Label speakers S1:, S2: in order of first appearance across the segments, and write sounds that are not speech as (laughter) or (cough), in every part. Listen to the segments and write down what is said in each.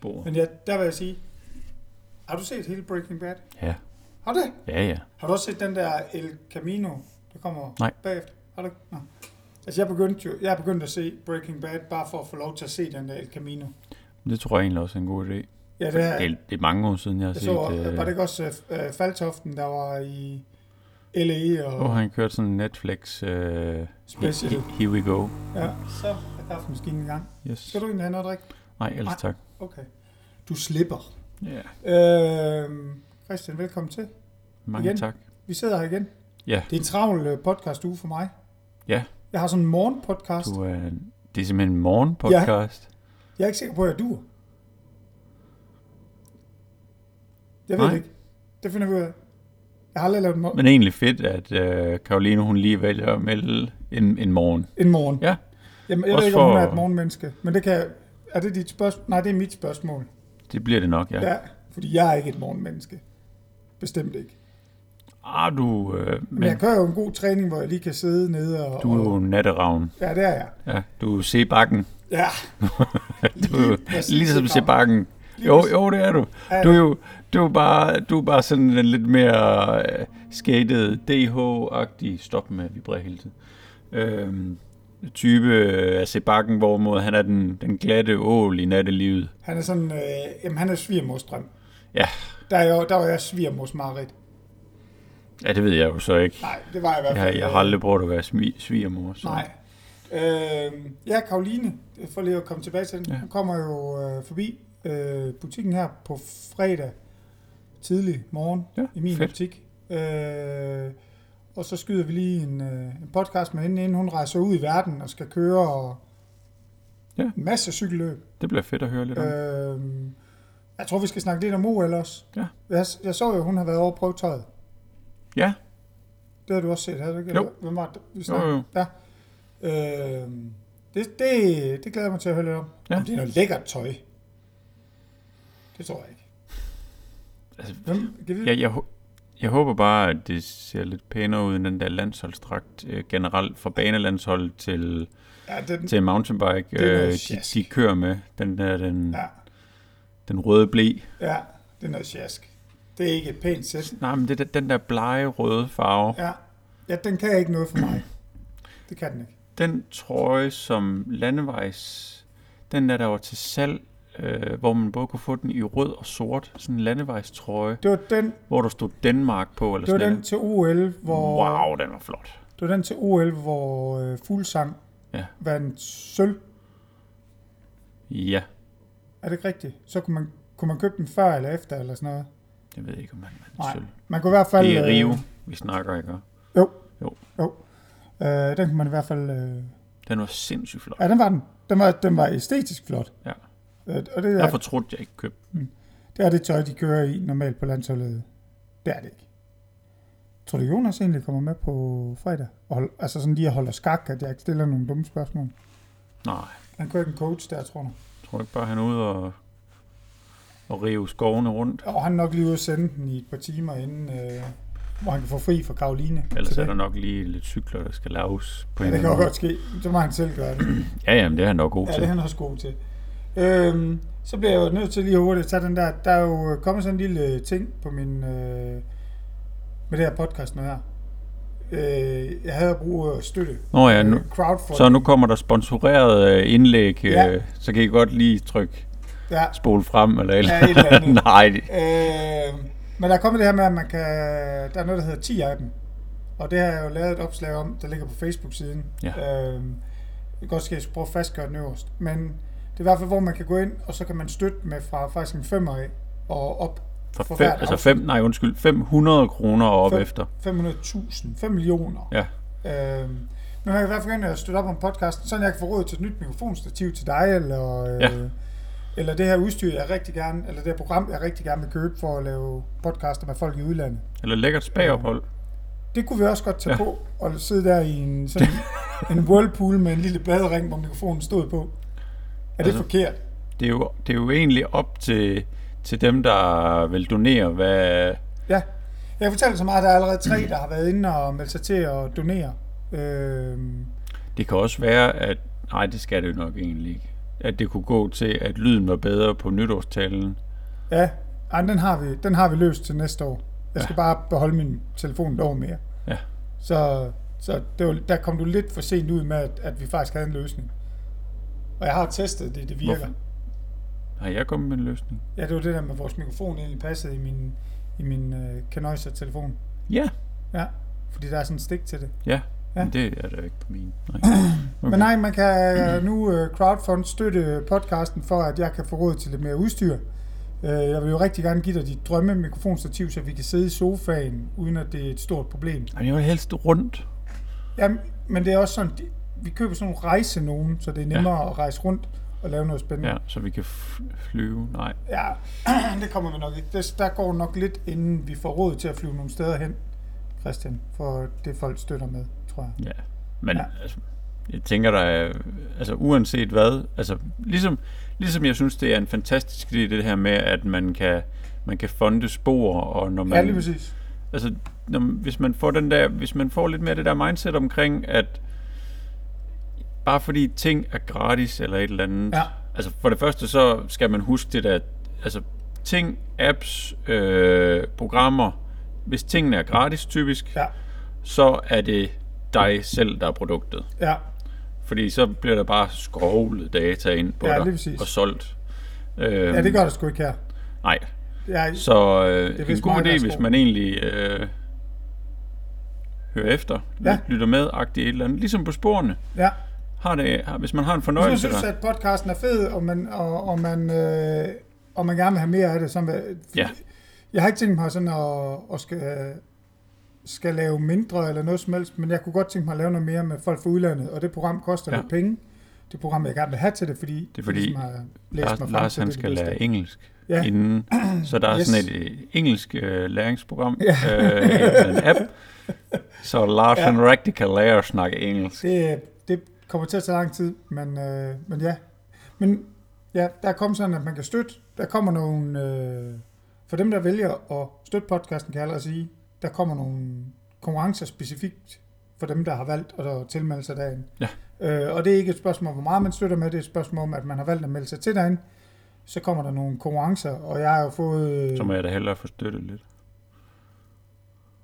S1: bordet.
S2: Men ja, der vil jeg sige, har du set hele Breaking Bad?
S1: Ja,
S2: Har du det?
S1: ja, ja.
S2: Har du også set den der El Camino, der kommer
S1: Nej.
S2: bagefter? Har du ikke? Nå. Altså, jeg begyndte, jo, jeg begyndte at se Breaking Bad, bare for at få lov til at se den der El Camino.
S1: Det tror jeg egentlig også er en god idé.
S2: Ja, det er,
S1: Det er, det er mange år siden, jeg har
S2: jeg
S1: set...
S2: så,
S1: øh,
S2: var det ikke også øh, Faltoften, der var i L.A. og
S1: øh, Åh, han kørte sådan en Netflix... Øh,
S2: Special.
S1: he- he- Here we go.
S2: Ja, så er kaffemaskinen i gang.
S1: Yes.
S2: Skal du egentlig have noget at drikke?
S1: Nej, ellers tak.
S2: Okay. Du slipper.
S1: Ja,
S2: Øh, Christian, velkommen til.
S1: mange
S2: Igen?
S1: tak.
S2: Vi sidder her igen.
S1: Ja.
S2: Det er en travl øh, podcast-uge for mig.
S1: Ja.
S2: Jeg har sådan en morgenpodcast.
S1: Du, øh, det er simpelthen en morgenpodcast.
S2: Jeg er ikke sikker på, at jeg duer. Jeg ved
S1: Nej.
S2: det ikke. Det finder vi ud af. Jeg har aldrig lavet en, mor-
S1: Men egentlig fedt, at øh, Karoline hun lige vælger at melde en, en morgen.
S2: en morgen.
S1: Ja.
S2: Jamen, jeg
S1: Også
S2: ved ikke, om hun
S1: for-
S2: er et morgenmenneske. Men det kan jeg... Er det dit spørgsmål? Nej, det er mit spørgsmål.
S1: Det bliver det nok, ja.
S2: Ja. Fordi jeg er ikke et morgenmenneske. Bestemt ikke.
S1: Ah, du, øh,
S2: Men,
S1: men
S2: jeg kører jo en god træning, hvor jeg lige kan sidde nede og...
S1: du er jo natteravn.
S2: Ja, det er jeg.
S1: Ja, du er Sebakken.
S2: Ja.
S1: (laughs) Du er jo
S2: præcis
S1: ligesom
S2: Sebakken.
S1: Sebakken.
S2: Lige
S1: Jo,
S2: præcis.
S1: jo, det er du.
S2: Er
S1: Du er
S2: det?
S1: jo du er bare, du er bare sådan en lidt mere øh, skated, DH-agtig, stop med at vibrere hele tiden, øhm, type øh, af Sebakken, hvorimod han er den, den glatte ål i nattelivet.
S2: Han er sådan... Øh, jamen, han er svigermors drøm.
S1: Ja,
S2: Der, er jo, der var jeg svigermors mareridt.
S1: ja, det ved jeg jo så ikke.
S2: Nej, det var jeg i hvert fald. øh,
S1: Jeg, jeg har aldrig prøvet at være smi, svigermor. Så.
S2: Nej. Øh, ja, Karoline, for lige at komme tilbage til den,
S1: Ja.
S2: ja. hun kommer jo øh, forbi øh, butikken her på fredag tidlig morgen
S1: Ja,
S2: i min
S1: fedt.
S2: fedt. butik. Øh, og så skyder vi lige en, øh, en podcast med hende, inden hun rejser ud i verden og skal køre og
S1: Ja.
S2: en masse cykelløb.
S1: Det bliver fedt at høre lidt om.
S2: Øh, jeg tror, vi skal snakke lidt om OL også.
S1: Ja.
S2: Jeg, jeg så jo, hun har været over at prøve tøjet.
S1: Ja,
S2: Det har du også set, havde du ikke?
S1: Jo.
S2: Eller Hvem var det, vi snakkede?
S1: Jo, jo.
S2: Ja. Øhm, det, det, det glæder jeg mig til at høre lidt om.
S1: Ja.
S2: Ja. Om det er noget lækkert tøj. Det tror jeg ikke.
S1: altså,
S2: Hvem, kan vi, ja.
S1: jeg, jeg, hå- jeg håber bare, at det ser lidt pænere ud end den der landsholdsdragt øh, generelt fra banelandshold til
S2: ja, den,
S1: til en mountainbike,
S2: Det er noget
S1: øh, de,
S2: sjask.
S1: de kører med. Den der, den, ja.
S2: ja,
S1: den røde blæ.
S2: ja, det er noget sjask. Det er ikke et pænt sæt.
S1: Nej, men det, er den der blege røde farve. Ja.
S2: Ja. ja, den kan ikke noget for mig. Det kan den ikke.
S1: Den trøje, som landevejs... Den der, der var til salg, øh, hvor man både kunne få den i rød og sort. Sådan en landevejstrøje,
S2: Det var den,
S1: hvor der stod Danmark på. Eller
S2: det var
S1: sådan
S2: den til OL, hvor,
S1: Wow, den var flot.
S2: det var den til OL, hvor øh, Fuglsang
S1: Ja.
S2: vandt sølv.
S1: Ja,
S2: Er det ikke rigtigt? Så kunne man, kunne man købe den før eller efter, eller sådan noget.
S1: jeg ved ikke, om han vandt
S2: Nej,
S1: sølv.
S2: man kunne i hvert fald...
S1: Det er
S2: øh,
S1: Rio, vi snakker ikke om.
S2: Jo.
S1: Jo.
S2: jo. Øh, den kunne man i hvert fald... Øh...
S1: Den var sindssygt flot.
S2: Ja, den var den. Den var, den var æstetisk flot.
S1: Ja.
S2: Øh, og det er,
S1: Jeg fortrudte, jeg ikke købte.
S2: det er det tøj, de kører i normalt på landsholdet. Det er det ikke. Tror du, Jonas egentlig kommer med på fredag? Og hold, altså sådan lige at holde skak, at jeg ikke stiller nogle dumme spørgsmål.
S1: Nej,
S2: Han kører ikke en coach der, tror jeg.
S1: jeg tror ikke bare, han er ude og, og rive skovene rundt.
S2: Og han er nok lige ude at sende den i et par timer inden, øh, hvor han kan få fri fra Karoline.
S1: Ellers
S2: Så
S1: er
S2: det,
S1: der nok lige lidt cykler, der skal laves på
S2: ja,
S1: en
S2: det
S1: eller
S2: kan jo
S1: anden
S2: godt ske. Så må han
S1: (clears throat)
S2: selv gøre det.
S1: måde. Ja, jamen, det er han nok god
S2: Ja,
S1: til.
S2: det er han også god til. Øhm, så bliver jeg jo nødt til lige hurtigt at tage den der. Der er jo kommet sådan en lille ting på min... Øh, med det her podcast noget her. Øh, jeg havde at bruge øh, støtte.
S1: Nå ja, nu,
S2: Øh, Crowdfunding.
S1: så nu kommer der sponsoreret øh, indlæg,
S2: Ja.
S1: øh, så kan I godt lige trykke
S2: Ja.
S1: spol frem eller et eller
S2: Ja, et eller andet.
S1: andet. (laughs) Nej, det-
S2: Øh, men der er kommet det her med, at man kan... Der er noget, der hedder 10 appen. Og det har jeg jo lavet et opslag om, der ligger på Facebook-siden.
S1: Ja.
S2: Øh, det kan godt ske, at jeg skal prøve at fastgøre den øverst. Men det er i hvert fald, hvor man kan gå ind, og så kan man støtte med fra faktisk en femmer af og op.
S1: for
S2: for
S1: fem,
S2: hvert
S1: altså fem, nej, undskyld, 500 kroner og op
S2: Fem-
S1: efter.
S2: 500.000, 5 millioner.
S1: Ja,
S2: Øhm, men man kan i hvert fald gå ind og støtte op om podcasten, så jeg kan få råd til et nyt mikrofonstativ til dig, eller, øh,
S1: Ja.
S2: eller det her udstyr, jeg rigtig gerne, eller det her program, jeg rigtig gerne vil købe for at lave podcaster med folk i udlandet.
S1: eller lækkert spagophold.
S2: Det kunne vi også godt tage ja. på, og sidde der i en, sådan, en whirlpool med en lille badering, hvor mikrofonen stod på. Er det
S1: Altså-
S2: altså, forkert?
S1: Det er jo, det er jo egentlig op til, til dem, der vil donere, hvad...
S2: Ja. Jeg fortæller så meget, at der er allerede tre, der har været inde og meldt sig til at donere. Øhm,
S1: Det kan også være, at... Nej, det skal det jo nok egentlig ikke. at det kunne gå til, at lyden var bedre på nytårstalen.
S2: Ja, Ej, den, har vi, den har vi løst til næste år. Jeg skal ja. bare beholde min telefon et år mere.
S1: Ja.
S2: Så, så det var, der kom du lidt for sent ud med, at, at vi faktisk havde en løsning. Og jeg har testet det, det virker.
S1: Hvorfor? Har jeg kommet med en løsning?
S2: Ja, det var det der med, at vores mikrofon egentlig passede i min, i min øh, Kenoiser-telefon.
S1: Ja,
S2: Ja, fordi der er sådan en stik til det.
S1: ja.
S2: Ja.
S1: ja. Men det er der ikke på min. Nej.
S2: Okay. Men nej, man kan øh, nu øh, crowdfund støtte øh, podcasten for, at jeg kan få råd til lidt mere udstyr. Øh, Jeg vil jo rigtig gerne give dig dit drømme mikrofonstativ, så vi kan sidde i sofaen, uden at det er et stort problem.
S1: Jamen, jeg vil helst rundt.
S2: Jamen, men det er også sådan, de- vi køber sådan nogle rejse nogen, så det er nemmere ja. at rejse rundt og lave noget spændende.
S1: Ja, så vi kan f- flyve. Nej.
S2: Ja, (clears throat) det kommer vi nok ikke. Det, der går nok lidt, inden vi får råd til at flyve nogle steder hen, Christian, for det folk støtter med, tror jeg.
S1: Ja. Men
S2: Ja.
S1: ja. Altså, jeg tænker der er, altså uanset hvad, altså ligesom, ligesom jeg synes, det er en fantastisk idé, det her med, at man kan, man kan fonde spor, og når man,
S2: Ja, lige præcis.
S1: altså, når, hvis man får den der, hvis man får lidt mere det der mindset omkring, at bare fordi ting er gratis eller et eller andet,
S2: Ja.
S1: altså for det første så skal man huske det der, altså ting, apps, øh, programmer, hvis tingene er gratis typisk,
S2: Ja,
S1: så er det dig selv, der er produktet.
S2: ja,
S1: Fordi så bliver der bare skrovlet data ind på
S2: Ja, lige
S1: dig
S2: præcis.
S1: og solgt. Øhm,
S2: ja det gør det sgu ikke her.
S1: Nej,
S2: Ja,
S1: så øh,
S2: er
S1: det
S2: vist
S1: en god
S2: mig, der er
S1: idé, hvis
S2: sko.
S1: man egentlig øh, hører efter,
S2: Ja.
S1: ja. lytter med, agtigt et eller andet. Ligesom på sporene.
S2: ja.
S1: Har det, har, hvis man har en
S2: Hvis man
S1: fornøjelse
S2: synes,
S1: der.
S2: at podcasten er fed, og man, og, og man, øh, og man gerne vil have mere af det, øh, så vil-
S1: Ja,
S2: jeg har ikke tænkt mig sådan at, at skal, skal lave mindre eller noget som helst, men jeg kunne godt tænke mig at lave noget mere med folk fra udlandet, og det program koster ja.
S1: Ja.
S2: lidt penge. Det program, jeg gerne vil have til det, fordi,
S1: Det er fordi,
S2: ligesom har læst mig
S1: Lars,
S2: frem
S1: Lars
S2: til,
S1: han
S2: det er det
S1: skal
S2: bedste.
S1: lære engelsk
S2: Ja.
S1: ja.
S2: (clears throat)
S1: inden. Så der er
S2: Yes.
S1: sådan et øh, engelsk øh, læringsprogram,
S2: Ja.
S1: ja. øh,
S2: (laughs)
S1: en app. Så Lars
S2: Ja.
S1: ja. han rigtig kan lære at snakke engelsk.
S2: Det, det kommer til at tage lang tid, men, øh, men ja. Men ja, der er kommet sådan, at man kan støtte. Der kommer nogle... Øh, for dem, der vælger at støtte podcasten, kan jeg allerede sige, der kommer nogle konkurrencer specifikt for dem, der har valgt at tilmelde sig derinde.
S1: Ja.
S2: Øh, og det er ikke et spørgsmål om, hvor meget man støtter med, det er et spørgsmål om, at man har valgt at melde sig til derinde. Så kommer der nogle konkurrencer, og jeg har jo fået...
S1: Så må jeg da hellere få støttet lidt.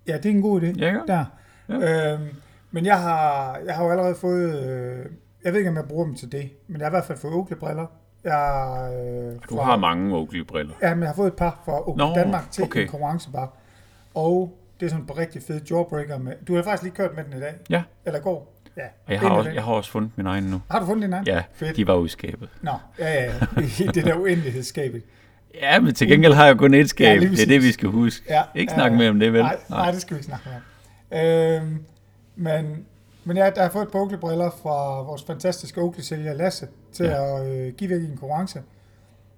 S2: Ja, det er en god idé.
S1: Ja, ikke?
S2: der. Ja. Øhm, men jeg har, jeg har jo allerede fået, øh, jeg ved ikke, om jeg bruger dem til det, men jeg har i hvert fald fået Oakley-briller. Jeg, øh,
S1: Du har mange Oakley-briller.
S2: Ja, men jeg har fået et par fra Oakley
S1: Nå,
S2: Danmark til okay.
S1: okay.
S2: en konkurrencebar. Og det er sådan på rigtig fede jawbreaker. Med, du har faktisk lige kørt med den i dag,
S1: Ja,
S2: eller går. Ja,
S1: og jeg
S2: en
S1: har,
S2: af
S1: også,
S2: dem.
S1: jeg har også fundet min egen nu.
S2: har du fundet din egen?
S1: Ja,
S2: Fedt.
S1: de var udskabet.
S2: Nå, ja, ja, (laughs) ja. I det der uendelighedsskabet.
S1: Ja, men til gengæld har jeg kun et
S2: Ja,
S1: skab. Ja, det
S2: lige
S1: er
S2: præcis.
S1: det, vi skal huske.
S2: Ja,
S1: Ikke
S2: ja,
S1: snakke
S2: ja.
S1: mere om det, vel?
S2: Nej, nej. nej, det skal vi ikke snakke mere om. Øhm, men, men jeg, jeg har fået et par Oakley-briller fra vores fantastiske Oakley-sælger Lasse til ja.
S1: Ja.
S2: at øh, give væk i en konkurrence.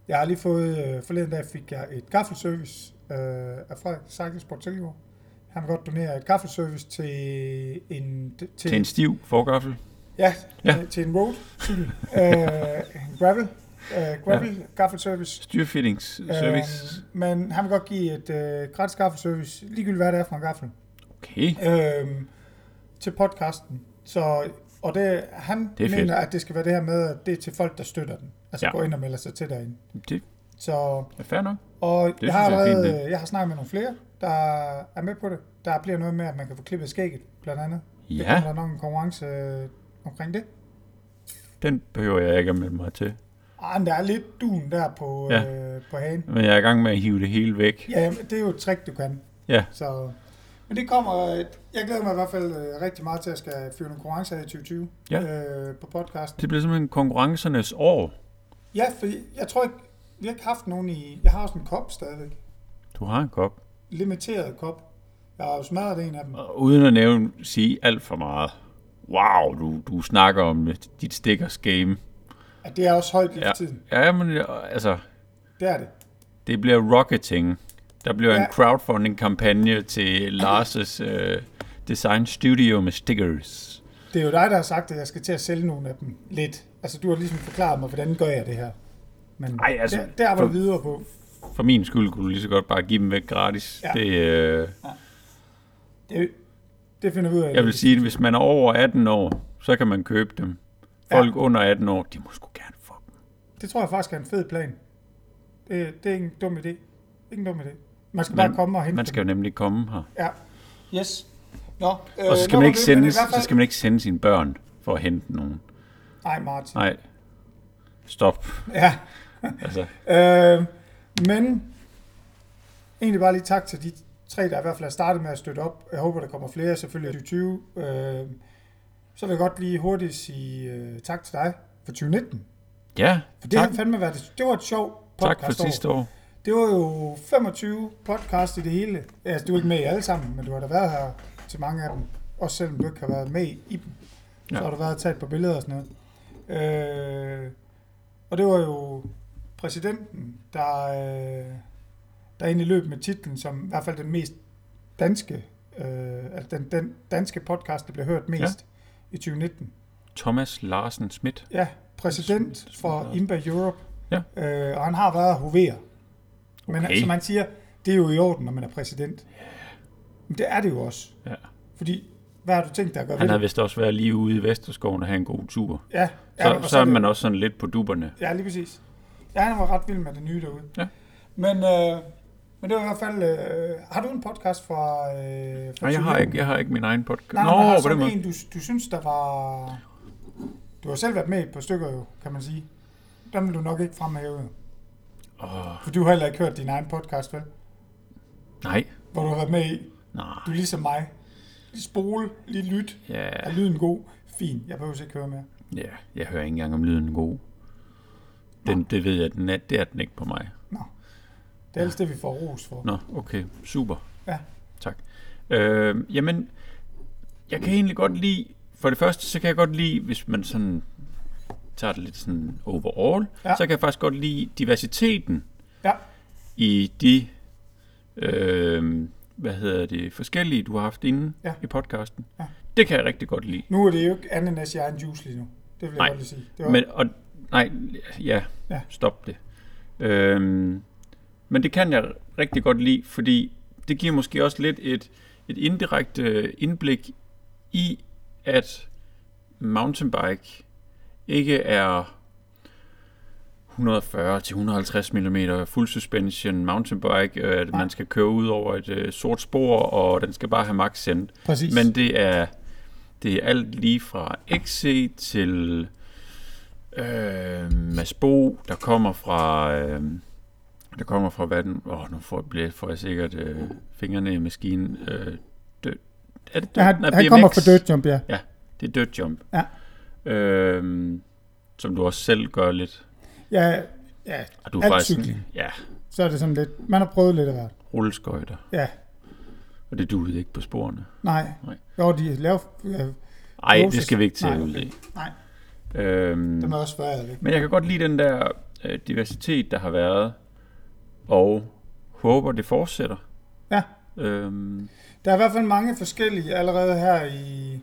S2: Jeg har lige fået, øh, forleden dag fik jeg et gaffelservice øh, af Frederik Sejlsport Silkeborg. Han vil godt donere et gaffelservice til en... Til,
S1: Til en stiv forgaffel.
S2: Ja,
S1: Ja.
S2: ja. til en road cykel. (laughs) øh, en gravel, øh, gravel ja. gaffelservice.
S1: Styrfittings service.
S2: Øh, men han vil godt give et øh, gratis gaffelservice, ligegyldigt hvad det er for en gaffel
S1: Okay.
S2: øhm, til podcasten. Så, og det, han
S1: Det
S2: det
S1: er
S2: mener, at det skal være det her med, at det er til folk, der støtter den. Altså ja.
S1: Ja.
S2: går ind og melder sig til derinde.
S1: Det
S2: Så,
S1: er fair nok.
S2: og jeg har,
S1: synes jeg er fint,
S2: allerede, jeg har snakket med nogle flere, der er med på det. Der bliver noget med, at man kan få klippet skægget, blandt andet. Det
S1: Ja,
S2: kommer der nok en konkurrence øh, omkring det.
S1: den behøver jeg ikke at melde mig til.
S2: Ah, men der er lidt dun der på,
S1: Ja.
S2: øh, på hagen.
S1: Men jeg er i gang med at hive det hele væk.
S2: Ja, men det er jo et trick, du kan.
S1: Ja,
S2: Så, men det kommer, øh, jeg glæder mig i hvert fald øh, rigtig meget til, at jeg skal fyre nogle konkurrencer af i 2020
S1: Ja.
S2: øh, på podcasten.
S1: det bliver simpelthen konkurrencernes år.
S2: Ja, for jeg tror ikke, vi har ikke haft nogen i... Jeg har også en kop stadigvæk.
S1: Du har en kop.
S2: Limiteret kop. Jeg har jo smadret en af dem.
S1: Og uden at nævne, sige alt for meget. Wow, du, du snakker om dit stickers game.
S2: At det er også højt
S1: Ja,
S2: livstiden.
S1: ja men altså,
S2: Det er det.
S1: Det bliver rocketing. Der bliver
S2: Ja.
S1: ja. en crowdfunding-kampagne til Lars' øh, design studio med stickers.
S2: Det er jo dig, der har sagt, at jeg skal til at sælge nogle af dem lidt. Altså, du har ligesom forklaret mig, hvordan gør jeg det her. Men
S1: Ej, altså,
S2: det, det arbejder
S1: for-
S2: vi videre på.
S1: For min skyld kunne du lige så godt bare give dem væk gratis.
S2: Ja.
S1: Ja. Det, øh,
S2: Det, det finder vi ud af.
S1: jeg vil sige, at hvis man er over 18 år, så kan man købe dem. Folk ja. under 18 år, de må sgu gerne fuck dem.
S2: Det tror jeg faktisk er en fed plan. Det, det er ikke en dum idé. Ikke en dum idé. Man skal
S1: Man,
S2: bare komme og hente
S1: man skal jo
S2: dem.
S1: nemlig komme her.
S2: Ja. Yes. Nå, øh,
S1: Og så skal,
S2: nok
S1: man ikke
S2: om det, men i
S1: sende,
S2: hvert fald-
S1: så skal man ikke sende sine børn for at hente nogen.
S2: Nej, Martin.
S1: Nej. Stop.
S2: Ja.
S1: Altså,
S2: Øh, men egentlig bare lige tak til de tre, der i hvert fald har startet med at støtte op. Jeg håber, der kommer flere, selvfølgelig i 2020. Øh, så vil jeg godt lige hurtigt sige øh, tak til dig for 2019.
S1: ja,
S2: For det
S1: tak,
S2: har fandme været, det var et sjovt
S1: tak for
S2: podcastår.
S1: sidste år.
S2: Det var jo 25 podcast i det hele. Altså, du er ikke med i alle sammen, men du har da været her til mange af dem. Også selvom du ikke har været med i dem. Så
S1: Ja.
S2: har du været og taget på billeder og sådan noget. Øh, og det var jo præsidenten, der, øh, der egentlig løb med titlen som i hvert fald den mest danske, øh, altså den, den danske podcast, der blev hørt mest ja. i 2019.
S1: Thomas Larsen Schmidt.
S2: Ja, præsident for Imba Europe.
S1: Ja.
S2: Øh, og han har været hovedet. Men
S1: Okay.
S2: okay. som man siger, det er jo i orden, når man er præsident. Men det er det jo også.
S1: Ja.
S2: Fordi, hvad har du tænkt dig at gøre
S1: Han
S2: ved
S1: har
S2: det?
S1: vist også været lige ude i Vesterskoven og have en god tur.
S2: Ja, ja,
S1: Så,
S2: og
S1: så er
S2: det-
S1: man også sådan lidt på duberne.
S2: Ja, lige præcis. Ja, han var ret vild med det nye derude.
S1: Ja.
S2: Men, øh, men det var i hvert fald... Øh, har du en podcast fra... Øh, fra
S1: Nej, jeg har
S2: 2019?
S1: ikke, jeg har ikke min egen podcast.
S2: Nej, Nå, men har
S1: på den
S2: sådan
S1: måde.
S2: en, du, du synes, der var... Du har selv været med i et par stykker jo, kan man sige. Dem vil du nok ikke fremhæve.
S1: Åh,
S2: For du har heller ikke hørt din egen podcast, vel?
S1: nej,
S2: Hvor du har været med i.
S1: nej.
S2: Du er ligesom mig. Lige spole, lige lyt.
S1: Ja,
S2: Er lyden god? Fint, jeg behøver ikke høre mere.
S1: ja, jeg hører ikke engang om lyden er god. Den, det ved jeg, den er, det er den ikke på mig.
S2: Nå. Det er ellers det, vi får ros for.
S1: Nå, okay, super.
S2: Ja.
S1: Tak. Øh, jamen, jeg kan egentlig godt lide, for det første, så kan jeg godt lide, hvis man sådan tager det lidt sådan overall, ja.
S2: Ja.
S1: så kan jeg faktisk godt lide diversiteten
S2: Ja,
S1: i de, øh, hvad hedder det, forskellige, du har haft inde ja.
S2: Ja.
S1: i podcasten. Ja.
S2: Ja.
S1: Det kan jeg rigtig godt lide.
S2: nu er det jo ikke ananas i egen juice lige nu. Det vil jeg
S1: Nej,
S2: godt lige sige. Det var,
S1: Men, og, nej, ja, ja,
S2: Ja.
S1: stop det. Øhm, men det kan jeg rigtig godt lide, fordi det giver måske også lidt et, et indirekte indblik i, at mountainbike ikke er 140-150 mm full suspension mountainbike, øh, at man skal køre ud over et øh, sort spor, og den skal bare have max send.
S2: præcis.
S1: Men det er, det er alt lige fra XC til øh, Mads Bo, der kommer fra... Øh, der kommer fra hvad den... Åh, oh, nu får, bliver, får jeg sikkert øh, fingrene i maskinen. Øh, dø, er det dø,
S2: Ja, han,
S1: nej,
S2: han kommer
S1: BMX.
S2: fra Dirt Jump, ja.
S1: Det er Dirt Jump.
S2: Ja.
S1: Øh, som du også selv gør lidt.
S2: Ja, ja,
S1: Og du er
S2: Alt
S1: faktisk sådan-
S2: cykling.
S1: Ja,
S2: så er det sådan lidt... Man har prøvet lidt af hvert.
S1: rulleskøjter.
S2: Ja,
S1: Og det duede ikke på sporene.
S2: nej.
S1: Nej.
S2: Jo, de laver... Øh,
S1: Nej, det
S2: Moses.
S1: skal vi ikke til
S2: Nej,
S1: at
S2: okay.
S1: udlægge.
S2: nej,
S1: Øhm,
S2: det må også være, ikke?
S1: Men jeg kan godt lide den der øh, diversitet, der har været, og håber, det fortsætter.
S2: Ja.
S1: Øhm,
S2: Der er i hvert fald mange forskellige allerede her i,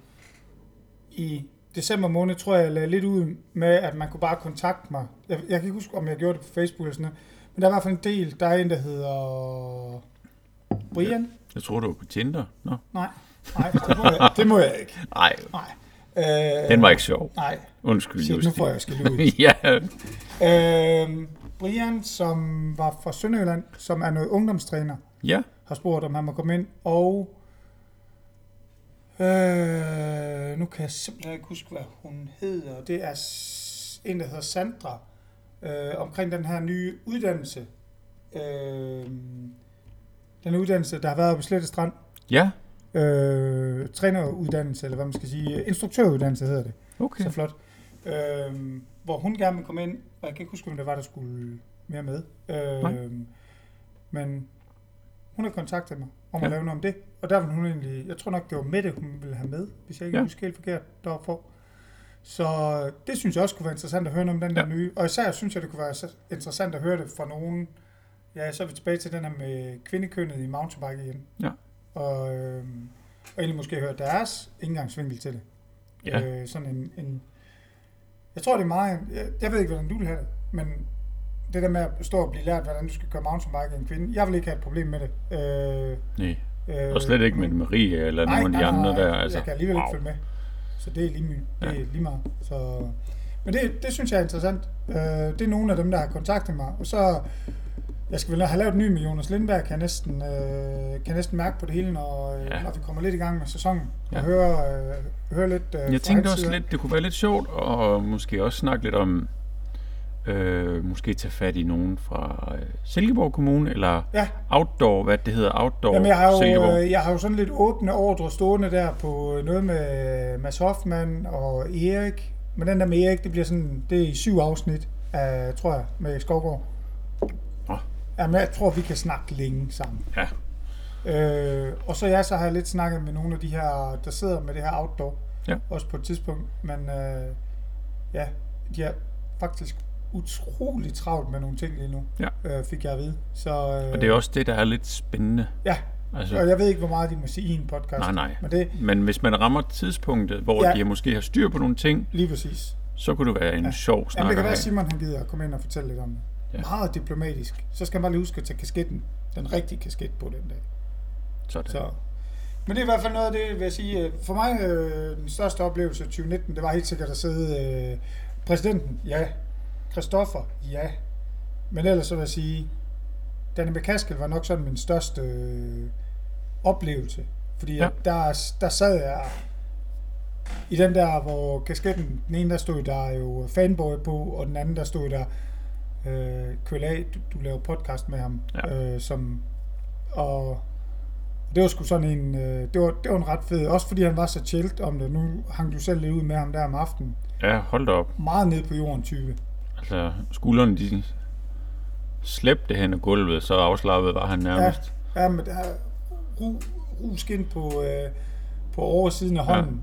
S2: i december måned, tror jeg, jeg lagde lidt ud med, at man kunne bare kontakte mig. Jeg, jeg kan ikke huske, om jeg gjorde det på Facebook eller sådan noget. Men der er i hvert fald en del. Der er en, der hedder... Brian?
S1: jeg tror, du var på Tinder. Nå.
S2: Nej, nej, det må jeg, det må jeg ikke.
S1: Nej,
S2: Nej. Øh,
S1: den var ikke sjov.
S2: Nej,
S1: Undskyld,
S2: shit, nu
S1: (laughs) Justin.
S2: får jeg skal ud.
S1: ja,
S2: Øh, Brian, som var fra Sønderjylland, som er noget ungdomstræner,
S1: ja,
S2: har spurgt, om han må komme ind, og... Øh, nu kan jeg simpelthen ikke huske, hvad hun hedder. Det er s- en, der hedder Sandra, øh, omkring den her nye uddannelse. Øh, den uddannelse, der har været på Slette Strand.
S1: ja,
S2: Øh, træneruddannelse, eller hvad man skal sige. Instruktøruddannelse hedder det
S1: okay.
S2: så flot. Øhm, hvor hun gerne vil komme ind, og jeg kan ikke huske, om det var, der skulle mere med. Øhm, men hun har kontaktet mig om at
S1: Ja.
S2: lave noget om det, og der vil hun egentlig, jeg tror nok, det var Mette, hun ville have med, hvis jeg ikke
S1: Ja.
S2: ja. husker helt forkert deroppe for. Så det synes jeg også kunne være interessant at høre noget om den der
S1: Ja.
S2: ja. nye, og især synes jeg, det kunne være så interessant at høre det fra nogen, ja, så er vi tilbage til den her med kvindekønnet i mountainbike igen.
S1: Ja.
S2: Og, øhm, og egentlig måske høre deres indgangsvinkel til det.
S1: Ja.
S2: Øh, sådan en, en, jeg tror, det er meget... Jeg, jeg ved ikke, hvordan du vil have det, men det der med at stå og blive lært, hvordan du skal køre mountainbike af en kvinde, jeg vil ikke have et problem med det. Øh,
S1: Nej.
S2: øh,
S1: Og slet ikke med Marie eller
S2: nej,
S1: nogen af de
S2: nej,
S1: andre
S2: nej,
S1: der. Altså.
S2: Jeg kan alligevel ikke
S1: Au.
S2: følge med, så det er lige, my, det er lige meget. Så, Men det, det synes jeg er interessant. Øh, det er nogle af dem, der har kontaktet mig. Og så, jeg skal vel have lavet en ny med Jonas Lindberg, kan jeg næsten, øh, kan næsten mærke på det hele, når,
S1: Ja.
S2: ja. når vi kommer lidt i gang med sæsonen. Og
S1: Ja.
S2: høre, øh, høre lidt øh, fra
S1: Jeg tænkte
S2: hans
S1: også
S2: side.
S1: lidt, det kunne være lidt sjovt, og måske også snakke lidt om, øh, måske tage fat i nogen fra øh, Silkeborg Kommune, eller
S2: Ja.
S1: Outdoor, hvad det hedder, Outdoor
S2: Jamen, jeg har, jo,
S1: Silkeborg.
S2: øh, jeg har jo sådan lidt åbne ordre stående der på øh, noget med Mads Hoffmann og Erik. Men den der med Erik, det bliver sådan, det er i syv afsnit, af, tror jeg, med Skovgård.
S1: Nå.
S2: Jamen, jeg tror, vi kan snakke længe sammen.
S1: Ja,
S2: Øh, og så ja, så har jeg lidt snakket med nogle af de her, der sidder med det her outdoor.
S1: Ja.
S2: Også på et tidspunkt. Men øh, ja, de er faktisk utrolig travlt med nogle ting lige nu,
S1: Ja.
S2: øh, fik jeg at vide. Så, øh,
S1: og det er også det, der er lidt spændende.
S2: Ja,
S1: Altså,
S2: og jeg ved ikke, hvor meget de må sige i en podcast.
S1: nej, nej.
S2: Men det,
S1: Men hvis man rammer tidspunktet, hvor
S2: Ja.
S1: ja. de måske har styr på nogle ting,
S2: Lige præcis.
S1: så kunne det være en ja. sjov snak
S2: Jamen, det kan
S1: at
S2: være, at
S1: have.
S2: Simon han gider at komme ind og fortælle lidt om det. Ja.
S1: Ja.
S2: Meget diplomatisk. Så skal man bare lige huske at tage kasketten. Den rigtige kasket på den dag.
S1: Sådan.
S2: Så. Men det er i hvert fald noget af det, vil jeg sige. øh, For mig, øh, den største oplevelse i 2019, det var helt sikkert at sidde øh, præsidenten. Ja. Christoffer. Ja. Men ellers så vil jeg sige, Danny McCaskill var nok sådan min største øh, oplevelse. Fordi
S1: Ja.
S2: ja. der, der sad jeg i den der, hvor kasketten, den ene der stod der jo fanboy på, og den anden der stod der øh, KLA, du, du laver podcast med ham,
S1: Ja.
S2: øh, som, og det var sgu sådan en, øh, det, var, det var en ret fed, også fordi han var så chillt om det, nu hang du selv lidt ud med ham der om aftenen,
S1: Ja, hold da op.
S2: meget ned på jorden type.
S1: Altså, skuldrene, de slæbte hen ad gulvet, så afslappet var han nærmest.
S2: Ja, ja men der er ru, ruskin på, øh, på oversiden af
S1: Ja.
S2: hånden.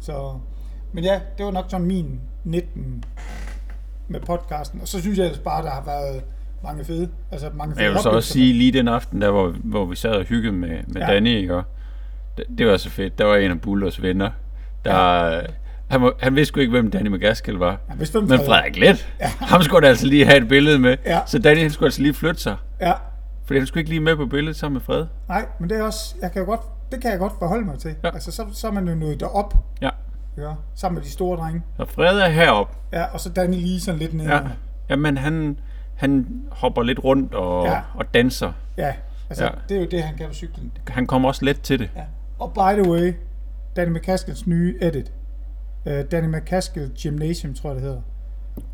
S2: Så, men ja, det var nok sådan min 19 med podcasten. Og så synes jeg ellers bare, der har været mange fede, altså mange
S1: Men
S2: fede
S1: jeg vil så også
S2: oplevelser.
S1: sige, lige den aften, der hvor, hvor vi sad og hyggede med, med
S2: Ja.
S1: ja. Danny, ikke? Og Det, det var så fedt. Der var en af Bullers venner, der... Ja. Han, var- han vidste sgu ikke, hvem Danny McGaskill var.
S2: Ja, hvis hvem
S1: Men
S2: Frederik-
S1: Frederik Let, ja. ham skulle han altså lige have et billede med.
S2: Ja.
S1: Så Danny han skulle altså lige flytte sig.
S2: Ja,
S1: Fordi han skulle ikke lige med på billedet sammen med Fred.
S2: nej, men det er også, jeg kan jo godt, det kan jeg godt forholde mig til. Ja.
S1: Ja.
S2: Altså, så, så er man jo nået derop,
S1: Ja.
S2: ja, sammen med de store drenge.
S1: Så Fred er heroppe.
S2: Ja, og så Danny lige sådan lidt ned.
S1: Ja. Jamen, han, han hopper lidt rundt og,
S2: Ja.
S1: ja. og danser.
S2: ja altså, ja.
S1: Ja.
S2: det er jo det, han kan på cyklen.
S1: Han kommer også let til det.
S2: Ja. Og by the way, Danny McCaskills nye edit. Uh, Danny McCaskill Gymnasium, tror jeg det hedder.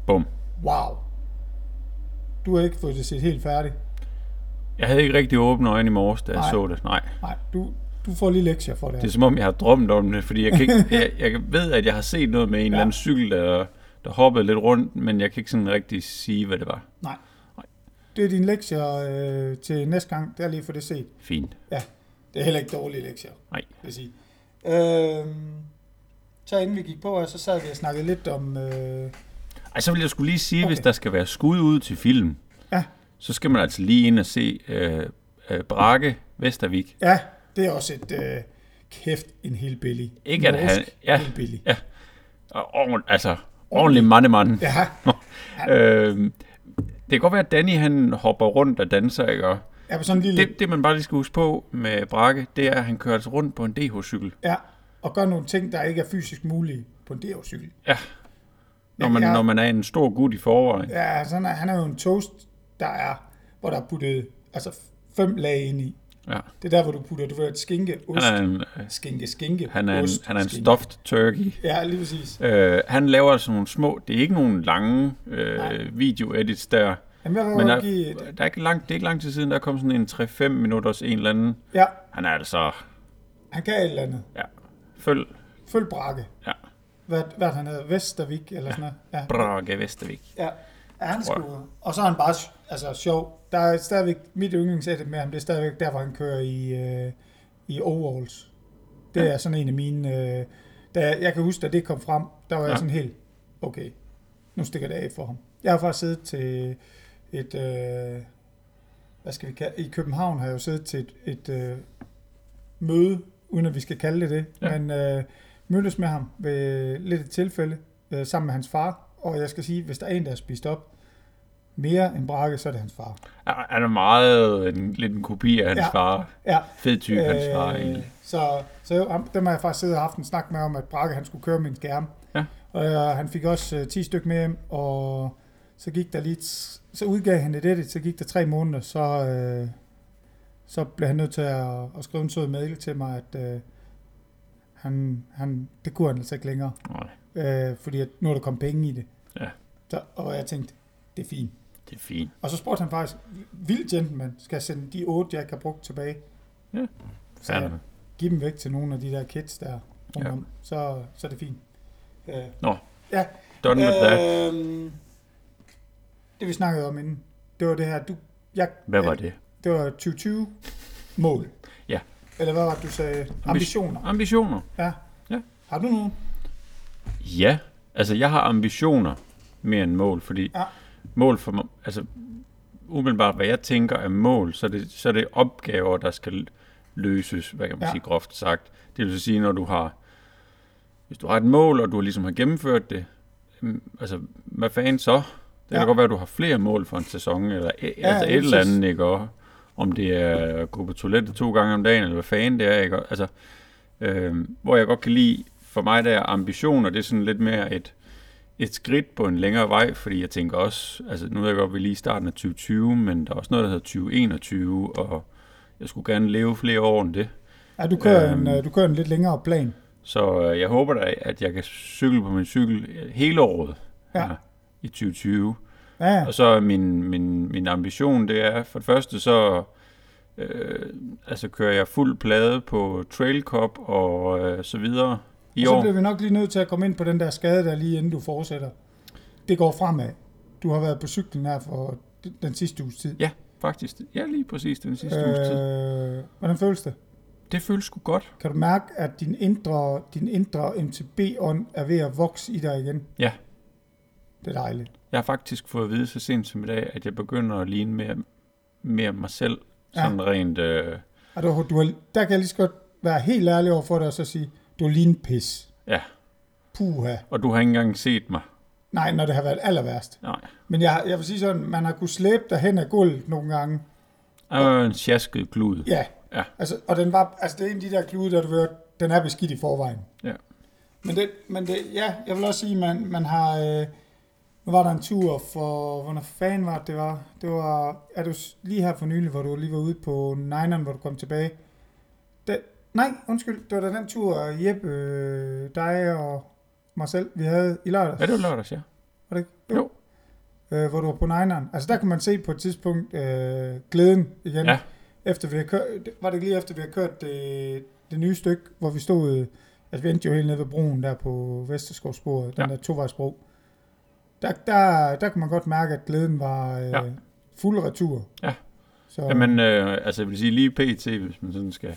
S1: Bum.
S2: Wow. Du har ikke fået det set helt færdigt.
S1: Jeg havde ikke rigtig åbne øjne i morges, da jeg
S2: Nej.
S1: så det. Nej.
S2: Nej, du, du får lige lektier for det.
S1: Det er
S2: her.
S1: som om, jeg har drømt om det, fordi jeg, kan (laughs) ikke, jeg, jeg ved, at jeg har set noget med en ja. eller anden cykel, der, der hoppede lidt rundt, men jeg kan ikke sådan rigtig sige, hvad det var.
S2: Nej.
S1: Nej.
S2: Det er din lektier øh, til næste gang. Det er lige for det set.
S1: Fint.
S2: Ja, det er heller ikke dårlige lektier, vil
S1: Nej.
S2: jeg sige. Øhm, så inden vi gik på, her, så sad vi og snakkede lidt om... Øh,
S1: Ej, så vil jeg skulle lige sige, okay. hvis
S2: Okay.
S1: der skal være skud ud til film,
S2: ja,
S1: så skal man altså lige ind og se øh, øh, Brakke Vestervik.
S2: ja, det er også et... Øh, kæft, en helt billig.
S1: Ikke at han-
S2: Ja.
S1: ja.
S2: Helt billig.
S1: Ja. Og ordent, altså, ordentlig mandemand. (laughs)
S2: Ja,
S1: øh, det kan godt være, at Danny han hopper rundt og danser, ikke? Og
S2: ja på sådan en lille...
S1: Det, det, man bare lige skal huske på med Brakke, det er, at han kører altså rundt på en DH-cykel.
S2: Ja, og gør nogle ting, der ikke er fysisk mulige på en DH-cykel.
S1: Ja. Når man,
S2: Ja.
S1: ja. når man er en stor gut i forvejen.
S2: Ja, altså, han er, han er jo en toast, der er, hvor der er puttet altså, fem lag ind i.
S1: Ja.
S2: Det er der, hvor du putter, du ved, et skinke, ost,
S1: Han er en, øh,
S2: skinke, skinke,
S1: han er en,
S2: ost,
S1: han er en
S2: skinke.
S1: stuffed turkey.
S2: Ja, lige præcis.
S1: Øh, han laver altså nogle små, det er ikke nogle lange øh, video-edits der.
S2: Jamen, jeg vil
S1: Men der,
S2: godt give et,
S1: der er ikke lang, det er ikke lang tid siden, der kom sådan en 3-5 minutters en eller anden.
S2: ja,
S1: Han er altså,
S2: han kan et eller andet.
S1: ja, følg,
S2: Følg brakke.
S1: ja,
S2: Hvad, hvad han hedder? Vestervik, eller sådan noget. Ja.
S1: Brage Vestervik.
S2: Ja, ja han
S1: Tror jeg.
S2: skulle. Og så er han bare altså, sjov. Der er stadigvæk, mit yndlingsætte med ham, det er stadigvæk der, hvor han kører i, øh, i overalls. Det er sådan en af mine... Øh, da jeg, jeg kan huske, da det kom frem, der var ja.
S1: Ja.
S2: jeg sådan helt, okay, nu stikker det af for ham. Jeg har faktisk siddet til et... Øh, hvad skal vi kalde I København har jeg jo siddet til et, et øh, møde, uden at vi skal kalde det det, ja.
S1: Ja.
S2: men øh, mødtes med ham ved lidt et tilfælde, øh, sammen med hans far, og jeg skal sige, hvis der er en, der har spist op mere end brakke, så er det hans far.
S1: Er- Han er meget øh, en, lidt en kopi af hans
S2: Ja.
S1: ja. far.
S2: Ja.
S1: Fed type, øh, hans far egentlig.
S2: så, så jo, ham- dem har jeg faktisk siddet og haft en snak med om, at Brakke han skulle køre min skærm.
S1: Ja.
S2: Og øh, han fik også øh, 10 styk med hjem, og så gik der lige, t- så udgav han et edit, så gik der tre måneder, så, øh, så blev han nødt til at, at skrive en sød mail til mig, at øh, han, han, det kunne han altså ikke længere,
S1: Nej,
S2: øh, fordi at nu er der kommet penge i det.
S1: Ja.
S2: Så, og jeg tænkte, det er fint.
S1: det er fint.
S2: Og så spurgte han faktisk, vild gentleman, skal jeg sende de otte, jeg ikke har brugt tilbage?
S1: Ja.
S2: Så
S1: Færdig.
S2: jeg,
S1: med.
S2: give dem væk til nogle af de der kids der rundt
S1: Ja.
S2: om, så, så er det fint. Øh,
S1: Nå.
S2: Ja.
S1: Done with that.
S2: Øhm, det vi snakkede om inden, det var det her, du, jeg,
S1: Hvad var det?
S2: det var 2020 mål.
S1: Ja.
S2: Eller hvad var det, du sagde? Ambitioner.
S1: Ambitioner.
S2: Ja.
S1: Ja.
S2: Har du nogen?
S1: Ja, altså jeg har ambitioner mere end mål, fordi
S2: Ja.
S1: ja. mål for mig, altså umiddelbart hvad jeg tænker er mål, så er det, så er det opgaver, der skal løses, hvad kan man
S2: Ja.
S1: ja. sige groft sagt. Det vil så sige, når du har, hvis du har et mål, og du ligesom har gennemført det, mm, altså hvad fanden så? Det kan
S2: Ja.
S1: ja. godt være, at du har flere mål for en sæson, eller ja, altså
S2: lige
S1: et eller
S2: præcis.
S1: andet, ikke? Og om det er at gå på toilettet to gange om dagen, eller hvad fanden det er, ikke? Og, Altså, øh, hvor jeg godt kan lide, for mig der er ambitioner, det er sådan lidt mere et, et skridt på en længere vej, fordi jeg tænker også, altså nu er jeg godt ved lige i starten af 2020, men der er også noget, der hedder 2021, og jeg skulle gerne leve flere år end det.
S2: Ja, du kører,
S1: Øhm.
S2: en, øh, du kører en lidt længere plan.
S1: Så øh, jeg håber da, at jeg kan cykle på min cykel øh, hele året
S2: Ja.
S1: her i 2020.
S2: Ja, ja.
S1: Og så er min, min, min ambition, det er for det første, så øh, altså kører jeg fuld plade på Trail Cup og øh, så videre i
S2: og så
S1: år.
S2: bliver vi nok lige nødt til at komme ind på den der skade der lige inden du fortsætter. Det går fremad. Du har været på cyklen her for den sidste uges tid.
S1: Ja, faktisk. Ja, lige præcis den sidste øh... uges tid.
S2: øh, hvordan føles det?
S1: Det føles sgu godt.
S2: Kan du mærke, at din indre, din indre MTB-ånd er ved at vokse i dig igen?
S1: Ja.
S2: Det er dejligt.
S1: Jeg har faktisk fået at vide så sent som i dag, at jeg begynder at ligne mere, mere mig selv.
S2: Ja.
S1: Sådan rent... Øh,
S2: Og du, du har, der kan jeg lige så godt være helt ærlig over for dig og så sige, du er lige en pis.
S1: ja,
S2: Puha.
S1: og du har ikke engang set mig.
S2: Nej, når det har været aller værst.
S1: Nej.
S2: Men jeg, jeg vil sige sådan, man har kunnet slæbe dig hen ad gulvet nogle gange.
S1: Jeg er jo Ah, en sjasket klud.
S2: Ja.
S1: Ja.
S2: Altså, og den var, altså det er en af de der klude, der du ved, den er beskidt i forvejen.
S1: Ja.
S2: Men det, men det, ja, jeg vil også sige, man, man har, øh, nu var der en tur for, hvornår fanden var det, det var, det var, er du s- lige her for nylig, hvor du lige var ude på Nineren, hvor du kom tilbage, det, nej, undskyld, det var da den tur, Jeppe, øh, dig og mig selv, vi havde i lørdags.
S1: Er det jo lørdags, ja?
S2: Var det ikke?
S1: Jo.
S2: Øh, hvor du var på Nineren. Altså der kunne man se på et tidspunkt øh, glæden igen.
S1: Ja.
S2: Efter vi har kørt, var det ikke lige efter vi har kørt det, det nye stykke, hvor vi stod, øh, altså vi endte jo helt nede ved broen der på Vesterskovsbordet, den
S1: Ja.
S2: der tovejsbro. Der, der, der kunne man godt mærke, at glæden var øh,
S1: Ja.
S2: fuld retur.
S1: Ja.
S2: Så,
S1: Jamen, øh, altså jeg vil sige lige pt, hvis man sådan skal,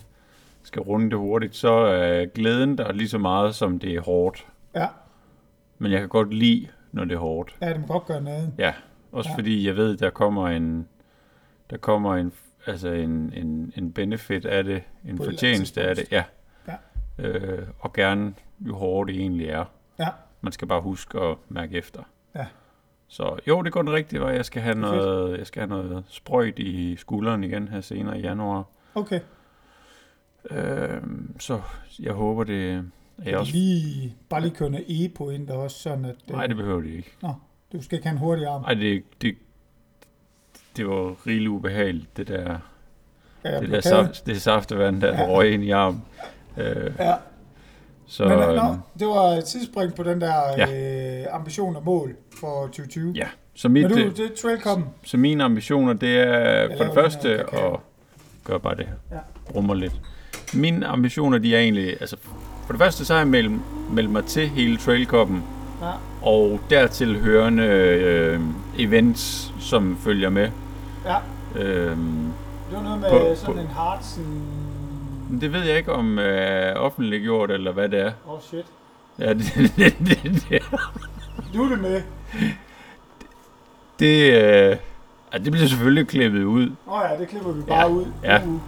S1: skal runde det hurtigt, så er glæden der lige så meget, som det er hårdt.
S2: ja,
S1: Men jeg kan godt lide, når det er hårdt.
S2: ja, det må godt gøre noget.
S1: Ja, også
S2: Ja.
S1: ja. fordi jeg ved, der kommer en, der kommer en, altså en, en, en benefit af det, en
S2: På et
S1: fortjeneste
S2: eller
S1: af
S2: andet
S1: det, ja. Øh, og gerne jo hårdere det egentlig er.
S2: Ja.
S1: Man skal bare huske at mærke efter.
S2: Ja.
S1: Så jo, det går den rigtige vej. Jeg skal have
S2: Det er fedt.
S1: noget, jeg skal have noget sprøjt i skulderen igen her senere i januar.
S2: Okay,
S1: Øh, så jeg håber det. Er jeg
S2: jeg
S1: også...
S2: lige, bare lige køre noget E på ind der også, sådan at øh,
S1: Nej, det behøver det ikke.
S2: du skal ikke have en hurtig arm.
S1: Nej, det, det, det var rigeligt ubehageligt, det der
S2: Ja,
S1: det
S2: jeg
S1: der
S2: blev kaldet.
S1: saft, det saftevand, der
S2: Ja.
S1: ja. røg ind i armen. Øh,
S2: Ja.
S1: så
S2: Men øh,
S1: øh,
S2: no, det var et tidsspring på den der ja. øh, ambition og mål for 2020.
S1: ja, så,
S2: Men
S1: mit, øh,
S2: du,
S1: du...
S2: det er trailcom.
S1: så mine ambitioner, det er
S2: Jeg
S1: for
S2: laver
S1: det
S2: lige
S1: første
S2: noget kakao.
S1: at gøre bare det her.
S2: Ja.
S1: Rummer lidt. Mine ambitioner, de er egentlig, altså for det første, så har jeg meldt, meldt mig til hele trailkoppen
S2: Ja.
S1: og dertil hørende øh, events, som følger med.
S2: ja,
S1: Øh,
S2: det var noget med
S1: På-
S2: sådan
S1: på-
S2: en Hartsen...
S1: Men Det ved jeg ikke, om øh, offentliggjort eller hvad det er.
S2: Åh, oh, shit.
S1: Ja, (laughs) det, det, det, det,
S2: Nu er det med.
S1: det, øh, ja, det bliver selvfølgelig klippet ud.
S2: Åh oh, ja, det klipper vi bare
S1: Ja,
S2: ud.
S1: ja.
S2: Uh.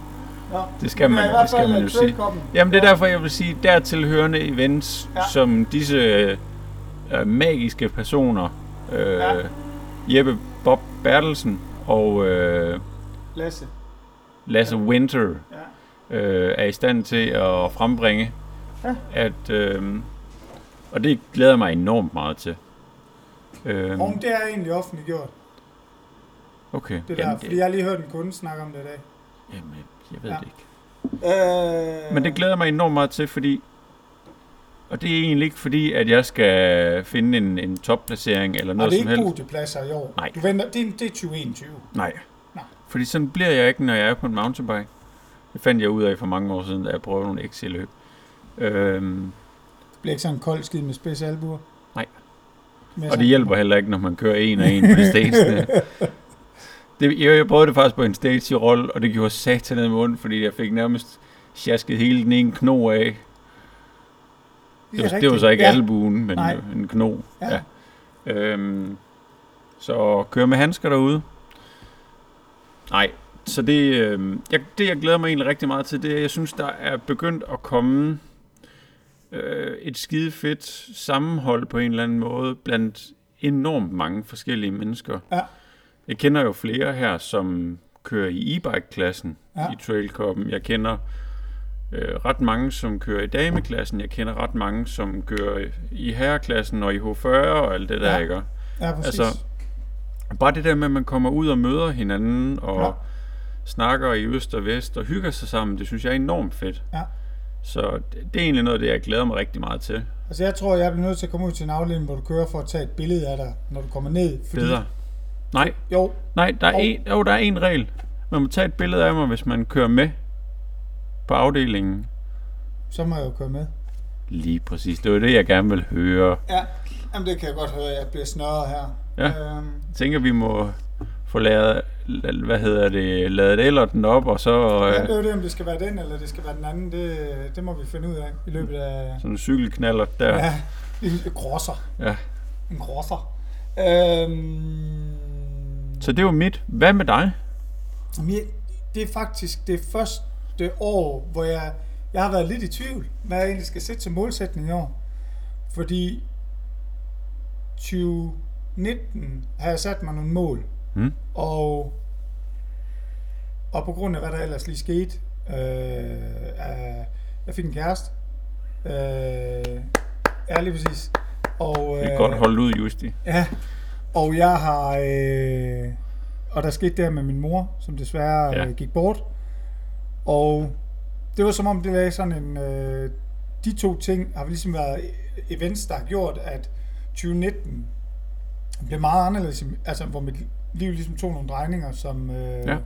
S2: Ja.
S1: Det skal
S2: Men
S1: man,
S2: i hvert
S1: det skal
S2: fald øh,
S1: man jo sige.
S2: trailcom.
S1: Jamen, det er derfor, jeg vil sige, dertil hørende events,
S2: Ja.
S1: ja. som disse øh, magiske personer, øh,
S2: Ja.
S1: ja. Jeppe Bob Bertelsen og øh,
S2: Lasse.
S1: Lasse Winter,
S2: Ja.
S1: øh, er i stand til at frembringe.
S2: Ja.
S1: At, øh, Og det glæder jeg mig enormt meget til. Øhm,
S2: Og det er egentlig offentliggjort,
S1: okay.
S2: det der. Fordi jeg har lige hørt en kunde snakke om det i dag.
S1: jamen, jeg ved
S2: Ja.
S1: det ikke.
S2: Øh,
S1: Men det glæder jeg mig enormt meget til, fordi... Og det er egentlig ikke fordi, at jeg skal finde en, en topplacering eller
S2: Og
S1: noget
S2: det er
S1: som
S2: ikke
S1: helst.
S2: podiepladser i år.
S1: Nej.
S2: Du venter, det, er, det er 2021.
S1: Nej.
S2: Nej.
S1: Fordi sådan bliver jeg ikke, når jeg er på en mountainbike. Det fandt jeg ud af for mange år siden, da jeg prøvede nogle XC-løb. Øhm,
S2: Det bliver ikke sådan en kold skid med spids albuer.
S1: Nej.
S2: Med
S1: og det hjælper heller ikke, når man kører en og en på en
S2: (laughs)
S1: stage. Det, jeg, jeg prøvede det faktisk på en stage i roll, og det gjorde satan ned med ondt, fordi jeg fik nærmest sjasket hele den ene kno af. Det var, det var så ikke ja. albuen, men
S2: Nej.
S1: Nej. en kno.
S2: Ja.
S1: Ja. Øhm, så kør med handsker derude. Nej, så det, øhm, jeg, det jeg glæder mig egentlig rigtig meget til, det er, jeg synes, der er begyndt at komme øh, et skide fedt sammenhold på en eller anden måde blandt enormt mange forskellige mennesker.
S2: Ja.
S1: Jeg kender jo flere her, som kører i e-bike-klassen
S2: Ja.
S1: ja. i trailkoppen. Jeg kender øh, ret mange, som kører i dameklassen. Jeg kender ret mange, som kører i- i herreklassen og i H40 og alt det der,
S2: Ja.
S1: ja. ikke?
S2: Ja, præcis.
S1: Altså, Bare det der med, at man kommer ud og møder hinanden og
S2: Ja.
S1: ja. snakker i øst og vest og hygger sig sammen, det synes jeg er enormt fedt.
S2: Ja.
S1: Så det, det er egentlig noget af det, jeg glæder mig rigtig meget til.
S2: altså, jeg tror, jeg bliver nødt til at komme ud til en afdeling, hvor du kører for at tage et billede af dig, når du kommer ned. Fordi,
S1: Bedre. Nej,
S2: Jo,
S1: nej, der er,
S2: Og-
S1: en, jo, der er en regel. Man må tage et billede af mig, hvis man kører med på afdelingen.
S2: så må jeg jo køre med.
S1: Lige præcis. Det var det, jeg gerne ville høre.
S2: Ja, Jamen, det kan jeg godt høre, jeg bliver snørret her.
S1: Ja.
S2: Øhm,
S1: Jeg tænker, vi må få lavet, la- hvad hedder det, lavet eller den op, og så
S2: ja, det
S1: øh,
S2: er jo det, om det skal være den, eller det skal være den anden. Det, det må vi finde ud af i løbet af...
S1: sådan en cykelknaller der.
S2: Ja, en grosser.
S1: Ja.
S2: En grosser. Øhm,
S1: Så det var mit. Hvad med dig?
S2: Jamen, jeg, det er faktisk det første år, hvor jeg, jeg har været lidt i tvivl, hvad jeg egentlig skal sætte til målsætning i år. Fordi 2019 har jeg sat mig nogle mål,
S1: Mm.
S2: og, og på grund af, hvad der ellers lige skete, øh, øh, jeg fik en kæreste. Øh, ja, lige præcis. Og, øh,
S1: Det er godt holdt ud, Justi.
S2: Ja, og jeg har... Øh, og der skete det her med min mor, som desværre ja.
S1: Ja.
S2: øh, gik bort. Og det var som om, det var sådan en... Øh, de to ting har ligesom været events, der har gjort, at 2019 blev meget anderledes. i- Altså, hvor mit liv ligesom tog nogle drejninger, som... Øh,
S1: Ja.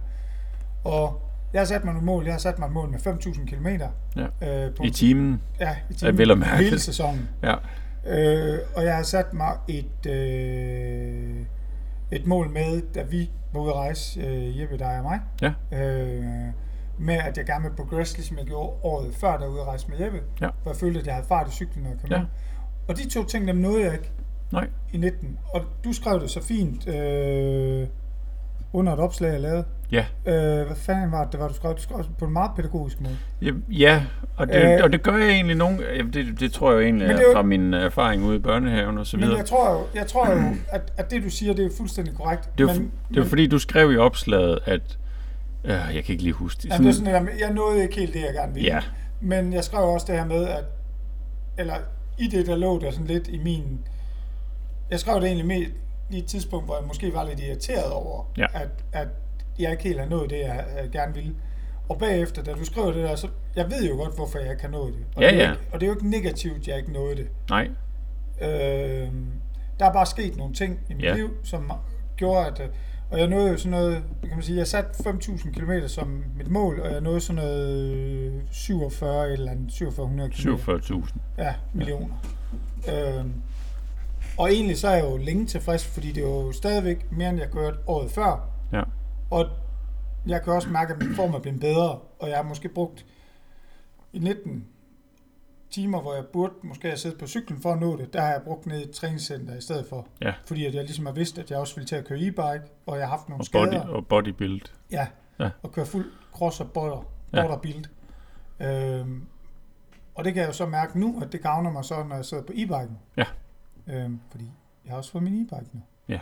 S2: Og jeg har sat mig nogle mål. Jeg har sat mig et mål med 5.000 km. Ja. Øh, på,
S1: I timen.
S2: ja, i
S1: er vel at mærke.
S2: Hele sæsonen.
S1: Ja.
S2: Øh, og jeg har sat mig et, øh, et mål med, da vi var ude at rejse, øh, Jeppe, dig og mig,
S1: Ja.
S2: øh, med at jeg gerne vil progress, ligesom jeg gjorde året før, da jeg var ude at rejse med Jeppe,
S1: Ja.
S2: hvor jeg følte, at jeg havde fart i cyklen, når jeg kom
S1: Ja.
S2: ja. Og de to ting, dem nåede jeg ikke
S1: Nej.
S2: i 19. Og du skrev det så fint øh, under et opslag, jeg lavede.
S1: Ja.
S2: Øh, hvad fanden var det, det, var, du skrev? Du skrev på en meget pædagogisk måde.
S1: Ja, Ja, og det,
S2: Øh.
S1: og det gør jeg egentlig nogen... ja, Det, det tror jeg jo egentlig
S2: Men
S1: er
S2: det er jo-
S1: fra min erfaring ude i børnehaven og så
S2: Men
S1: videre.
S2: jeg tror jo, jeg tror jo at, at det, du siger, det er fuldstændig korrekt.
S1: Det var,
S2: men,
S1: det var fordi, du skrev i opslaget, at... Øh, jeg kan ikke lige huske det.
S2: Jamen, det er sådan, at jeg nåede ikke helt det, jeg gerne ville.
S1: Ja.
S2: Men jeg skrev også det her med, at eller i det, der lå der sådan lidt i min... Jeg skrev det egentlig med i et tidspunkt, hvor jeg måske var lidt irriteret over,
S1: Ja.
S2: at, at jeg ikke helt har nået det, jeg øh, gerne ville. Og bagefter, da du skrev det der, så jeg ved jo godt, hvorfor jeg ikke har nået det. Og,
S1: Ja,
S2: det, er jo
S1: ja.
S2: Ikke, og det er jo ikke negativt, jeg ikke nåede det.
S1: Nej.
S2: Øh, der er bare sket nogle ting i mit ja.
S1: Ja.
S2: liv, som gjorde, at... øh, Og jeg nåede jo sådan noget... Kan man sige, jeg satte 5.000 km som mit mål, og jeg nåede sådan noget øh, 47 et eller andet, 4700 km.
S1: 47.000.
S2: Ja, millioner. Øh, og egentlig så er jeg jo længe tilfreds, fordi det er jo stadigvæk mere, end jeg kørte året før.
S1: Ja.
S2: Og jeg kan også mærke, at min form er blevet bedre, og jeg har måske brugt i 19 timer, hvor jeg burde måske have siddet på cyklen for at nå det, der har jeg brugt ned i et træningscenter i stedet for.
S1: Ja.
S2: Fordi at jeg ligesom har vidst, at jeg også ville til at køre e-bike, og jeg har haft nogle
S1: Og,
S2: skader.
S1: body, og bodybuild.
S2: Ja,
S1: Ja.
S2: og køre fuld cross og border,
S1: Ja.
S2: border build. Øhm, og det kan jeg jo så mærke nu, at det gavner mig så, når jeg sidder på e-biken.
S1: Ja.
S2: Øhm, fordi jeg har også fået min e-bike nu.
S1: Ja.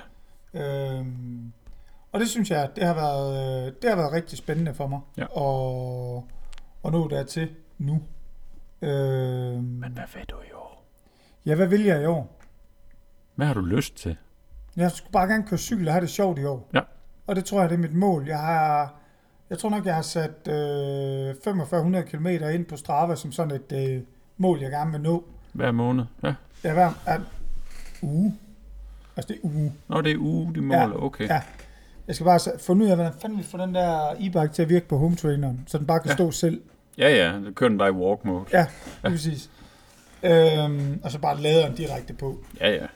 S2: Øhm, og det synes jeg, det har været, øh, det har været rigtig spændende for mig.
S1: Ja.
S2: Og, og nå dertil nu. Øhm,
S1: hvad ved du i år?
S2: Ja, hvad vil jeg i år?
S1: Hvad har du lyst til?
S2: Jeg skulle bare gerne køre cykel og have det sjovt i år.
S1: Ja.
S2: Og det tror jeg, det er mit mål. Jeg har, jeg tror nok, jeg har sat øh, 4500 km ind på Strava som sådan et øh, mål, jeg gerne vil nå.
S1: Hver måned? Ja.
S2: Ja, hver er, uge. Uh. Altså det er uge.
S1: Nå, det er uge, de måler. Okay.
S2: Ja. Jeg skal bare så- finde ud af, hvordan fanden vi får den der e-bike til at virke på home traineren, så den bare kan
S1: Ja.
S2: ja. stå selv.
S1: ja, ja. Så kører den bare i walk mode.
S2: Ja, ja. præcis. Øhm, og så bare laderen direkte på.
S1: Ja, ja.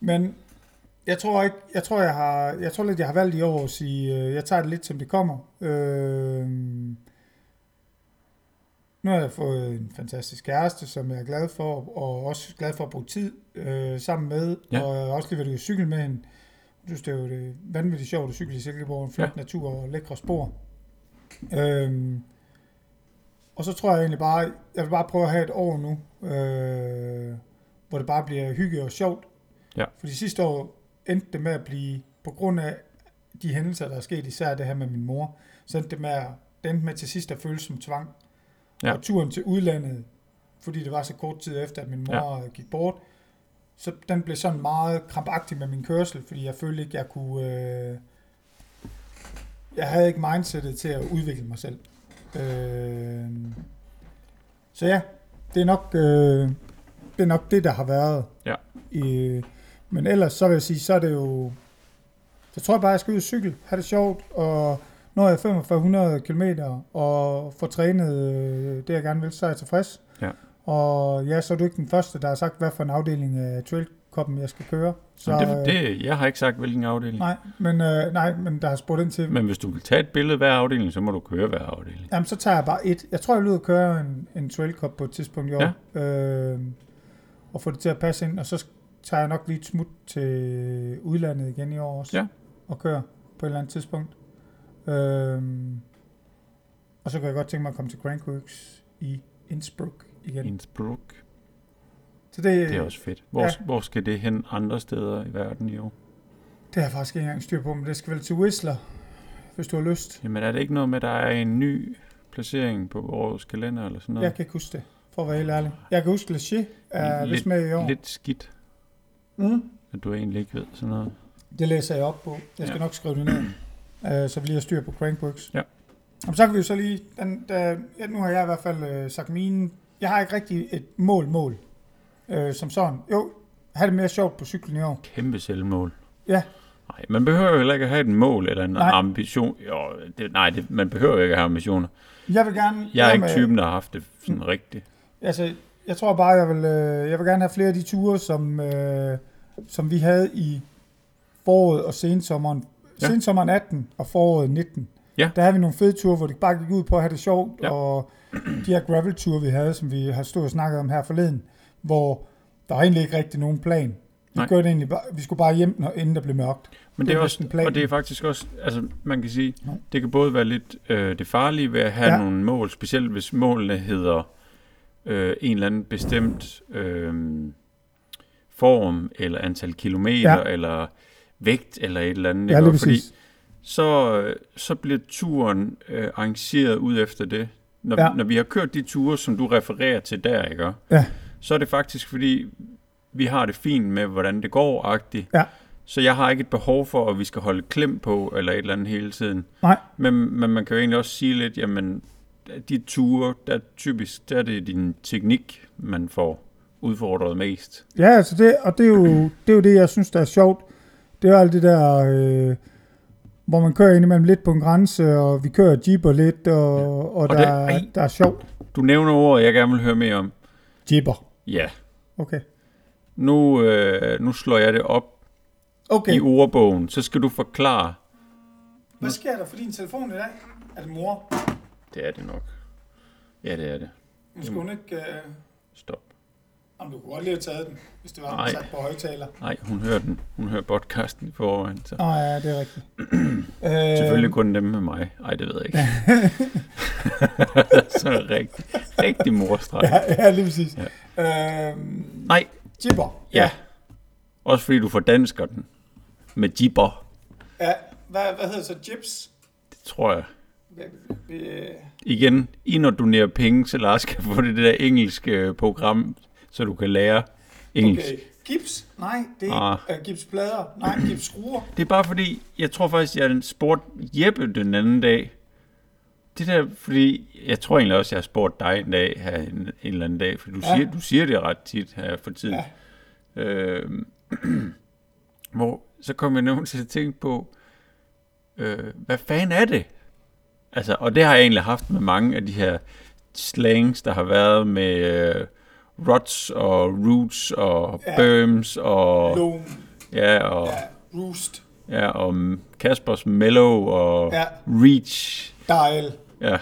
S2: Men jeg tror ikke, jeg tror, jeg har, jeg tror lidt, jeg har valgt i år at sige, øh, jeg tager det lidt, som det kommer. Øhm, nu har jeg fået en fantastisk kæreste, som jeg er glad for, og også glad for at bruge tid øh, sammen med,
S1: Ja.
S2: ja. og jeg har også lige været ude at cykle med hende. Jeg synes, det er jo det vanvittigt sjovt at cykle i Silkeborg, en flot ja. natur og lækre spor. Øhm, og så tror jeg egentlig bare, jeg vil bare prøve at have et år nu, øh, hvor det bare bliver hygge og sjovt.
S1: Ja.
S2: For de sidste år endte det med at blive, på grund af de hændelser, der er sket, især det her med min mor, så endte det med, at, det endte med til sidst at føles som tvang.
S1: Ja.
S2: Og turen til udlandet, fordi det var så kort tid efter, at min mor ja. gik bort, så den blev sådan meget krampagtig med min kørsel, fordi jeg følte ikke, jeg kunne... Øh, jeg havde ikke mindsetet til at udvikle mig selv. Øh, så ja, det er nok, øh, det er nok det, der har været.
S1: Ja.
S2: Øh, men ellers, så vil jeg sige, så er det jo... Så tror jeg bare, jeg skal ud og cykle, have det sjovt, og når jeg er 4500 km og får trænet øh, det, jeg gerne vil, så er jeg tilfreds.
S1: Ja.
S2: Og ja, så er du ikke den første, der har sagt, hvad for en afdeling af Trail Cup'en, jeg skal køre. Så, øh,
S1: Så, det, det, jeg har ikke sagt, hvilken afdeling.
S2: Nej, men, øh, nej, men der har spurgt ind til,
S1: Men hvis du vil tage et billede hver afdeling, så må du køre hver afdeling.
S2: Jamen, så tager jeg bare et. Jeg tror, jeg lyder at køre en, en trail cup på et tidspunkt i år. Ja. Øh, og få det til at passe ind. Og så tager jeg nok lige et smut til udlandet igen i år også.
S1: Ja.
S2: Og kører på et eller andet tidspunkt. Øh, og så kan jeg godt tænke mig at komme til Crankworks i Innsbruck igen.
S1: Innsbruck.
S2: Så det,
S1: Det er også fedt. Hvor, ja.
S2: Ja.
S1: hvor skal det hen andre steder i verden i år?
S2: det har jeg faktisk ikke engang styr på, men det skal vel til Whistler, hvis du har lyst.
S1: Jamen er det ikke noget med, at der er en ny placering på årets kalender eller sådan noget?
S2: Jeg kan ikke huske det, for at være helt ærlig. Jeg kan huske Leger er
S1: Lidt-
S2: vist med i år.
S1: Lidt skidt,
S2: Mm.
S1: at du egentlig ikke ved sådan noget.
S2: Det læser jeg op på. Jeg skal
S1: Ja.
S2: ja. nok skrive det ned, øh, så vi lige har styr på Crankworks.
S1: Ja.
S2: Jamen, så kan vi jo så lige... Den, der, ja, nu har jeg i hvert fald øh, sagt mine... Jeg har ikke rigtig et mål-mål øh, som sådan. Jo, have det mere sjovt på cyklen i år.
S1: Kæmpe selvmål.
S2: Ja.
S1: Nej, man behøver jo heller ikke at have et mål eller en nej.
S2: Nej.
S1: ambition. Jo, det, nej, det, man behøver jo ikke at have ambitioner.
S2: Jeg vil gerne...
S1: Jeg er ikke
S2: jamen, øh,
S1: typen, der har haft det sådan rigtigt.
S2: Altså, jeg tror bare, jeg vil, øh, jeg vil gerne have flere af de ture, som, øh, som vi havde i foråret og sensommeren.
S1: Ja.
S2: Ja. Sensommeren 18 og foråret 19.
S1: Ja.
S2: Der havde vi nogle fede ture, hvor det bare gik ud på at have det sjovt.
S1: Ja.
S2: Ja. Og de her gravel-ture, vi havde, som vi har stået og snakket om her forleden, hvor der var egentlig ikke rigtig nogen plan. Vi,
S1: Nej.
S2: gør det egentlig bare, vi skulle bare hjem, når- inden der blev mørkt.
S1: Men
S2: det
S1: det er
S2: er
S1: også,
S2: næsten planen.
S1: og det er faktisk også, altså man kan sige,
S2: Nej.
S1: det kan både være lidt øh, det farlige ved at have ja.
S2: Ja.
S1: nogle mål, specielt hvis målene hedder øh, en eller anden bestemt øh, form, eller antal kilometer, ja.
S2: Ja.
S1: eller vægt, eller et eller andet.
S2: Ja,
S1: ikke?
S2: lige
S1: Og fordi
S2: præcis.
S1: så, øh, så bliver turen øh, arrangeret ud efter det. Når, ja.
S2: Ja.
S1: når vi har kørt de ture, som du refererer til der, ikke?
S2: Ja.
S1: så er det faktisk, fordi vi har det fint med, hvordan det går, agtigt.
S2: Ja.
S1: Så jeg har ikke et behov for, at vi skal holde klem på, eller et eller andet hele tiden.
S2: Nej.
S1: Men, men man kan jo egentlig også sige lidt, jamen, de ture, der er typisk, der er det din teknik, man får udfordret mest.
S2: Ja, altså det, og det er, jo, det er jo det, jeg synes, der er sjovt. Det er jo alt det der, øh, hvor man kører indimellem lidt på en grænse, og vi kører jeeper lidt, og, ja. og, og der,
S1: det-
S2: det, er,
S1: ej.
S2: der er sjovt.
S1: Du nævner ordet, jeg gerne vil høre mere om.
S2: Jeeper.
S1: Ja,
S2: Okay.
S1: nu, øh, nu slår jeg det op
S2: Okay,
S1: i ordbogen, så skal du forklare.
S2: hvad sker der for din telefon i dag? Er det mor?
S1: Det er det nok. Ja, det er det.
S2: Nu skulle hun ikke... Øh,
S1: Stop.
S2: om du kunne godt lige have taget den, hvis det var
S1: Ej.
S2: Ej. sat på højtaler.
S1: Nej, hun hører den. Hun hører podcasten i forvejen. Så.
S2: Nå ja, det er rigtigt. øh,
S1: Selvfølgelig kun dem med mig. Ej, det ved
S2: (laughs)
S1: jeg ikke. så er det rigtig, rigtig morstreg.
S2: Ja, ja, lige præcis. Ja. Øh,
S1: Nej,
S2: jibber.
S1: ja. Også fordi du fordansker den. Med jibber,
S2: ja. Hvad, hvad hedder så jibs?
S1: det tror jeg.
S2: Okay, vi- øh,
S1: Igen, øh, ind og donere penge, så Lars kan få det der engelske program, så du kan lære engelsk.
S2: Okay. Gips? Nej, det er
S1: Ah.
S2: ah. ikke uh, gipsplader. Nej, gipsskruer.
S1: Det er bare fordi, jeg tror faktisk, jeg spurgte Jeppe den anden dag. Det der, fordi jeg tror egentlig også, jeg har spurgt dig en dag her en, en eller anden dag, for du,
S2: Ja.
S1: siger, du siger det ret tit her for tiden. Ja. Øh, (clears throat) hvor så kom jeg nogen til at tænke på, øh, hvad fanden er det? Altså, og det har jeg egentlig haft med mange af de her slangs, der har været med øh, rots og roots og
S2: Ja.
S1: berms og,
S2: Loom.
S1: ja, og
S2: Ja. Roost.
S1: Ja, og Kaspers Mellow og ja.
S2: Ja.
S1: Reach.
S2: Dial.
S1: Ja.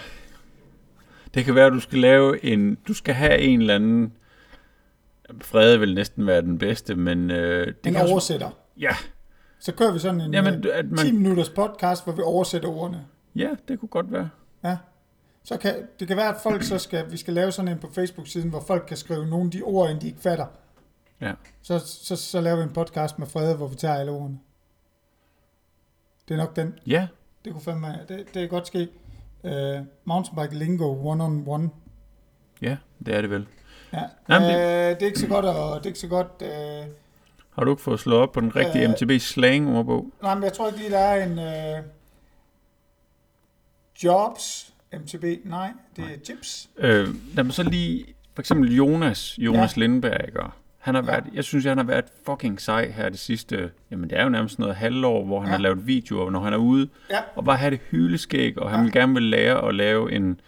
S1: Det kan være, at du skal lave en... Du skal have en eller anden... Frede vil næsten være den bedste, men... Øh, det
S2: En
S1: kan også,
S2: oversætter.
S1: ja,
S2: Så kører vi sådan en
S1: Jamen,
S2: øh,
S1: du- at man-
S2: 10 minutters podcast, hvor vi oversætter ordene.
S1: ja, det kunne godt være.
S2: Ja. Så kan, det kan være, at folk så skal, vi skal lave sådan en på Facebook-siden, hvor folk kan skrive nogle af de ord, end de ikke fatter.
S1: Ja.
S2: Så, så, så laver vi en podcast med Frede, hvor vi tager alle ordene. Det er nok den.
S1: Ja,
S2: Det kunne fandme, det, det er godt ske. Uh, mountainbike lingo one on one.
S1: ja, det er det vel.
S2: Ja.
S1: Jamen, det-
S2: øh, det er ikke så godt, og det er ikke så godt. Øh,
S1: Har du ikke fået slået op på den rigtige
S2: Øh.
S1: MTB slang-ordbog?
S2: nej, men jeg tror ikke lige, der er en øh, jobs, MTB, nej, det er chips.
S1: Øh, lad mig så lige... For eksempel Jonas, Jonas ja.
S2: Ja.
S1: Lindberg, ikke? Han har
S2: Ja.
S1: været, jeg synes, han har været fucking sej her det sidste, jamen det er jo nærmest noget halvår, hvor han
S2: Ja.
S1: har lavet videoer, når han er ude,
S2: Ja,
S1: og bare have det hyleskæg, og han
S2: Ja.
S1: ville gerne vil lære at lave en,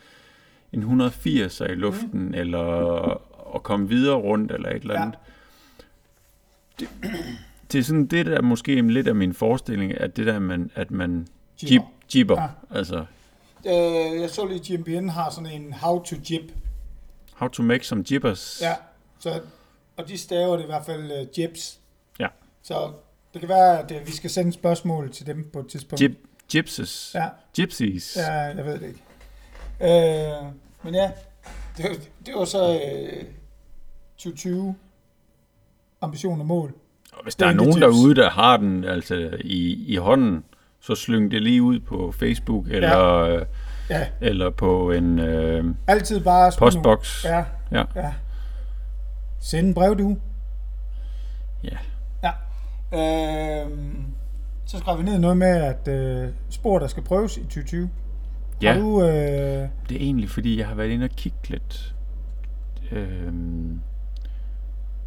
S1: en 180 i luften, mm. eller at komme videre rundt, eller et eller
S2: Mhm. Ja.
S1: andet. Det, det er sådan det, der er måske lidt af min forestilling, at det der, man, at man jib,
S2: Jibber.
S1: jibber.
S2: Ja.
S1: Altså,
S2: øh, jeg så lige, at GMBN har sådan en how to jib.
S1: how to make some jibbers.
S2: Ja, så, og de staver det i hvert fald øh, jibs.
S1: Ja.
S2: Så det kan være, at øh, vi skal sende spørgsmål til dem på et tidspunkt.
S1: Jib, gypsies.
S2: Ja.
S1: Gypsies.
S2: Ja, jeg ved det ikke. Øh, men ja, det, var- det var så øh, 2020 ambition og mål.
S1: Og hvis
S2: Det
S1: der
S2: er
S1: er
S2: ikke
S1: nogen
S2: tips.
S1: derude, der har den altså, i, i hånden, så slyng det lige ud på Facebook, eller, ja.
S2: Ja,
S1: eller på en øh,
S2: altid bare... smid nogle-
S1: postboks.
S2: Ja,
S1: Ja.
S2: ja. Send en brev, du.
S1: ja.
S2: Ja. Øh, så skrev vi ned noget med, at øh, spor, der skal prøves i 2020.
S1: Ja,
S2: Har du... Øh,
S1: det er egentlig fordi, jeg har været inde og kigge lidt. Øhm,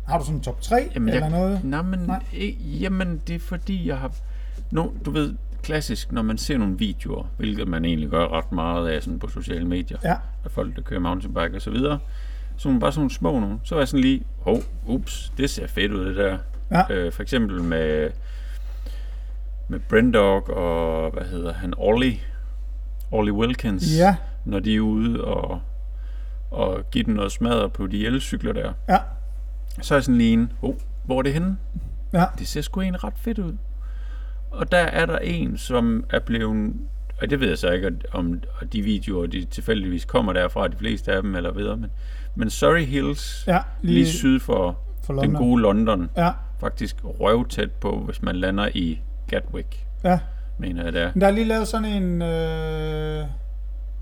S2: har du sådan en top 3 jamen, eller
S1: jeg,
S2: noget?
S1: Nej, men,
S2: Nej.
S1: eh, jamen, det er fordi, jeg har... No, du ved, klassisk, når man ser nogle videoer, hvilket man egentlig gør ret meget af sådan på sociale medier,
S2: Ja.
S1: af folk, der kører mountainbike og så videre, så nogle, bare sådan nogle små nogle, så var jeg sådan lige, hov, ups, det ser fedt ud, det der.
S2: Ja.
S1: Øh, for eksempel med, med Brendog og, hvad hedder han, Ollie, Ollie Wilkins.
S2: Ja,
S1: når de er ude og, og give dem noget smadder på de elcykler der.
S2: ja,
S1: Så er jeg sådan lige en, oh, hvor er det henne?
S2: ja.
S1: Det ser sgu egentlig ret fedt ud. Og der er der en, som er blevet, og det ved jeg så ikke, om og de videoer, de tilfældigvis kommer derfra, de fleste af dem, eller videre, men, men Surrey Hills,
S2: Ja,
S1: lige,
S2: lige-
S1: lige syd for,
S2: For
S1: den
S2: London.
S1: gode London,
S2: Ja,
S1: faktisk røvtæt på, hvis man lander i Gatwick,
S2: ja.
S1: mener jeg det er.
S2: Men der er lige lavet sådan en... Øh,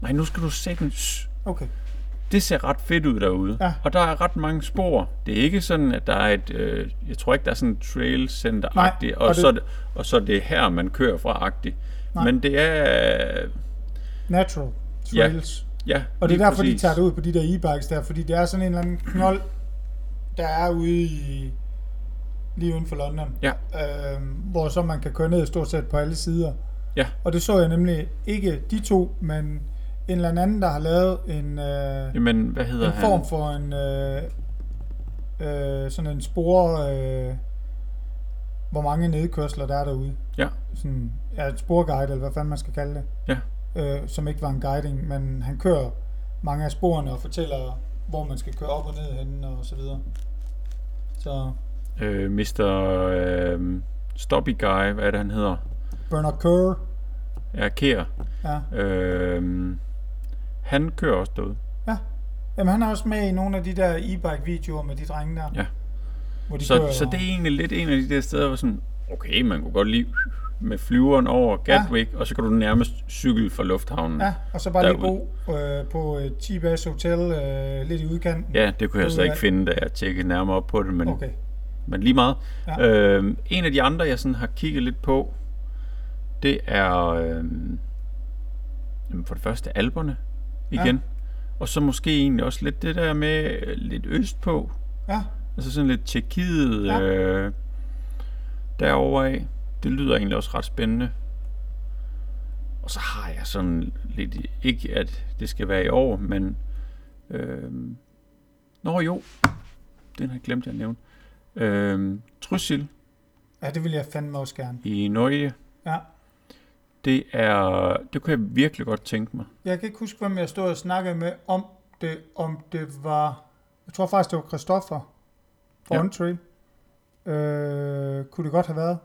S1: Nej, nu skal du sætte en...
S2: okay.
S1: det ser ret fedt ud derude.
S2: Ja.
S1: Og der er ret mange spor. Det er ikke sådan, at der er et... Øh, jeg tror ikke, der er sådan et trail center
S2: Nej,
S1: og,
S2: og det-
S1: så, er det- og så er det her, man kører fra-agtigt. Men det er... øh,
S2: Natural
S1: Ja,
S2: trails. Ja,
S1: Ja,
S2: og det
S1: lige
S2: er derfor,
S1: præcis.
S2: de tager det ud på de der e-bikes der, fordi det er sådan en eller anden knold, der er ude i lige uden for London,
S1: Ja,
S2: øh, hvor så man kan køre ned stort set på alle sider.
S1: ja,
S2: Og det så jeg nemlig ikke de to, men en eller anden, der har lavet en, øh,
S1: jamen, hvad hedder
S2: en
S1: han?
S2: form for en øh, øh, sådan en spor, øh, hvor mange nedkørsler der er derude.
S1: Ja,
S2: Sådan, ja, et sporguide, eller hvad fanden man skal kalde det.
S1: ja,
S2: øh, som ikke var en guiding, men han kører mange af sporene og fortæller, hvor man skal køre op og ned henne og så videre. Så
S1: øh, Mr. Øh, Stoppy Guy, hvad er det, han hedder?
S2: Bernard Kerr,
S1: Ja, Keir.
S2: ja.
S1: Øh, han kører også derude.
S2: ja. Jamen, han er også med i nogle af de der e-bike-videoer med de drenge der.
S1: Ja.
S2: Hvor de
S1: Så,
S2: kører,
S1: så det er egentlig lidt en af de der steder, hvor sådan, okay, man kunne godt lige med flyveren over Gatwick, ja. og så kan du nærmest cykle fra lufthavnen.
S2: Ja, og så bare lige
S1: Derud.
S2: bo øh, på et 10 Hotel øh, lidt i udkanten.
S1: ja det kunne jeg så
S2: Det
S1: ikke
S2: er-
S1: finde, da jeg tjekkede nærmere op på det, men
S2: Okay.
S1: men lige meget.
S2: Ja.
S1: Øh, en af de andre, jeg sådan har kigget lidt på, det er øh, jamen for det første alberne igen. Ja. Og så måske egentlig også lidt det der med øh, lidt øst på.
S2: Ja,
S1: Altså sådan lidt Tjekkiet
S2: Ja.
S1: ja. øh, derovre af. Det lyder egentlig også ret spændende. Og så har jeg sådan lidt, ikke at det skal være i år, men... Øh, nå jo, den har jeg glemt, jeg nævnte. Øh, Trysil
S2: ja det vil jeg fandme også gerne.
S1: i Norge,
S2: Ja.
S1: det er... Det kunne jeg virkelig godt tænke mig.
S2: Jeg kan ikke huske, hvem jeg stod og snakkede med om det, om det var... Jeg tror faktisk, det var Christoffer fra ja.
S1: Ja.
S2: OnTrail. Øh, kunne det godt have været?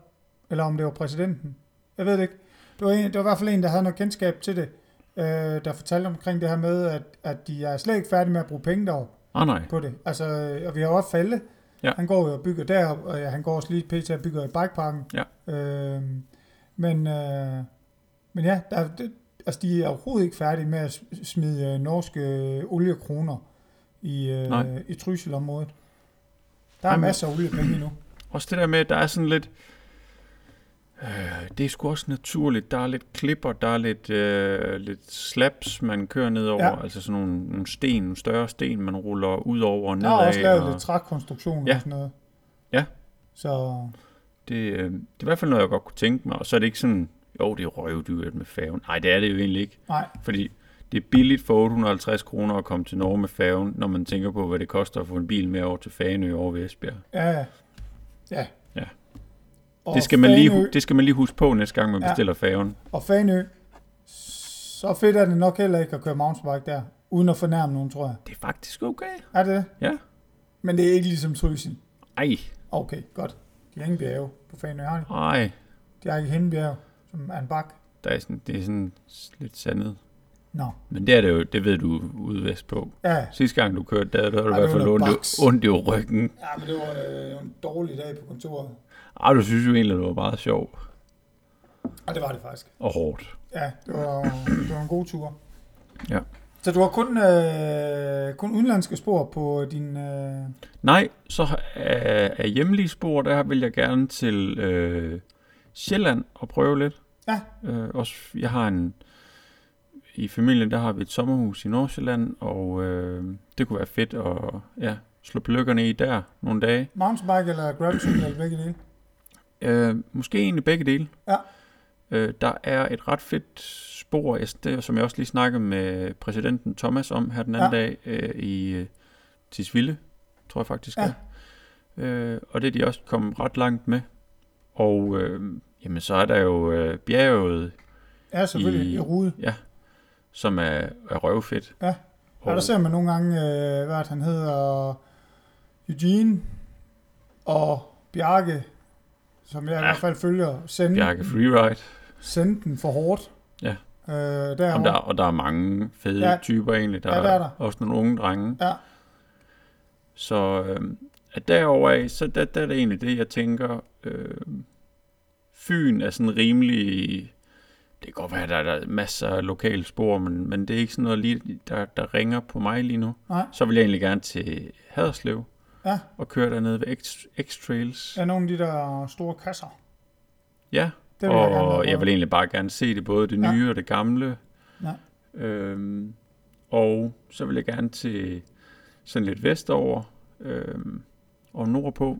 S2: Eller om det var præsidenten? Jeg ved det ikke. Det var, en, det var i hvert fald en, der havde noget kendskab til det, øh, der fortalte omkring det her med, at, at de er slet ikke færdige med at bruge penge derovre
S1: Ah nej,
S2: på det. Altså, øh, og vi har også Falle.
S1: Ja.
S2: Han går jo og bygger derop, og ja, han går også lige pt. og bygger i bikeparken. Ja. Øhm, men, øh, men ja, der, er- det, altså, de er overhovedet ikke færdige med at s- smide øh, norske øh, oliekroner i,
S1: Nej.
S2: øh, i Trysilområdet. Der er
S1: Jamen.
S2: masser af oliepenge
S1: (clears throat)
S2: endnu.
S1: Også det der med, at der er sådan lidt... Øh, det er sgu også naturligt. Der er lidt klipper, der er lidt, øh, lidt slaps, man kører nedover.
S2: Ja.
S1: Ja. Altså sådan nogle, nogle sten, nogle større sten, man ruller ud over og
S2: Der
S1: nedad.
S2: er også lavet
S1: og
S2: lidt trækonstruktioner
S1: Ja.
S2: og sådan noget.
S1: Ja.
S2: Så
S1: det, øh, det er i hvert fald noget, jeg godt kunne tænke mig. Og så er det ikke sådan, jo, det er røvdyrt med færgen. Nej, det er det jo egentlig ikke.
S2: nej,
S1: Fordi det er billigt for 850 kroner at komme til Norge med færgen, når man tænker på, hvad det koster at få en bil med over til Faneø over ved Esbjerg.
S2: ja, ja. Ja.
S1: Ja.
S2: Og
S1: Det skal, man lige,
S2: Fanø-
S1: hu- det skal man lige huske på næste gang, man
S2: Ja.
S1: bestiller færgen.
S2: Og Fanø, så fedt er det nok heller ikke at køre mountainbike der, uden at fornærme nogen, tror jeg.
S1: Det er faktisk okay.
S2: Er det det?
S1: Ja.
S2: Men det er ikke ligesom Trysil.
S1: Ej,
S2: Okay, godt. De har ingen bjerge på Fanø, har de?
S1: ej.
S2: De har ikke Hindbjerg, som er en bak.
S1: Der er sådan, det er sådan lidt sandet.
S2: Nå,
S1: Men det er det jo, det ved du ude vest på.
S2: ja. ja.
S1: Sidste gang du kørte der, der havde du
S2: Ej,
S1: i hvert
S2: det var
S1: fald
S2: noget
S1: ondt,
S2: baks.
S1: ondt i ryggen.
S2: Ja, men det var øh, en dårlig dag på kontoret.
S1: Ej, du synes jo egentlig, det var meget sjov
S2: Og det var det faktisk.
S1: og hårdt.
S2: Ja, det var, det var en god tur.
S1: Ja.
S2: Så du har kun, øh, kun udenlandske spor på din... Øh,
S1: Nej, så af, af hjemlige spor, der vil jeg gerne til øh, Sjælland og prøve lidt.
S2: Ja.
S1: Øh, også, jeg har en... I familien, der har vi et sommerhus i Nordsjælland, og øh, det kunne være fedt at ja, slå pløkkerne i der nogle dage.
S2: mountainbike eller gravelcykel eller begge dele?
S1: Øh, måske egentlig begge dele.
S2: Ja.
S1: Øh, der er et ret fedt spor, jeg, det, som jeg også lige snakkede med præsidenten Thomas om her den anden ja. dag øh, i øh, Tisvilde, tror jeg faktisk
S2: Ja.
S1: ja. er. Øh, og det er de også kommet ret langt med. Og øh, jamen, så er der jo øh, bjerget,
S2: Ja, selvfølgelig. I,
S1: I-
S2: I Rude.
S1: som er, er røvfedt.
S2: Ja. Og
S1: Og,
S2: der ser man nogle gange, øh, hvad er det, han hedder, Eugene og Bjarke, som jeg ja. i
S1: Ja.
S2: hvert fald følger, sende,
S1: Bjarke Freeride.
S2: sende den for hårdt.
S1: Ja.
S2: Øh,
S1: Jamen,
S2: derovre.
S1: der, og der er mange fede
S2: Ja.
S1: ja. typer egentlig. Der,
S2: Ja, der er der.
S1: også nogle unge drenge.
S2: Ja.
S1: Så øh, at derover af, så der, der er det egentlig det, jeg tænker. Øh, Fyn er sådan rimelig... Det kan godt være, at der, der er masser af lokale spor, men, men det er ikke sådan noget, lige, der, der ringer på mig lige nu.
S2: Nej.
S1: Så vil jeg egentlig gerne til Haderslev
S2: Ja.
S1: og køre dernede ved X- X-Trails.
S2: er nogle af de der store kasser.
S1: ja.
S2: Det vil jeg gerne have
S1: og jeg
S2: prøvet.
S1: vil egentlig bare gerne se det, både det
S2: Ja.
S1: nye og det gamle.
S2: Ja.
S1: Øhm, og så vil jeg gerne til sådan lidt vestover øhm, og nordpå.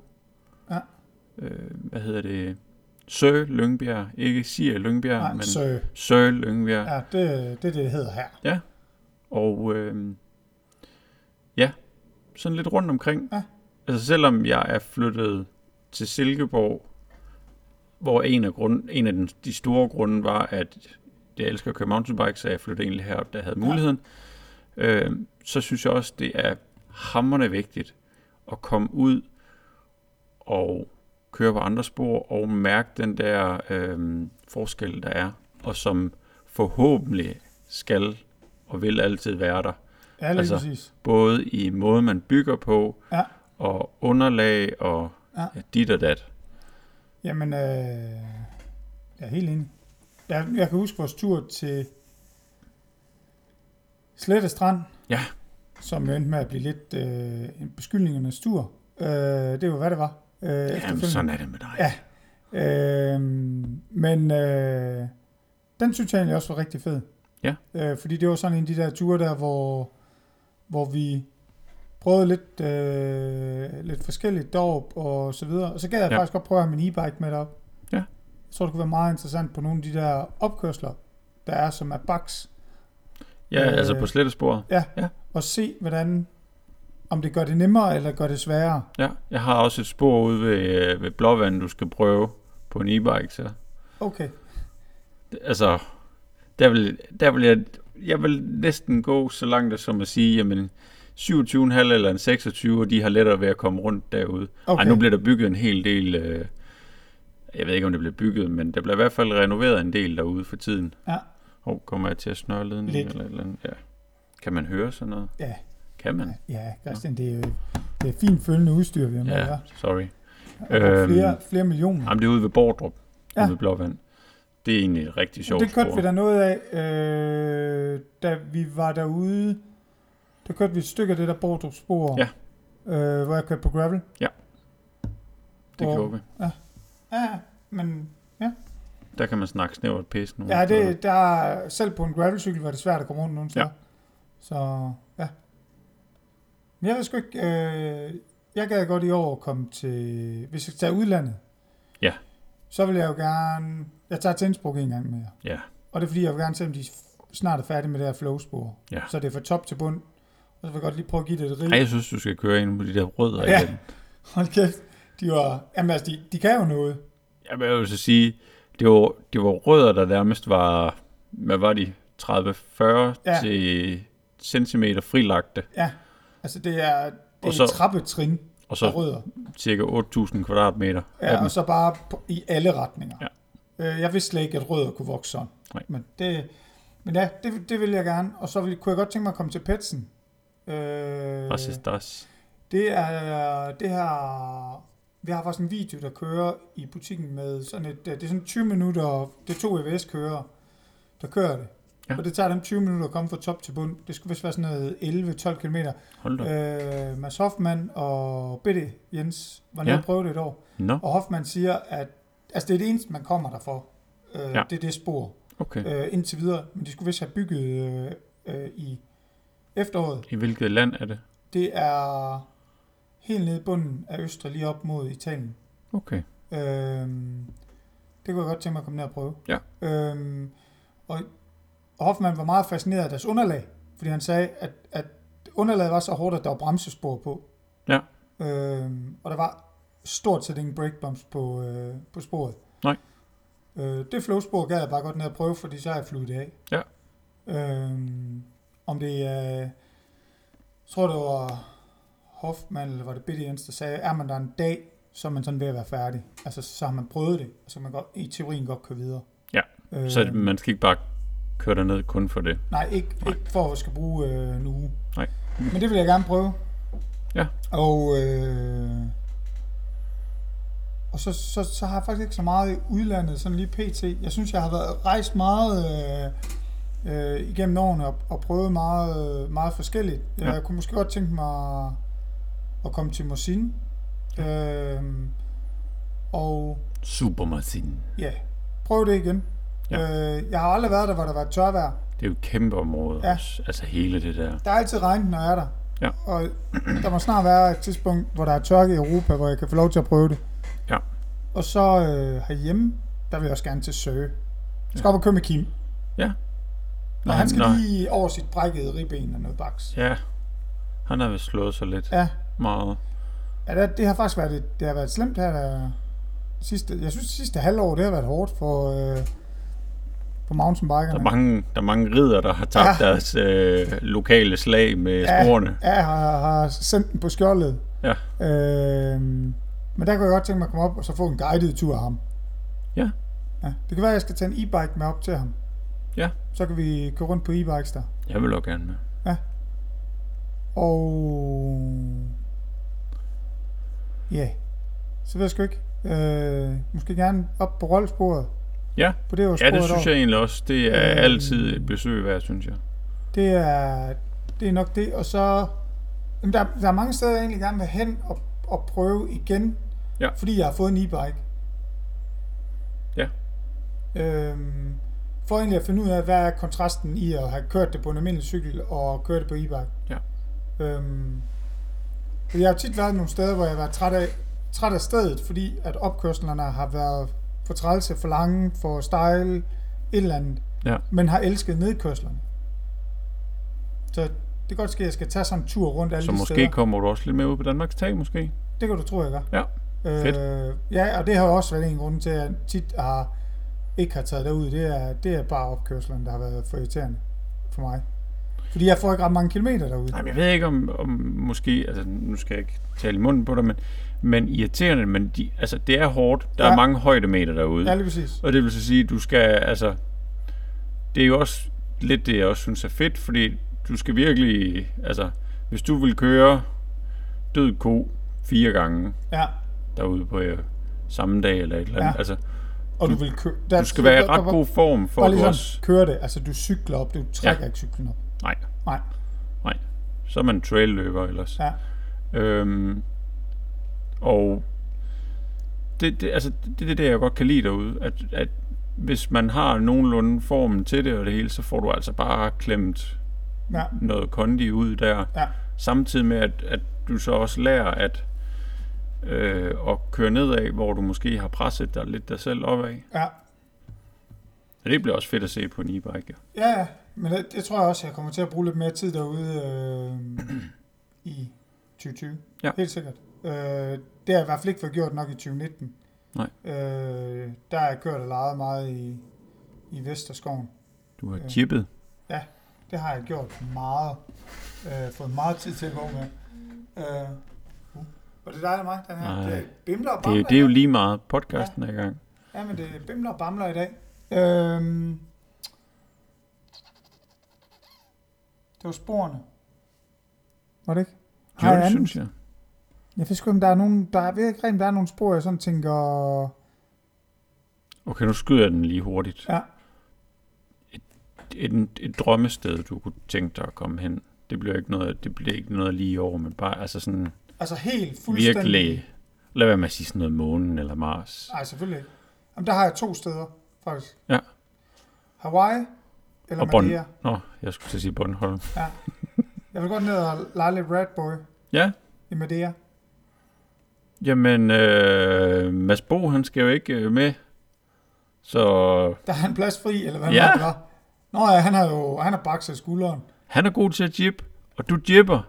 S2: Ja.
S1: Øh, hvad hedder det? Sø Lyngbjerg. Ikke siger Lyngbjerg,
S2: Nej,
S1: men
S2: så,
S1: Sø Lyngbjerg.
S2: ja, det er det, det hedder her.
S1: Og øhm, ja, sådan lidt rundt omkring.
S2: Ja.
S1: Altså selvom jeg er flyttet til Silkeborg, hvor en af, grund, en af den, de store grunde var, at jeg elsker at køre mountainbike, så jeg flyttede egentlig herop, da jeg havde
S2: Ja.
S1: muligheden, øhm, så synes jeg også, det er hammerne vigtigt at komme ud og køre på andre spor og mærke den der øhm, forskel, der er, og som forhåbentlig skal og vil altid være der.
S2: Ja, lige altså,
S1: Altså,
S2: præcis.
S1: Både i måden, man bygger på,
S2: Ja.
S1: og underlag, og
S2: Ja.
S1: ja. dit og dat.
S2: Jamen, øh, jeg er helt enig. Jeg, jeg kan huske vores tur til Slette Strand.
S1: Ja.
S2: Som jo endte med at blive lidt øh, en beskyldningernes tur. Øh, det var, hvad det var. Øh,
S1: Jamen,
S2: efterfølgende.
S1: sådan er det med dig.
S2: Ja. Øh, men øh, den synes jeg egentlig også var rigtig fed.
S1: Ja.
S2: Øh, fordi det var sådan en af de der ture der, hvor, hvor vi prøvede lidt, øh, lidt forskelligt derop og så videre. Og så gad jeg
S1: Ja.
S2: ja. faktisk godt prøve at have min e-bike med derop.
S1: Ja.
S2: Jeg tror, det kunne være meget interessant på nogle af de der opkørsler, der er, som er baks.
S1: Ja,
S2: Øh,
S1: altså på slettesporet.
S2: Og se, hvordan om det gør det nemmere, eller gør det sværere.
S1: Ja, jeg har også et spor ude ved, øh, ved Blåvand, du skal prøve på en e-bike, så.
S2: Okay.
S1: Altså, der vil, der vil jeg, jeg vil næsten gå så langt som at sige, jamen, 27,5 eller en 26, og de har lettere ved at komme rundt derude. Okay.
S2: okay.
S1: Ej, nu bliver der bygget en hel del, øh, jeg ved ikke, om det bliver bygget, men der bliver i hvert fald renoveret en del derude for tiden.
S2: Ja.
S1: Hov, kommer jeg til at snøre ledningen
S2: Lidt.
S1: eller et eller andet? Ja. Kan man høre sådan noget?
S2: Ja.
S1: Kan man?
S2: Ja, Christian, det er, jo- det er fint følgende udstyr, vi har med.
S1: Ja,
S2: Ja.
S1: sorry.
S2: Øhm,
S1: Øhm,
S2: flere, flere millioner.
S1: Jamen, det er ude ved Bordrup, ja.
S2: Ja.
S1: ude ved Blåvand. Det er egentlig et rigtig sjovt
S2: det kørte
S1: spor.
S2: vi der noget af, øh, da vi var derude. Der kørte vi et stykke af det der Bordrup spor,
S1: Ja.
S2: øh, hvor jeg kørte på gravel.
S1: Det
S2: Hvor-
S1: gjorde vi.
S2: Ja, men
S1: Der kan man snakke snævert pisse nu.
S2: ja, det, der, er- selv på en gravelcykel var det svært at komme rundt nogen steder.
S1: Ja.
S2: Så ja. Men jeg ved sgu ikke, øh, jeg gad godt i år at komme til, hvis jeg tager udlandet,
S1: Ja.
S2: så vil jeg jo gerne, jeg tager til Innsbruck en gang mere.
S1: Ja,
S2: Og det er fordi, jeg vil gerne se, om de f- snart er færdige med det her flowspor.
S1: Ja.
S2: Så det er fra top til bund. Og så vil jeg godt lige prøve at give det et
S1: Ej,
S2: rig.
S1: jeg synes, du skal køre ind på de der rødder
S2: Ja.
S1: igen.
S2: Hold kæft. De, var, jamen, altså, de, de kan jo noget.
S1: Jeg vil jo så sige, det var, det var rødder, der nærmest var, hvad var de, 30-40 ja.
S2: Ja.
S1: til centimeter frilagte,
S2: Altså, det er, det er
S1: Og så-
S2: et trappetrin
S1: og
S2: af
S1: så
S2: rødder.
S1: cirka 8.000 kvadratmeter af
S2: Ja,
S1: dem.
S2: og så bare på, i alle retninger.
S1: Ja.
S2: Øh, jeg vidste slet ikke, at rødder kunne vokse sådan.
S1: Nej.
S2: Men, det, men ja, det, det vil jeg gerne. Og så vil, kunne jeg godt tænke mig at komme til Petsen. Øh,
S1: Racistas.
S2: Det er det her... Vi har faktisk en video, der kører i butikken med sådan et... Det er sådan 20 minutter... Det er to E EVS-kører, der kører det.
S1: Ja.
S2: Ja. Og det tager dem 20 minutter at komme fra top til bund. Det skulle vist være sådan noget 11-12 km.
S1: Hold da.
S2: Øh, Mads Hoffmann og Bitte Jens var nede
S1: Ja.
S2: ja. og prøve det et år.
S1: Nå,
S2: Og Hoffmann siger, at altså det er det eneste, man kommer derfor. Øh,
S1: Ja.
S2: ja. Det er det spor
S1: okay.
S2: øh, indtil videre. Men de skulle vist have bygget øh, øh, i efteråret.
S1: I hvilket land er det?
S2: Det er helt nede i bunden af Østrig, lige op mod Italien.
S1: Okay.
S2: Øhm, det kunne jeg godt tænke mig at komme ned og prøve.
S1: Ja.
S2: Øhm, og, og Hoffmann var meget fascineret af deres underlag, fordi han sagde, at, at underlaget var så hårdt, at der var bremsespor på.
S1: Ja.
S2: Øhm, og der var stort set ingen breakbumps på, øh, på sporet.
S1: Nej.
S2: Øh, det flowspor gad jeg bare godt ned og prøve, fordi så har jeg flyvet det af.
S1: Ja.
S2: Øhm, om det er... Jeg tror, det var Hoffmann, eller var det Bitte Jens, der sagde, er man der en dag, så er man sådan ved at være færdig. Altså, så har man prøvet det, og så kan man godt, i teorien godt køre videre.
S1: Ja,
S2: øh,
S1: Så man skal ikke bare køre derned kun for det.
S2: Nej, ikke, ikke for at skal bruge øh, en uge.
S1: Nej.
S2: Men det vil jeg gerne prøve.
S1: Ja.
S2: Og, øh, og så, så, så har jeg faktisk ikke så meget i udlandet, sådan lige pt. Jeg synes, jeg har været rejst meget øh, øh, igennem årene og, og prøvet meget, øh, meget forskelligt.
S1: Ja.
S2: Ja. Jeg kunne måske godt tænke mig at komme til Mosin. Øh, og
S1: Supermasin.
S2: ja, prøve det igen.
S1: Ja.
S2: Øh, jeg har aldrig været der, hvor der var tørvejr.
S1: Det er jo et kæmpe område ja.
S2: Ja.
S1: også. Altså hele det der.
S2: Der er altid regnet, når jeg er der.
S1: Ja.
S2: Og der må snart være et tidspunkt, hvor der er tørke i Europa, hvor jeg kan få lov til at prøve det.
S1: Ja.
S2: Og så øh, herhjemme, der vil jeg også gerne til Søge. Jeg skal op og køre med Kim.
S1: Ja.
S2: Og han skal lige over sit brækkede ribben og noget baks.
S1: Ja. Han har vist slået sig lidt
S2: Ja.
S1: meget.
S2: ja det, det, har faktisk været, et, det har været slemt her. Der, sidste, jeg synes, det sidste halvår, det har været hårdt for, øh, for
S1: Der er
S2: mountainbikerne.
S1: mange, der er mange ridder, der har tabt ja.
S2: Ja.
S1: deres øh, lokale slag med ja. sporene.
S2: Ja, jeg har, har sendt den på skjoldet.
S1: Ja.
S2: Øh, men der kunne jeg godt tænke mig at komme op og så få en guided tur af ham.
S1: Ja.
S2: Ja, det kan være, at jeg skal tage en e-bike med op til ham.
S1: Ja.
S2: Så kan vi køre rundt på e-bikes der.
S1: Jeg vil også gerne med.
S2: Og... Ja, så ved jeg sgu ikke. Øh, måske gerne op på rollsporet.
S1: Ja.
S2: På det,
S1: Ja, det synes jeg egentlig også. Det er
S2: Øhm.
S1: altid et besøg værd, synes jeg.
S2: Det er, det er nok det. Og så... Jamen, der, der er mange steder, jeg egentlig gerne vil hen og, og prøve igen.
S1: Ja.
S2: Fordi jeg har fået en e-bike.
S1: Ja.
S2: Øhm, for egentlig at finde ud af, hvad er kontrasten i at have kørt det på en almindelig cykel og kørt det på e-bike.
S1: Ja.
S2: Øhm, fordi jeg har tit været nogle steder, hvor jeg var træt af, træt af stedet, fordi at opkørslerne har været for trælse, for lange, for stejle, et eller andet.
S1: Ja.
S2: Men har elsket nedkørslerne. Så det kan godt ske, at jeg skal tage sådan en tur rundt alle
S1: Så
S2: de
S1: måske
S2: steder.
S1: kommer du også lidt med ud på Danmarks tag, måske?
S2: Det kan du tro, jeg gør.
S1: Ja.
S2: Øh, ja, og det har jo også været en grund til, at jeg tit har, ikke har taget derud. Det er, det er bare opkørslerne, der har været for irriterende for mig. Fordi jeg får ikke ret mange kilometer derude.
S1: Nej, men jeg ved ikke om, om måske, altså nu skal jeg ikke tale i munden på dig, men, men irriterende, men de, altså, det er hårdt. Der ja.
S2: Ja.
S1: er mange højdemeter derude.
S2: Ja, lige præcis.
S1: Og det vil så sige, at du skal, altså, det er jo også lidt det, jeg også synes er fedt, fordi du skal virkelig, altså, hvis du vil køre død ko fire gange
S2: Ja.
S1: derude på øh, samme dag eller et eller andet,
S2: Ja.
S1: ja. altså,
S2: Og du, vil kø- der,
S1: du skal være i ret god form for,
S2: for
S1: at
S2: lige
S1: du
S2: sådan,
S1: også,
S2: køre det. Altså, du cykler op, du trækker ja.
S1: Ja.
S2: ikke cyklen op.
S1: nej,
S2: Nej,
S1: nej, så er man trailløber ellers.
S2: ja.
S1: Øhm, og det, det, altså, det, det er det, jeg godt kan lide derude, at, at hvis man har nogenlunde formen til det og det hele, så får du altså bare klemt
S2: ja.
S1: noget kondi ud der,
S2: Ja.
S1: samtidig med, at, at du så også lærer at, øh, at køre nedad, hvor du måske har presset dig lidt dig selv opad.
S2: Ja,
S1: Så det bliver også fedt at se på en e-bike. Ja.
S2: ja, ja. Men det, det, tror jeg også, jeg kommer til at bruge lidt mere tid derude øh, (clears throat) i 2020.
S1: Ja.
S2: Helt sikkert. Øh, det har jeg i hvert fald ikke fået gjort nok i 2019.
S1: Nej.
S2: Øh, der har jeg kørt og lejet meget i, i Vesterskoven.
S1: Du har
S2: Ja.
S1: chippet.
S2: Det har jeg gjort meget. Øh, fået meget tid til at gå med. Øh, uh. Var det dig eller mig, den her?
S1: Nej.
S2: Det bimler og
S1: Det, er-
S2: bamler
S1: det er
S2: i
S1: jo
S2: dag.
S1: lige meget. Podcasten er i gang.
S2: Ja, men det bimler og bamler i dag. Øhm, det var sporene. Var det ikke? Har
S1: Jo,
S2: jeg
S1: det
S2: andet?
S1: synes jeg.
S2: Jeg ved sgu ikke, om der er nogen, der, jeg ved ikke rent, om der er nogle spor, jeg sådan tænker...
S1: Okay, nu skyder jeg den lige hurtigt.
S2: Ja.
S1: Et, et, et drømmested, du kunne tænke dig at komme hen. Det bliver ikke noget, det bliver ikke noget lige i år, men bare altså sådan
S2: Altså helt fuldstændig...
S1: virkelig... Lad være med at sige sådan noget månen eller Mars.
S2: Nej, selvfølgelig ikke. Jamen, der har jeg to steder, faktisk.
S1: Ja.
S2: Hawaii eller
S1: Og
S2: Madeira.
S1: Bonn. Nå, jeg skulle til at sige Bornholm.
S2: Jeg vil godt ned og lege lidt Radboy
S1: Ja,
S2: i Madeira.
S1: Jamen, øh, Mads Bo, han skal jo ikke øh, med. Så
S2: Der er han plads fri, eller hvad
S1: Ja.
S2: det var. Nå ja, han har jo han har bakset skulderen.
S1: han er god til at jib, og du jibber.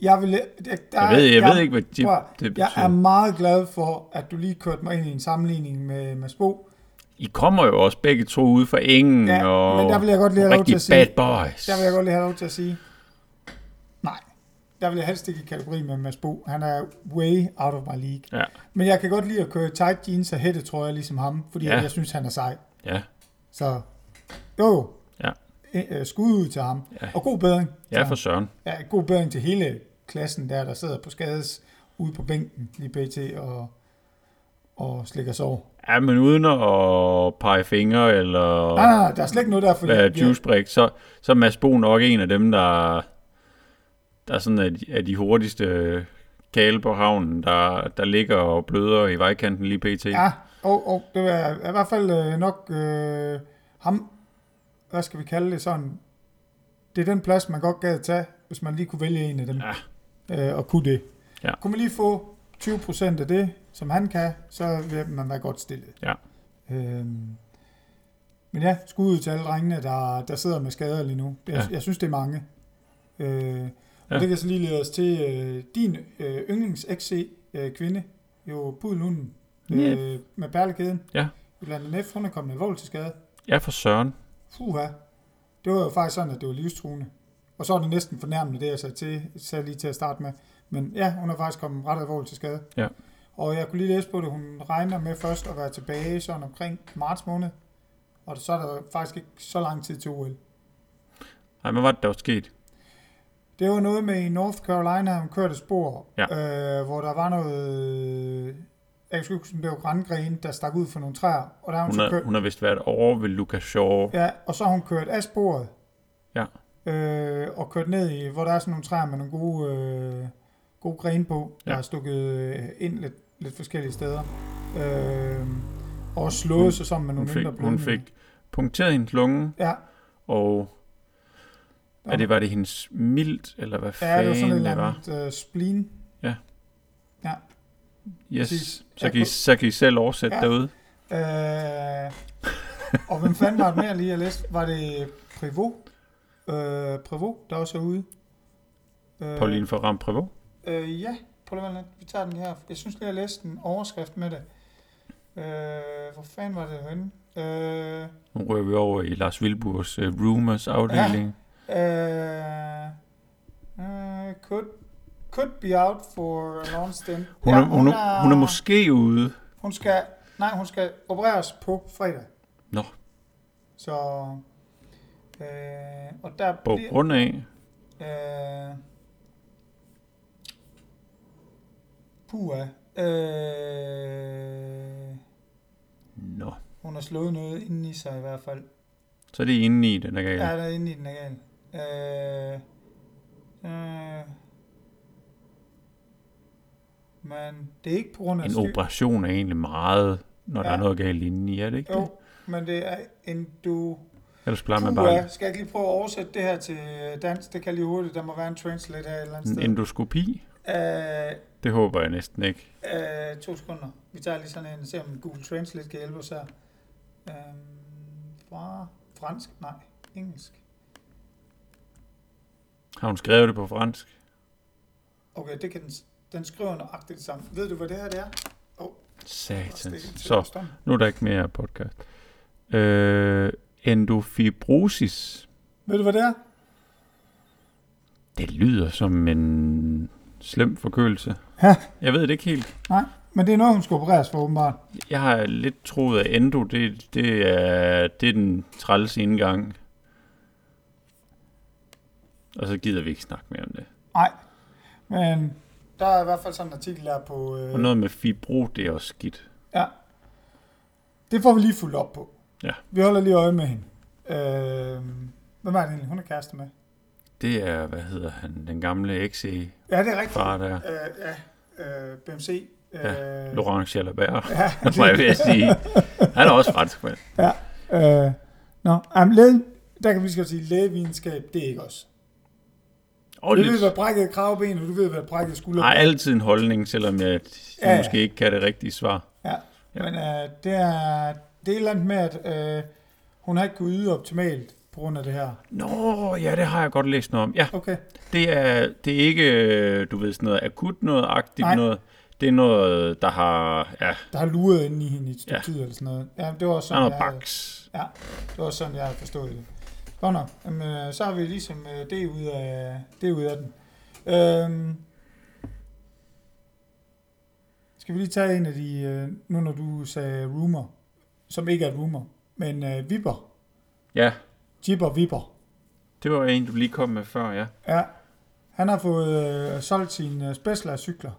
S2: Jeg, vil, jeg, der,
S1: Jeg ved, jeg ved ikke, hvad jib
S2: prøv
S1: det
S2: at- Jeg er
S1: betyder.
S2: meget glad for, at du lige kørte mig ind i en sammenligning med Mads Bo.
S1: I kommer jo også begge to ude fra engen,
S2: Ja,
S1: og
S2: men der vil jeg godt lige have lov
S1: rigtig
S2: til at sige,
S1: bad boys.
S2: der vil jeg godt lige have lov til at sige, nej, der vil jeg helst ikke i kategori med Mads Bo. Han er way out of my league.
S1: Ja,
S2: Men jeg kan godt lide at køre i tight jeans og hætte, tror jeg, ligesom ham, fordi
S1: Ja.
S2: ja. jeg synes, han er sej.
S1: ja,
S2: Så jo, jo.
S1: Ja.
S2: Øh, øh, Skud ud til ham.
S1: Ja.
S2: Og god bedring. til
S1: ja,
S2: ham.
S1: for søren.
S2: Ja, god bedring til hele klassen der, der sidder på skades ude på bænken lige pt. og, og slikker sov.
S1: Ja, men uden at pege fingre eller
S2: Nej, nej, nej, Ah, der er slet ikke noget der, fordi
S1: være
S2: vi-
S1: juicebrik, så, så er Mads Bo nok en af dem, der, der sådan er, de- er de hurtigste kale på havnen, der, der ligger og bløder i vejkanten lige pt.
S2: Ja, og, og det er, er i hvert fald øh, nok øh, ham, hvad skal vi kalde det sådan, det er den plads, man godt gad tage, hvis man lige kunne vælge en af dem øh, og kunne det.
S1: Ja.
S2: Kunne man lige få 20% af det, som han kan, så vil man være godt stillet.
S1: Ja.
S2: Øhm, men ja, skud ud til alle drengene, der, der sidder med skader lige nu. Det, ja.
S1: Ja.
S2: jeg, jeg synes, det er mange. Øh, og
S1: Ja.
S2: det kan så lige lede os til øh, din øh, yndlings XC øh, kvinde, jo Pudelhunden, øh,
S1: Nef.
S2: med perlekæden.
S1: Ja.
S2: Jolanda Neff, hun er kommet alvorligt til skade.
S1: ja, for søren.
S2: Puha. Det var jo faktisk sådan, at det var livstruende. Og så er det næsten fornærmende, det jeg sagde, til, sagde lige til at starte med. Men ja, hun er faktisk kommet ret alvorligt til skade.
S1: Ja.
S2: Og jeg kunne lige læse på det, hun regner med først at være tilbage sådan omkring marts måned. Og så er der faktisk ikke så lang tid til OL.
S1: Ej, men hvad var det, der var sket?
S2: Det var noget med i North Carolina, hun kørte et spor,
S1: Ja.
S2: øh, hvor der var noget... Jeg kan sgu ikke huske, om det var grangren, der stak ud for nogle træer. Og der har hun,
S1: Hun
S2: så kørt,
S1: har, hun har vist været over ved Lucas Shaw.
S2: Ja, og så har hun kørt af sporet.
S1: Ja.
S2: Øh, og kørt ned i, hvor der er sådan nogle træer med nogle gode, øh, gode grene på, der
S1: Ja.
S2: er stukket øh, ind lidt, lidt forskellige steder. Øh, og slået
S1: Hun-
S2: sig sammen med
S1: Hun
S2: nogle
S1: fik,
S2: mindre
S1: hun fik punkteret hendes lunge,
S2: Ja,
S1: og
S2: Ja.
S1: er det, var det hendes mildt, eller hvad
S2: ja det var sådan et
S1: fanden det
S2: eller
S1: var?
S2: andet øh, spleen.
S1: Yes,
S2: Præcis.
S1: så
S2: Jeg
S1: kan, I,
S2: kunne-
S1: så kan I selv oversætte
S2: Ja.
S1: derude. (laughs)
S2: Øh, og hvem fanden var det mere lige, jeg læste? Var det Privot? Øh, Privot, der også er ude? Øh,
S1: Pauline fra Ram Prevot.
S2: Øh, ja, prøv lige at vente lidt. Vi tager den her. Jeg synes lige, jeg læste en overskrift med det. Øh, hvor fanden var det henne? Øh,
S1: Nu rører vi over i Lars Vilburgs uh, Rumors afdeling.
S2: øh, øh, could, could be out for a long stint.
S1: Hun, er, hun, er, hun er måske ude.
S2: Hun skal, nej, hun skal opereres på fredag.
S1: Nå.
S2: Så, øh, og der
S1: På
S2: bliver...
S1: grund af,
S2: Øh, Pua. Øh,
S1: nå,
S2: hun har slået noget inde i sig i hvert fald.
S1: så er det inde i den er
S2: Ja.
S1: galt.
S2: Er der inde i den er gal. Øh, øh, men det er ikke på grund af
S1: En
S2: styr-
S1: operation er egentlig meget, når der
S2: Ja.
S1: er noget galt inde i, er det ikke det?
S2: Jo, men det er en du...
S1: Ellers plejer man bare
S2: Pua. Skal jeg ikke lige prøve at oversætte det her til øh, dansk? Det kan jeg lige hurtigt. Der må være en translate her et eller andet
S1: en
S2: sted.
S1: endoskopi.
S2: Øh,
S1: Det håber jeg næsten ikke.
S2: Øh, to sekunder. Vi tager lige sådan en og ser, om Google Translate kan hjælpe os her. Øh, fra fransk? Nej, engelsk.
S1: Har hun skrevet det på fransk?
S2: Okay, det kan den, s- den skriver nøjagtigt det samme. Ved du, hvad det her det er?
S1: Satans.
S2: Stik til
S1: Så,
S2: stommen.
S1: nu er der ikke mere podcast. Øh, endofibrosis.
S2: Ved du, hvad det er?
S1: Det lyder som en slem forkølelse.
S2: Ja.
S1: Jeg ved det ikke helt.
S2: Nej, men det er noget, hun skal opereres for, åbenbart.
S1: Jeg har lidt troet, at endo, det, det, er, det er den træls indgang. Og så gider vi ikke snakke mere om det.
S2: Nej, men der er i hvert fald sådan en artikel der på...
S1: Og
S2: Øh,
S1: noget med fibro, det er også skidt.
S2: ja. Det får vi lige fuldt op på.
S1: Ja.
S2: Vi holder lige øje med hende. Øh, hvem er det egentlig? Hun er kæreste med.
S1: Det er, hvad hedder han, den gamle XE-far
S2: Ja, det er rigtigt.
S1: der.
S2: Øh, ja, øh, BMC. Øh, ja,
S1: Laurent Jalabert, (laughs)
S2: (laughs) Ja,
S1: var jeg ved at sige. Han er også fransk, men.
S2: øh, nå, jamen, læge, der kan vi lige så godt sige, lægevidenskab, det er ikke os.
S1: Og
S2: Du ved,
S1: lidt,
S2: hvad brækket kravben, og du ved, hvad brækket skulder.
S1: har altid en holdning, selvom jeg
S2: Ja, ja.
S1: ja. måske ikke kan det rigtige svar.
S2: Ja,
S1: Ja.
S2: men øh, det er det er et eller andet med, at øh, hun har ikke kunnet yde optimalt på grund af det her.
S1: Nå, ja, det har jeg godt læst noget om. Ja,
S2: Okay,
S1: Det er, det er ikke, øh, du ved, sådan noget akut noget agtigt
S2: Nej.
S1: noget. Det er noget, der har, ja, der
S2: der har luret inde i hende i et stykke ja.
S1: Ja.
S2: tid eller sådan noget. Ja, det var også
S1: er
S2: sådan,
S1: noget
S2: jeg,
S1: baks.
S2: ja, det var også sådan, jeg har forstået det. Godt nok. Jamen, øh, så har vi ligesom øh, det ud af, det ud af den. Øhm, skal vi lige tage en af de, øh, nu når du sagde rumor, som ikke er rumor, men øh, vipper,
S1: Ja,
S2: jipper vipper.
S1: det var en, du lige kom med før, ja.
S2: Ja, han har fået øh, solgt sine øh, Spessler-cykler.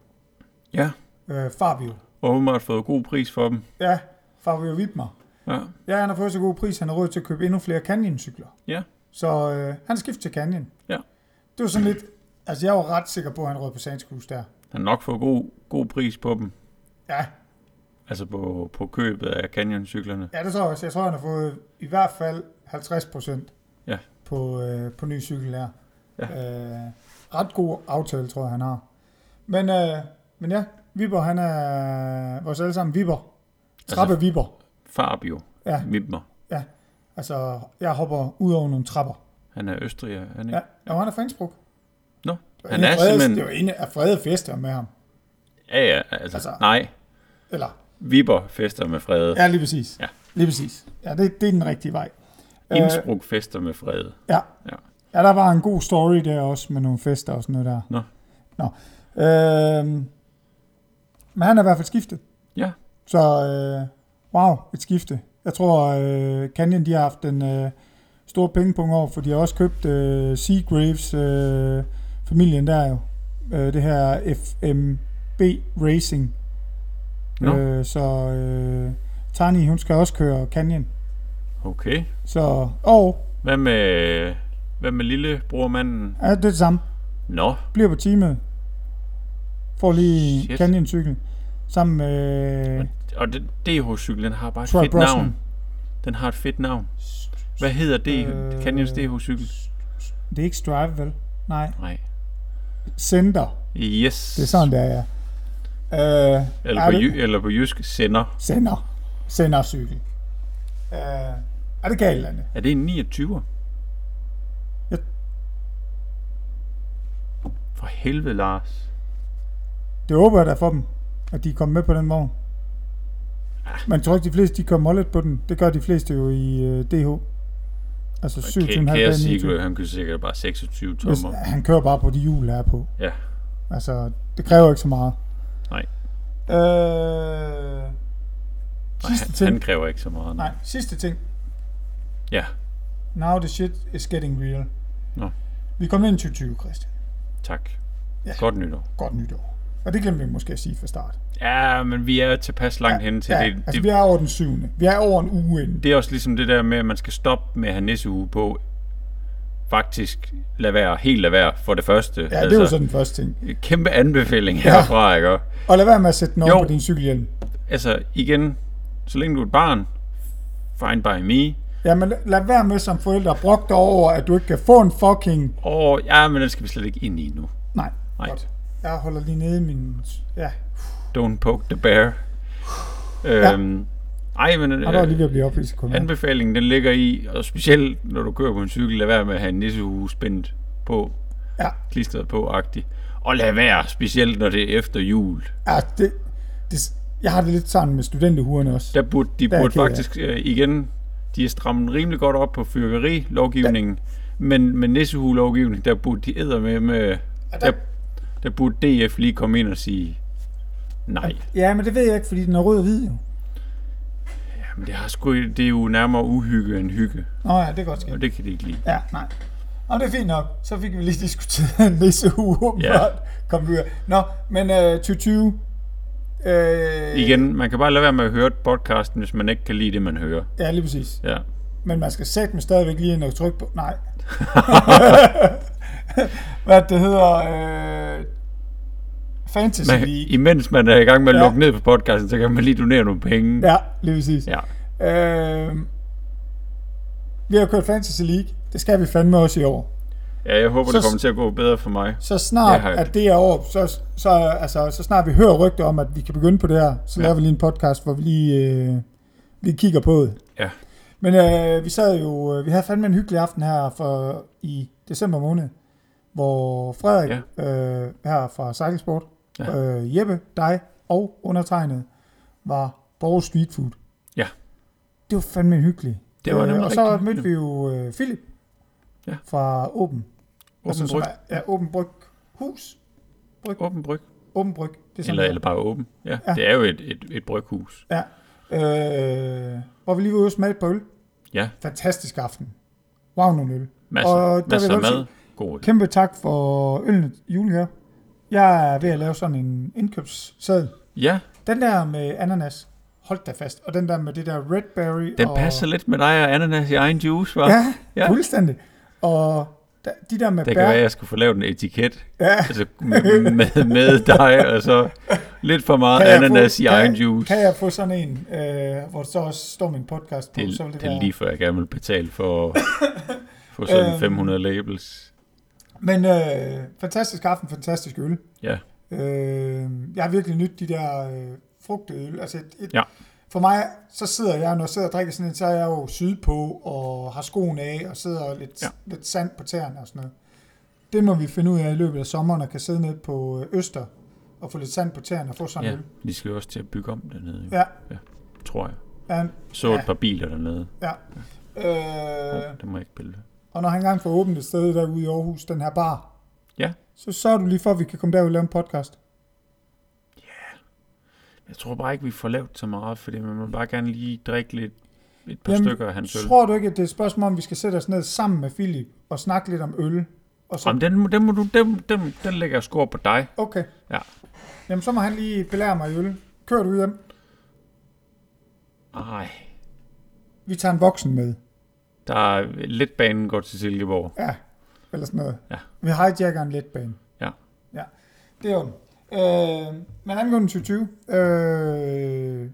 S1: Ja,
S2: Øh, Fabio.
S1: og hun har fået god pris for dem.
S2: Ja, Fabio Wittmer.
S1: Ja,
S2: Ja, han har fået så god pris, han har råd til at købe endnu flere Canyon-cykler.
S1: ja.
S2: Så øh, han skifter til Canyon.
S1: Ja.
S2: Det var sådan lidt... Altså, jeg var ret sikker på, at han rød på Sandskrus der.
S1: han har nok fået god, god pris på dem.
S2: Ja,
S1: Altså på, på købet af Canyon-cyklerne.
S2: ja det tror jeg også. Jeg tror, han har fået i hvert fald 50 procent
S1: Ja.
S2: på, øh, på ny cykel her.
S1: Ja.
S2: Øh, ret god aftale, tror jeg, han har. Men, øh, men ja, Viber, han er vores alle sammen Viber. Trappe altså, Viber.
S1: Fabio
S2: Ja.
S1: ja. Wibmer,
S2: Ja, altså jeg hopper ud over nogle trapper.
S1: han er østriger, han
S2: Ja,
S1: ikke?
S2: og han er Flensburg.
S1: Nå,
S2: Det var
S1: han
S2: en af
S1: er
S2: Fredes-
S1: simpelthen...
S2: Det var en af Frede fester med ham.
S1: Ja, ja, altså,
S2: Altså-
S1: altså. nej.
S2: Eller,
S1: Wibber fester med fred. Ja.
S2: ja, lige præcis.
S1: Ja.
S2: Lige præcis. Ja, det, det er den rigtige vej. Øh,
S1: Innsbruck fester med fred.
S2: ja.
S1: Ja.
S2: ja, der var en god story der også med nogle fester og sådan noget der.
S1: Nå.
S2: Nå. Øhm, men han er i hvert fald skiftet.
S1: Ja,
S2: Så øh, wow, et skifte. Jeg tror, øh, Canyon de har haft en øh, stor pengepunkt over, for de har også købt øh, Seagraves øh, familien der jo. Øh, det her FMB Racing.
S1: Nå.
S2: Øh, så øh, Tani, hun skal også køre Canyon.
S1: okay.
S2: Så, og
S1: Hvad med, hvad med lillebrormanden?
S2: ja, det er det samme.
S1: Nå,
S2: Bliver på teamet. Får lige
S1: Shit.
S2: Canyon cykel. Sammen med...
S1: Og den DH-cykel, den har bare et
S2: Troy
S1: fedt
S2: Brosnan.
S1: navn. Den har et fedt navn. Hvad hedder det?
S2: Øh.
S1: Canyons DH-cykel?
S2: Det er ikke Strive, vel? Nej.
S1: Nej.
S2: Center.
S1: Yes.
S2: Det er sådan, det er, ja. Øh,
S1: Eller
S2: er
S1: på,
S2: det-
S1: jy- eller på jysk, sender.
S2: Sender. Sendercykel. Øh, er det galt, Anne?
S1: Er det en 29'er?
S2: Jeg-
S1: For helvede, Lars.
S2: Det håber jeg da for dem, at de er kommet med på den vogn. Man tror ikke, de fleste de kommer lidt på den. Det gør de fleste jo i øh, DH. Altså 27,5
S1: Kan, kan jeg
S2: bane
S1: sige,
S2: i tur.
S1: at han kunne sikkert bare 26
S2: Hvis,
S1: tommer.
S2: han kører bare på de hjul, der er på.
S1: Ja.
S2: Altså, det kræver ikke så meget.
S1: Nej.
S2: Øh,
S1: Nej,
S2: sidste
S1: han,
S2: ting.
S1: han kræver ikke så meget.
S2: nej, sidste ting.
S1: Ja,
S2: Now the shit is getting real.
S1: Nå.
S2: Vi kom ind i 2020, Christian.
S1: tak.
S2: Ja.
S1: Godt nytår.
S2: Godt nytår. Og det glemte vi måske at sige fra start.
S1: Ja, men vi er tilpas langt henne til
S2: ja,
S1: det.
S2: altså,
S1: det
S2: vi er over den syvende. Vi er over en uge inden.
S1: det er også ligesom det der med, at man skal stoppe med at have nisseuge på. Faktisk lad være, helt lad være for det første. Altså,
S2: Ja, det er jo så den første ting.
S1: Kæmpe anbefaling herfra, ja. ikke? også?
S2: Og lad være med at sætte den
S1: Jo.
S2: over på din cykelhjelm.
S1: Altså, igen, så længe du er et barn, fine by me.
S2: Ja, men lad være med som forældre at brokke dig over, at du ikke kan få en fucking...
S1: Og ja, men den skal vi slet ikke ind i nu.
S2: Nej,
S1: Nej.
S2: godt. Jeg holder lige nede i min... Ja,
S1: Don't poke the bear. Øhm, ej, men
S2: og der er lige
S1: øh,
S2: ved at blive ophidset kun.
S1: anbefalingen den ligger i, og specielt når du kører på en cykel, lad være med at have en nissehue spændt på,
S2: Ja,
S1: klistret på agtigt. Og lad være, specielt når det er efter jul.
S2: ja det, det, jeg har det lidt sådan med studenterhuerne også.
S1: Der burde, de
S2: Der er
S1: burde
S2: ked af.
S1: faktisk øh, igen, de er strammet rimelig godt op på fyrværkerilovgivningen, men med nissehulovgivningen, der burde de æder med, med
S2: Ja, der-
S1: der, der burde DF lige komme ind og sige, nej,
S2: Ja, men det ved jeg ikke, fordi den er rød og hvid jo.
S1: jamen det, har sgu, det er jo nærmere uhygge end hygge,
S2: Nå ja, det er godt ske.
S1: og det kan de ikke lide.
S2: Ja, nej. Og det er fint nok. Så fik vi lige diskuteret (laughs) en næste uge, åbenbart. Kom videre. Nå, men øh, 2020... Øh,
S1: Igen, man kan bare lade være med at høre podcasten, hvis man ikke kan lide det, man hører.
S2: Ja, lige præcis.
S1: Ja.
S2: Men man skal sætte med stadigvæk lige ind og trykke på...
S1: (laughs)
S2: Nej. Hvad det hedder... Øh, Fantasy
S1: Man,
S2: League.
S1: imens man er i gang med at
S2: Ja.
S1: lukke ned på podcasten, så kan man lige donere nogle penge.
S2: Ja, lige præcis.
S1: ja.
S2: Øh, vi har jo kørt Fantasy League. Det skal vi fandme også i år.
S1: ja jeg håber, det
S2: Så-
S1: kommer til at gå bedre for mig.
S2: Så snart
S1: Jeg har-
S2: at det er over, så, så, altså, så snart vi hører rygter om, at vi kan begynde på det her, så
S1: Ja.
S2: ja. laver vi lige en podcast, hvor vi lige, øh, lige kigger på det.
S1: Ja.
S2: Men øh, vi sad jo, øh, vi havde fandme en hyggelig aften her for, i december måned, hvor Frederik ja. øh, her fra Cykelsport,
S1: Ja.
S2: ja. øh, Jeppe, dig og undertegnet var på Street Food.
S1: Ja.
S2: Det var fandme hyggeligt.
S1: Det var nemlig
S2: øh, Og så
S1: rigtig
S2: mødte vi jo øh, Philip
S1: Ja.
S2: fra Åben. Altså,
S1: Åben
S2: som
S1: Bryg.
S2: er- Ja, Åben Bryg Hus.
S1: Åben bryg.
S2: Åben Bryg. Det er sådan,
S1: Eller, eller bare åben. Ja,
S2: Ja.
S1: ja. Det er jo et, et, et bryghus.
S2: Ja. Øh, hvor vi lige var ude og smage på øl.
S1: Ja,
S2: Fantastisk aften. Wow, nogle øl.
S1: masser,
S2: Og der
S1: og
S2: vil
S1: masser
S2: jeg
S1: af
S2: godt
S1: mad. God. øl.
S2: Kæmpe tak for ølene, Julie her. Jeg er ved at lave sådan en indkøbsseddel.
S1: Ja,
S2: Den der med ananas, hold da fast. Og den der med det der red berry.
S1: den
S2: og...
S1: passer lidt med dig og ananas i egen juice, var.
S2: Ja,
S1: Ja.
S2: ja, fuldstændig. Og da- de der med
S1: Det kan
S2: bær.
S1: være, at jeg skulle få lavet en etiket.
S2: Ja.
S1: Altså med, med, med dig, og så lidt for meget
S2: Kan jeg
S1: ananas
S2: få-
S1: i
S2: kan-
S1: egen juice.
S2: Kan jeg få sådan en, øh, hvor der så også står min podcast på?
S1: det,
S2: så
S1: det,
S2: vil det
S1: det er
S2: være-
S1: lige før, jeg gerne vil betale for, for sådan
S2: Øhm.
S1: 500 labels.
S2: Men øh, fantastisk aften, fantastisk øl.
S1: Ja,
S2: Øh, jeg har virkelig nyt de der øh, frugtede øl. Altså et, et,
S1: Ja.
S2: For mig, så sidder jeg, når jeg sidder og drikker sådan en, så er jeg jo sydpå og har skoen af og sidder lidt,
S1: Ja.
S2: ja. lidt sand på tæerne og sådan noget. Det må vi finde ud af i løbet af sommeren, og kan sidde ned på øh, Øster og få lidt sand på tæerne og få sådan en
S1: ja.
S2: øl.
S1: De skal jo også til at bygge om dernede, jo,
S2: Ja,
S1: tror jeg.
S2: ja,
S1: Så et
S2: Ja.
S1: par biler dernede.
S2: ja. Øh,
S1: Oh, det må jeg ikke pille. ved.
S2: og når han engang får åbent et sted derude i Aarhus, den her bar,
S1: Ja,
S2: så sørger du lige for, at vi kan komme derud og lave en podcast.
S1: jeg tror bare ikke, vi får lavet så meget, fordi man må bare gerne lige drikke lidt et par stykker af hans øl.
S2: Tror du ikke, at det er et spørgsmål, om vi skal sætte os ned sammen med Philip og snakke lidt om øl? Og så,
S1: Jamen, den, må- den, må du, den, den, den lægger jeg skor på dig.
S2: okay.
S1: Ja.
S2: Jamen, så må han lige belære mig i øl. Kører du hjem?
S1: Ej,
S2: Vi tager en voksen med.
S1: der er lidt banen går til Silkeborg.
S2: Ja, eller sådan noget.
S1: Ja.
S2: Vi hijacker en letbane.
S1: Ja.
S2: Ja, det er jo den. Øh, men angående 2020 øh,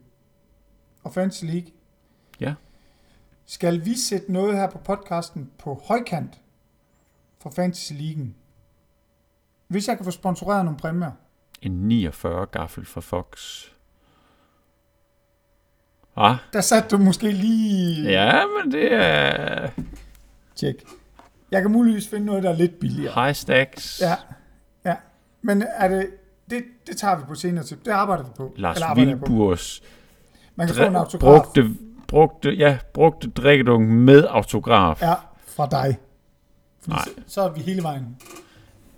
S2: og Fantasy League.
S1: Ja.
S2: Skal vi sætte noget her på podcasten på højkant for Fantasy League? Hvis jeg kan få sponsoreret nogle præmier.
S1: En 49 gaffel fra Fox. Ah,
S2: Der satte du måske lige...
S1: ja, men det er
S2: Tjek. Jeg kan muligvis finde noget, der er lidt billigere.
S1: high stacks.
S2: Ja, ja. Men er det, det, det tager vi på senere til. Det arbejder vi på.
S1: Lars
S2: Eller arbejder jeg på.
S1: Wilburs
S2: Man kan få en
S1: dri-
S2: autograf.
S1: brugte, brugte, ja, brugte drikkedunk med autograf.
S2: Ja, fra dig. Fordi
S1: Nej.
S2: Så, så er vi hele vejen.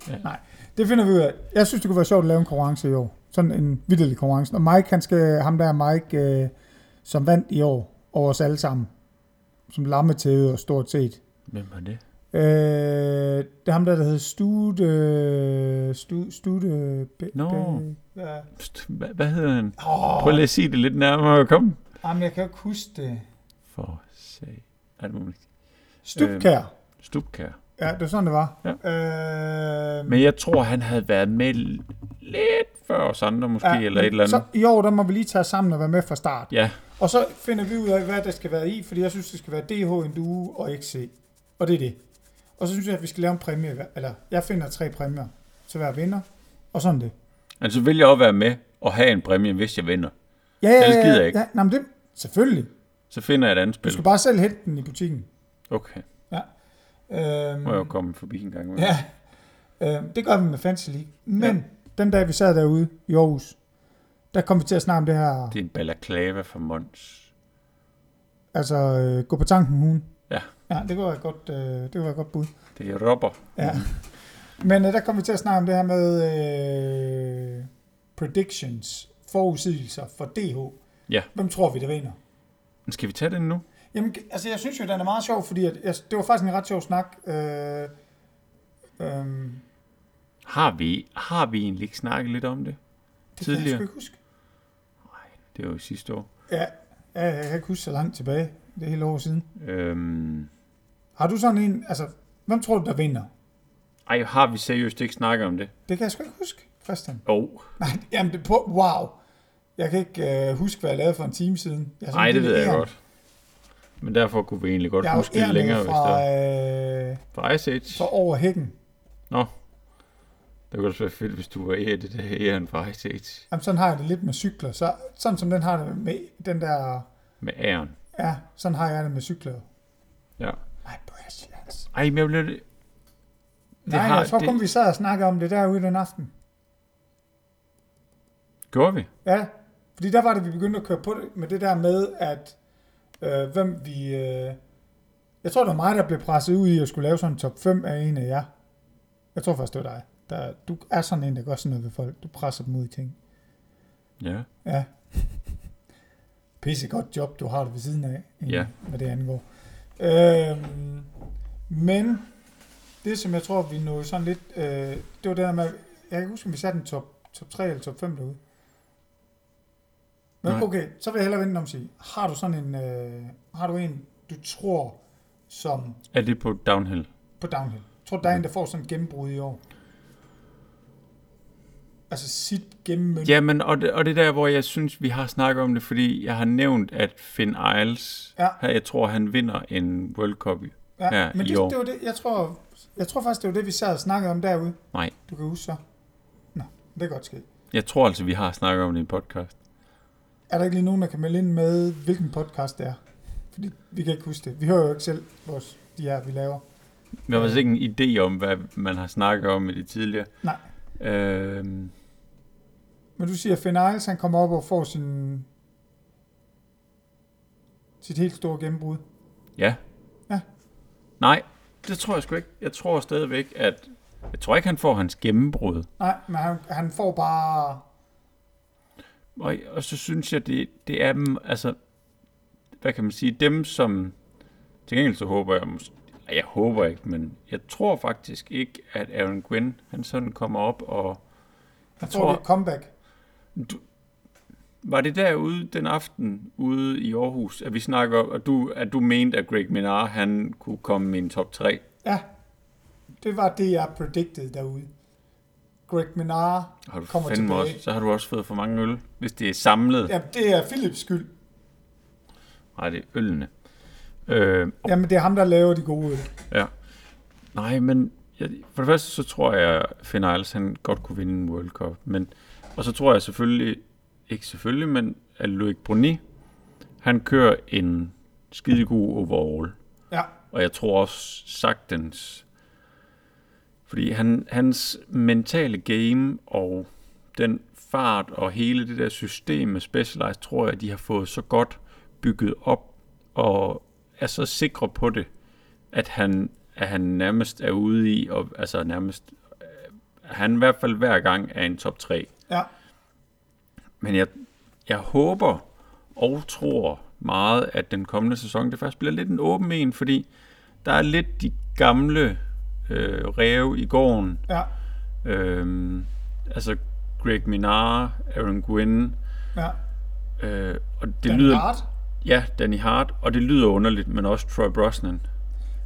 S1: Ja.
S2: Ja. Nej, det finder vi ud af. Jeg synes, det kunne være sjovt at lave en konkurrence i år. Sådan en vidderlig konkurrence. Og Mike, han skal, ham der er Mike, øh, som vandt i år over os alle sammen. Som lammetævede og stort set.
S1: Hvem er det?
S2: Øh, det er ham der, der hedder Stud... Øh, Stud... Stud... Øh, be,
S1: Nå.
S2: Be, ja.
S1: Pst, Hvad, hvad hedder han?
S2: Åh,
S1: Prøv lige at sige det lidt nærmere. Kom.
S2: jamen, jeg kan jo ikke huske det.
S1: For sag. Er det muligt?
S2: Stubkær.
S1: Stubkær.
S2: Ja, det var sådan, det var.
S1: Ja.
S2: Øh,
S1: Men jeg tror, han havde været med lidt før os andre måske, ja, eller et
S2: men
S1: eller andet.
S2: Så i år, der må vi lige tage os sammen og være med fra start.
S1: Ja,
S2: Og så finder vi ud af, hvad der skal være i, fordi jeg synes, det skal være DH, Endue og XC. Og det er det. Og så synes jeg, at vi skal lave en præmie. hver- Eller jeg finder tre præmier til hver vinder. Og sådan det.
S1: altså vil jeg også være med og have en præmie, hvis jeg vinder.
S2: Ja, ja,
S1: Ellers
S2: ja,
S1: gider
S2: ja,
S1: jeg ikke.
S2: Ja, nej, men det, selvfølgelig.
S1: Så finder jeg et andet
S2: Du
S1: spil.
S2: skal bare selv hente den i butikken.
S1: Okay,
S2: Øhm,
S1: må jeg jo komme forbi en gang. imellem.
S2: ja, øhm, det gør vi med Fantasy League. Men ja. den dag, vi sad derude i Aarhus, der kom vi til at snakke om det her,
S1: Det er en balaklava fra Mons.
S2: altså øh, gå på tanken hun.
S1: Ja.
S2: Ja, det kunne være et godt, øh, det kunne være et godt bud.
S1: Det er robber.
S2: Ja.
S1: Mhm.
S2: (laughs) Men øh, der kom vi til at snakke om det her med øh, predictions, forudsigelser for DH.
S1: Ja.
S2: Hvem tror vi, der vinder?
S1: Skal vi tage den nu?
S2: Jamen, altså jeg synes jo, den er meget sjov, fordi at, jeg, det var faktisk en ret sjov snak. Øh, øh,
S1: Har vi, har vi egentlig ikke snakket lidt om det?
S2: det kan jeg
S1: Tidligere.
S2: sgu ikke huske.
S1: Det var jo sidste år.
S2: Ja, ja, jeg kan ikke huske så langt tilbage. Det er hele år siden.
S1: Øhm,
S2: Har du sådan en, altså, hvem tror du, der vinder?
S1: ej, har vi seriøst ikke snakket om det?
S2: Det kan jeg sgu ikke huske, Christian. (laughs)
S1: Jo,
S2: Nej, jamen det er på, wow. Jeg kan ikke øh, huske, hvad jeg lavede for en time siden. Jeg Altså, er sådan
S1: nej,
S2: en
S1: det
S2: lille
S1: ved jeg
S2: æren.
S1: godt. Men derfor kunne vi egentlig godt
S2: Jeg er
S1: huske
S2: jo
S1: det længere,
S2: længere,
S1: hvis
S2: fra,
S1: der
S2: øh,
S1: fra Ice Age.
S2: fra over hækken.
S1: Nå, det kunne også være fedt, hvis du var ære det der æren fra Ice Age.
S2: Jamen, sådan har jeg det lidt med cykler. Så, sådan som den har det med den der...
S1: Med æren.
S2: Ja, sådan har jeg det med cykler.
S1: Ja.
S2: My precious.
S1: Ej, men jeg blev lidt...
S2: Nej,
S1: har-
S2: jeg tror
S1: det-
S2: kun, vi sad og snakkede om det derude den aften.
S1: Gjorde vi?
S2: Ja, fordi der var det, vi begyndte at køre på det, med det der med, at øh, hvem vi... Øh, jeg tror, det var mig, der blev presset ud i at skulle lave sådan en top 5 af en af jer. Jeg tror faktisk, det var dig. Der, du er sådan en, der gør sådan noget ved folk. Du presser dem ud i ting.
S1: Ja.
S2: Ja. Pisse godt job, du har det ved siden af, egentlig,
S1: Ja.
S2: hvad det angår. Øhm, men det, som jeg tror, vi nåede sådan lidt, øh, det var det der med, jeg kan huske, om vi satte en top, top 3 eller top 5 derude. Men
S1: Nej.
S2: okay, så vil jeg hellere vente om at sige, har du sådan en, øh, har du en, du tror, som
S1: Er det på downhill?
S2: på downhill? Tror du, der er
S1: Mm.
S2: en, der får sådan en gennembrud i år? Altså sit gennemmønt.
S1: Jamen, og det, og det er der, hvor jeg synes, vi har snakket om det, fordi jeg har nævnt, at Finn Isles,
S2: Ja.
S1: her, jeg tror, han vinder en World Cup. i-
S2: Ja,
S1: her
S2: men
S1: i
S2: det,
S1: år.
S2: det var det, jeg tror, jeg tror faktisk, det var det, vi sad og snakkede om derude.
S1: Nej,
S2: Du kan huske så. Nå, det kan godt ske.
S1: jeg tror altså, vi har snakket om det i en podcast.
S2: Er der ikke lige nogen, der kan melde ind med, hvilken podcast det er? Fordi vi kan ikke huske det. Vi hører jo ikke selv, vores, de her, vi laver.
S1: Vi har altså ikke en idé om, hvad man har snakket om i det tidligere.
S2: Nej.
S1: Øhm,
S2: Men du siger, at Finn Eils, han kommer op og får sin, sit helt store gennembrud.
S1: ja.
S2: Ja.
S1: Nej, det tror jeg sgu ikke. Jeg tror stadigvæk, at... Jeg tror ikke, han får hans gennembrud.
S2: Nej, men han, han får bare...
S1: Og, og så synes jeg, det, det er dem, altså, hvad kan man sige, dem som, til gengæld så håber jeg, mås- Ej, jeg håber ikke, men jeg tror faktisk ikke, at Aaron Gwynn, han sådan kommer op og,
S2: Han får
S1: tror-
S2: et comeback.
S1: var det derude den aften ude i Aarhus, at vi snakker om, at du, at du mente, at Greg Minar, han kunne komme i en top 3?
S2: Ja, det var det, jeg predicted derude. Greg Minara
S1: Har du
S2: kommer
S1: fandme
S2: tilbage.
S1: også, så har du også fået for mange øl, hvis det er samlet. Ja.
S2: Ja, det er Philips skyld.
S1: Nej, det er ølene. Øh,
S2: Jamen, det er ham, der laver de gode øl.
S1: ja. Nej, men jeg, for det første så tror jeg, Finn Iles, han godt kunne vinde en World Cup. Men, og så tror jeg selvfølgelig, ikke selvfølgelig, men at Loic Bruni, han kører en skidegod overall.
S2: Ja,
S1: Og jeg tror også sagtens, fordi han, hans mentale game og den fart og hele det der system med Specialized, tror jeg, de har fået så godt bygget op og er så sikre på det, at han, at han nærmest er ude i, og altså nærmest, øh, han i hvert fald hver gang er en top 3
S2: ja,
S1: men jeg, jeg håber og tror meget, at den kommende sæson, det faktisk bliver lidt en åben en, fordi der er lidt de gamle øh, ræve i gården.
S2: ja,
S1: Øh, altså Greg Minar, Aaron Gwynn,
S2: ja.
S1: øh, og det
S2: Dan
S1: lyder...
S2: Hart.
S1: Ja, Danny Hart, og det lyder underligt, men også Troy Brosnan.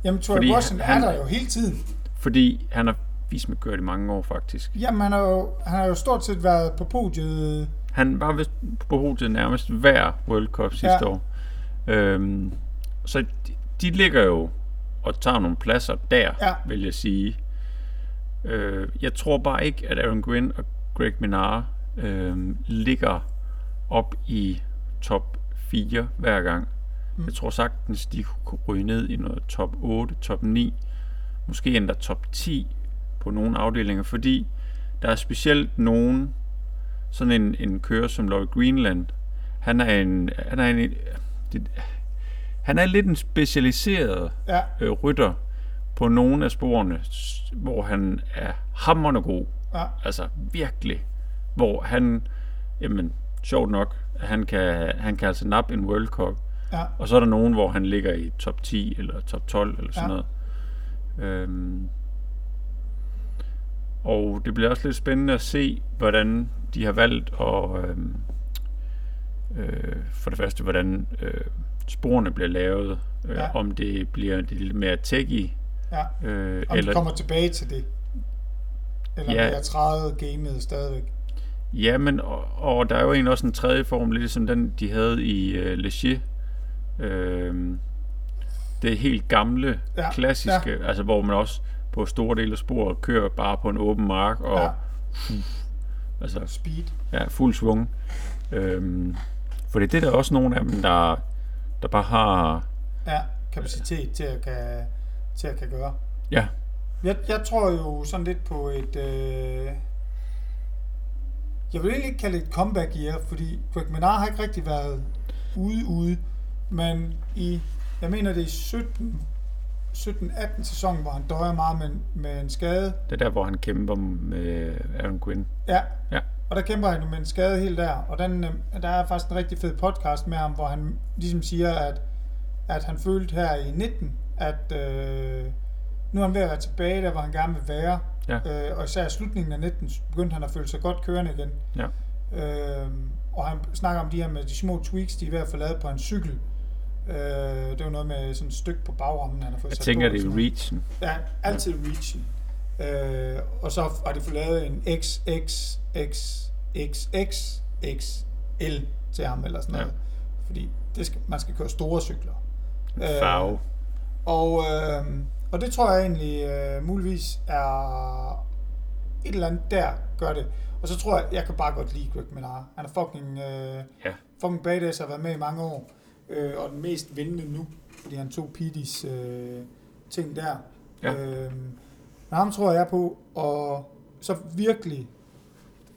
S2: Jamen, Troy
S1: Fordi
S2: Boston er
S1: han-
S2: der jo hele tiden.
S1: Fordi han har vist med kørt i mange år, faktisk.
S2: Jamen, han har, jo, han har jo stort set været på podiet.
S1: Han var vist på hovedet nærmest hver World Cup sidste
S2: Ja.
S1: ja. år. Øhm, så de, de ligger jo og tager nogle pladser der,
S2: Ja.
S1: ja. vil jeg sige. Øh, jeg tror bare ikke, at Aaron Gwynn og Greg Minar øh, ligger op i top 4 hver gang. Mm. Jeg tror sagtens, de kunne ryge ned i noget top 8, top 9, måske endda top 10 på nogle afdelinger, fordi der er specielt nogen, sådan en, en kører som Lloyd Greenland, han er en, han er en, det, han er lidt en specialiseret
S2: Ja,
S1: øh, rytter på nogle af sporene, s- hvor han er hammerende god.
S2: ja,
S1: Altså virkelig. Hvor han, jamen sjovt nok, han kan, han kan altså nappe en World Cup.
S2: ja.
S1: Og så er der nogen, hvor han ligger i top 10 eller top 12 eller sådan
S2: Ja.
S1: ja. noget. Øhm, og det bliver også lidt spændende at se, hvordan de har valgt og øhm, øh, for det første, hvordan øh, sporene bliver lavet. Øh,
S2: Ja.
S1: ja. Om det bliver det lidt mere techy.
S2: ja.
S1: Øh,
S2: Om Eller... de kommer tilbage til det. Eller
S1: Ja.
S2: ja. jeg træde gamet stadigvæk.
S1: Ja, men og, og der er jo egentlig også en tredje form, lidt som den, de havde i øh, Leger. Øhm, det helt gamle,
S2: Ja,
S1: ja, klassiske, ja. altså hvor man også på store dele af sporet kører bare på en åben mark og
S2: Ja.
S1: ja. altså,
S2: Speed.
S1: ja, fuld svung. Øhm, for det er det, der er også nogle af dem, der, der bare har...
S2: Ja, kapacitet til at kan, til at kan gøre.
S1: Ja,
S2: Jeg, jeg tror jo sådan lidt på et... Øh... Jeg vil egentlig ikke kalde det et comeback year, fordi Greg Menard har ikke rigtig været ude ude, men i, jeg mener det er i 17, 17-18 sæsonen, hvor han døjer meget med, med en skade.
S1: det er der, hvor han kæmper med Aaron Quinn.
S2: Ja,
S1: Ja,
S2: og der kæmper han jo med en skade helt der, og den, øh, der er faktisk en rigtig fed podcast med ham, hvor han ligesom siger, at, at han følte her i 19, at øh, nu er han ved at være tilbage der, hvor han gerne vil være,
S1: ja,
S2: Øh, og især i slutningen af 19 begyndte han at føle sig godt kørende igen.
S1: ja,
S2: Øh, og han snakker om de her med de små tweaks, de er ved at få lavet på en cykel. Øh, det var noget med sådan et stykke på bagrommen, han har fået
S1: Jeg
S2: sat
S1: tænker,
S2: på.
S1: det er
S2: og sådan noget.
S1: reachen.
S2: Ja, altid reachen. Øh, og så har de fået lavet en XXXXXXL til ham eller sådan
S1: Ja.
S2: noget. Fordi det skal, man skal køre store cykler. Øh,
S1: Farve.
S2: og, øh, og det tror jeg egentlig øh, muligvis er et eller andet der gør det. Og så tror jeg, jeg kan bare godt lide Greg Minar. Han er fucking, øh,
S1: Ja,
S2: fucking badass og har været med i mange år. Øh, og den mest vindende nu, fordi han tog Pidis øh, ting der.
S1: Ja.
S2: Øh, men ham tror jeg på, og så virkelig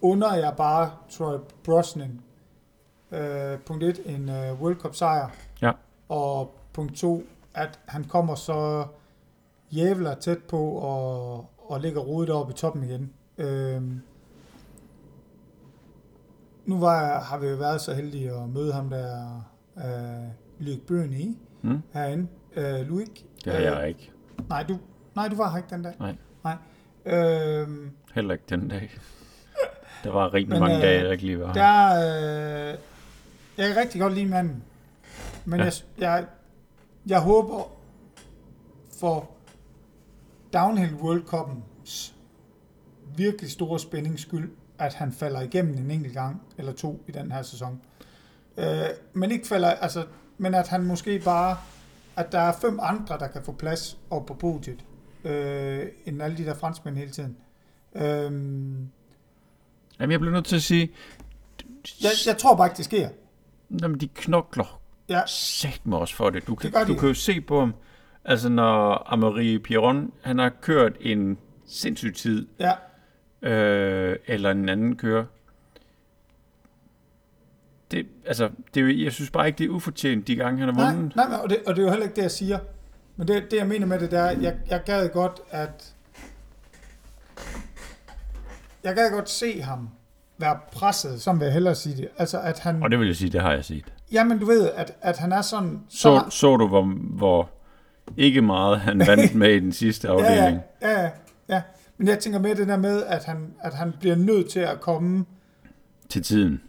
S2: under jeg bare Troy Brosnan. Øh, punkt 1, en øh, World Cup sejr.
S1: ja,
S2: Og punkt to, at han kommer så jævler tæt på og, og ligger rodet oppe i toppen igen. Øhm, nu var, jeg- har vi jo været så heldige at møde ham der, øh, Luke Bruni,
S1: Mm.
S2: herinde. Øh, Luke?
S1: det har
S2: øh,
S1: jeg ikke.
S2: Nej du, nej, du var her ikke den dag.
S1: Nej.
S2: Nej. Øhm,
S1: Heller ikke den dag. Der var rigtig
S2: Men,
S1: Men, mange
S2: øh,
S1: øh, dage, der ikke lige var her.
S2: Der, øh, jeg kan rigtig godt lide manden, men ja.
S1: Ja.
S2: jeg, jeg, jeg håber for Downhill World Cup'ens virkelig store spændings skyld, at han falder igennem en enkelt gang eller to i den her sæson. Øh, men ikke falder, altså, men at han måske bare, at der er fem andre, der kan få plads op på podiet, øh, end alle de der franskmænd hele tiden. Øh,
S1: Jamen, jeg bliver nødt til at sige,
S2: jeg, jeg tror bare ikke, det sker.
S1: jamen, de knokler
S2: Ja,
S1: sat mig også for det. Du kan,
S2: Det gør
S1: det
S2: de.
S1: du kan jo se på ham, altså når Amaury Piron, han har kørt en sindssyg tid,
S2: ja,
S1: øh, eller en anden kører. Det, altså, det er jo, jeg synes bare ikke, det er ufortjent, de gange han har
S2: Nej,
S1: vundet.
S2: nej men- og, det, og det er jo heller ikke det, jeg siger. Men det, det jeg mener med det, der, jeg, jeg gad godt, at... Jeg gad godt se ham være presset, som vil jeg hellere sige det. Altså, at han...
S1: Og det vil jeg sige, det har jeg set.
S2: Jamen, du ved, at, at han er sådan...
S1: Så, så du, hvor, hvor ikke meget han
S2: (laughs)
S1: vandt med i den sidste
S2: ja, ja,
S1: afdeling?
S2: ja, ja, ja. Men jeg tænker mere det der med, at han, at han bliver nødt til at komme...
S1: Til tiden.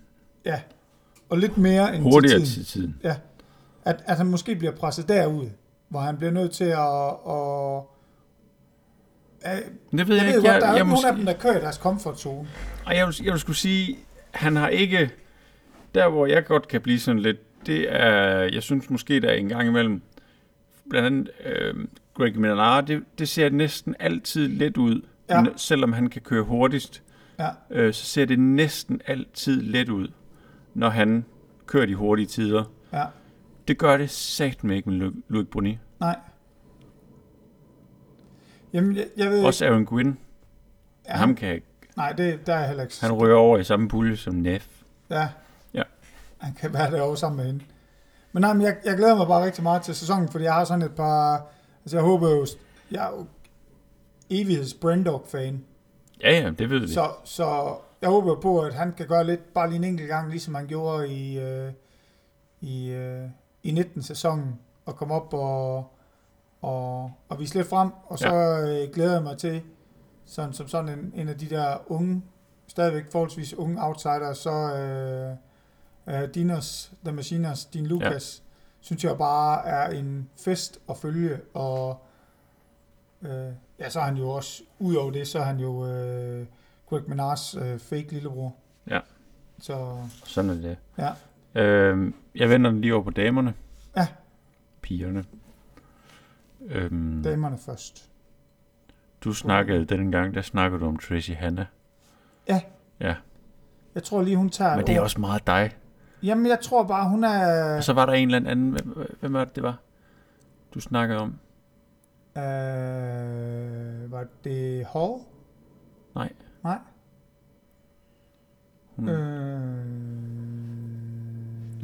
S2: Ja, og lidt mere end
S1: Hurtigere
S2: til tiden.
S1: til tiden.
S2: Ja, at, at han måske bliver presset derud, hvor han bliver nødt til at... at, at
S1: Men det ved jeg,
S2: Jeg ved
S1: ikke.
S2: godt,
S1: jeg,
S2: der er jo ikke
S1: jeg,
S2: nogen
S1: måske,
S2: af dem, der kører i deres komfortzone.
S1: og jeg, vil, jeg vil skulle sige, han har ikke... Der, hvor jeg godt kan blive sådan lidt, det er... Jeg synes måske, der er en gang imellem... Blandt andet øh, Greg Minard, det, det ser næsten altid let ud.
S2: Ja.
S1: Ja. Selvom han kan køre hurtigst,
S2: Ja,
S1: øh, så ser det næsten altid let ud, når han kører de hurtige tider.
S2: ja,
S1: Det gør det satme ikke med Lu- Loic Bruni.
S2: nej. Jamen, jeg, jeg ved
S1: Også Aaron Gwynn.
S2: ikke,
S1: Ham kan ikke.
S2: nej, det, der er heller ikke.
S1: Han rører over i samme pulje som Neff.
S2: ja,
S1: Ja.
S2: han kan være derovre sammen med hende. Men nej, men jeg, jeg glæder mig bare rigtig meget til sæsonen, fordi jeg har sådan et par... Altså, jeg håber jo... Jeg er jo evigheds Brendog-fan,
S1: Ja, ja, det ved vi.
S2: så, så jeg håber på, at han kan gøre lidt, bare lige en enkelt gang, ligesom han gjorde i, øh, i, øh, i 19-sæsonen, og komme op og, og, og vise lidt frem. Og så øh, glæder jeg mig til, sådan, som sådan en, en af de der unge, stadigvæk forholdsvis unge outsiders, så øh, øh, Dinos, The Machiners, Din Lucas, ja. synes jeg bare er en fest at følge, og øh, ja, så er han jo også, udover det, så er han jo øh, Greg Menards øh, fake lillebror.
S1: Ja.
S2: Så
S1: Sådan er det.
S2: Ja.
S1: Øhm, jeg vender den lige over på damerne.
S2: Ja.
S1: Pigerne. Øhm,
S2: damerne først.
S1: du snakkede den gang, der snakkede du om Tracy Hanna.
S2: Jeg tror lige, hun tager...
S1: Men det er også Altså- meget dig.
S2: Jamen, jeg tror bare, hun er...
S1: Og så var der en eller anden, hvem, hvem var det, det var? Du snakkede om.
S2: Øh, var det Hall?
S1: Nej.
S2: Nej.
S1: Hun, øh.
S2: Øh,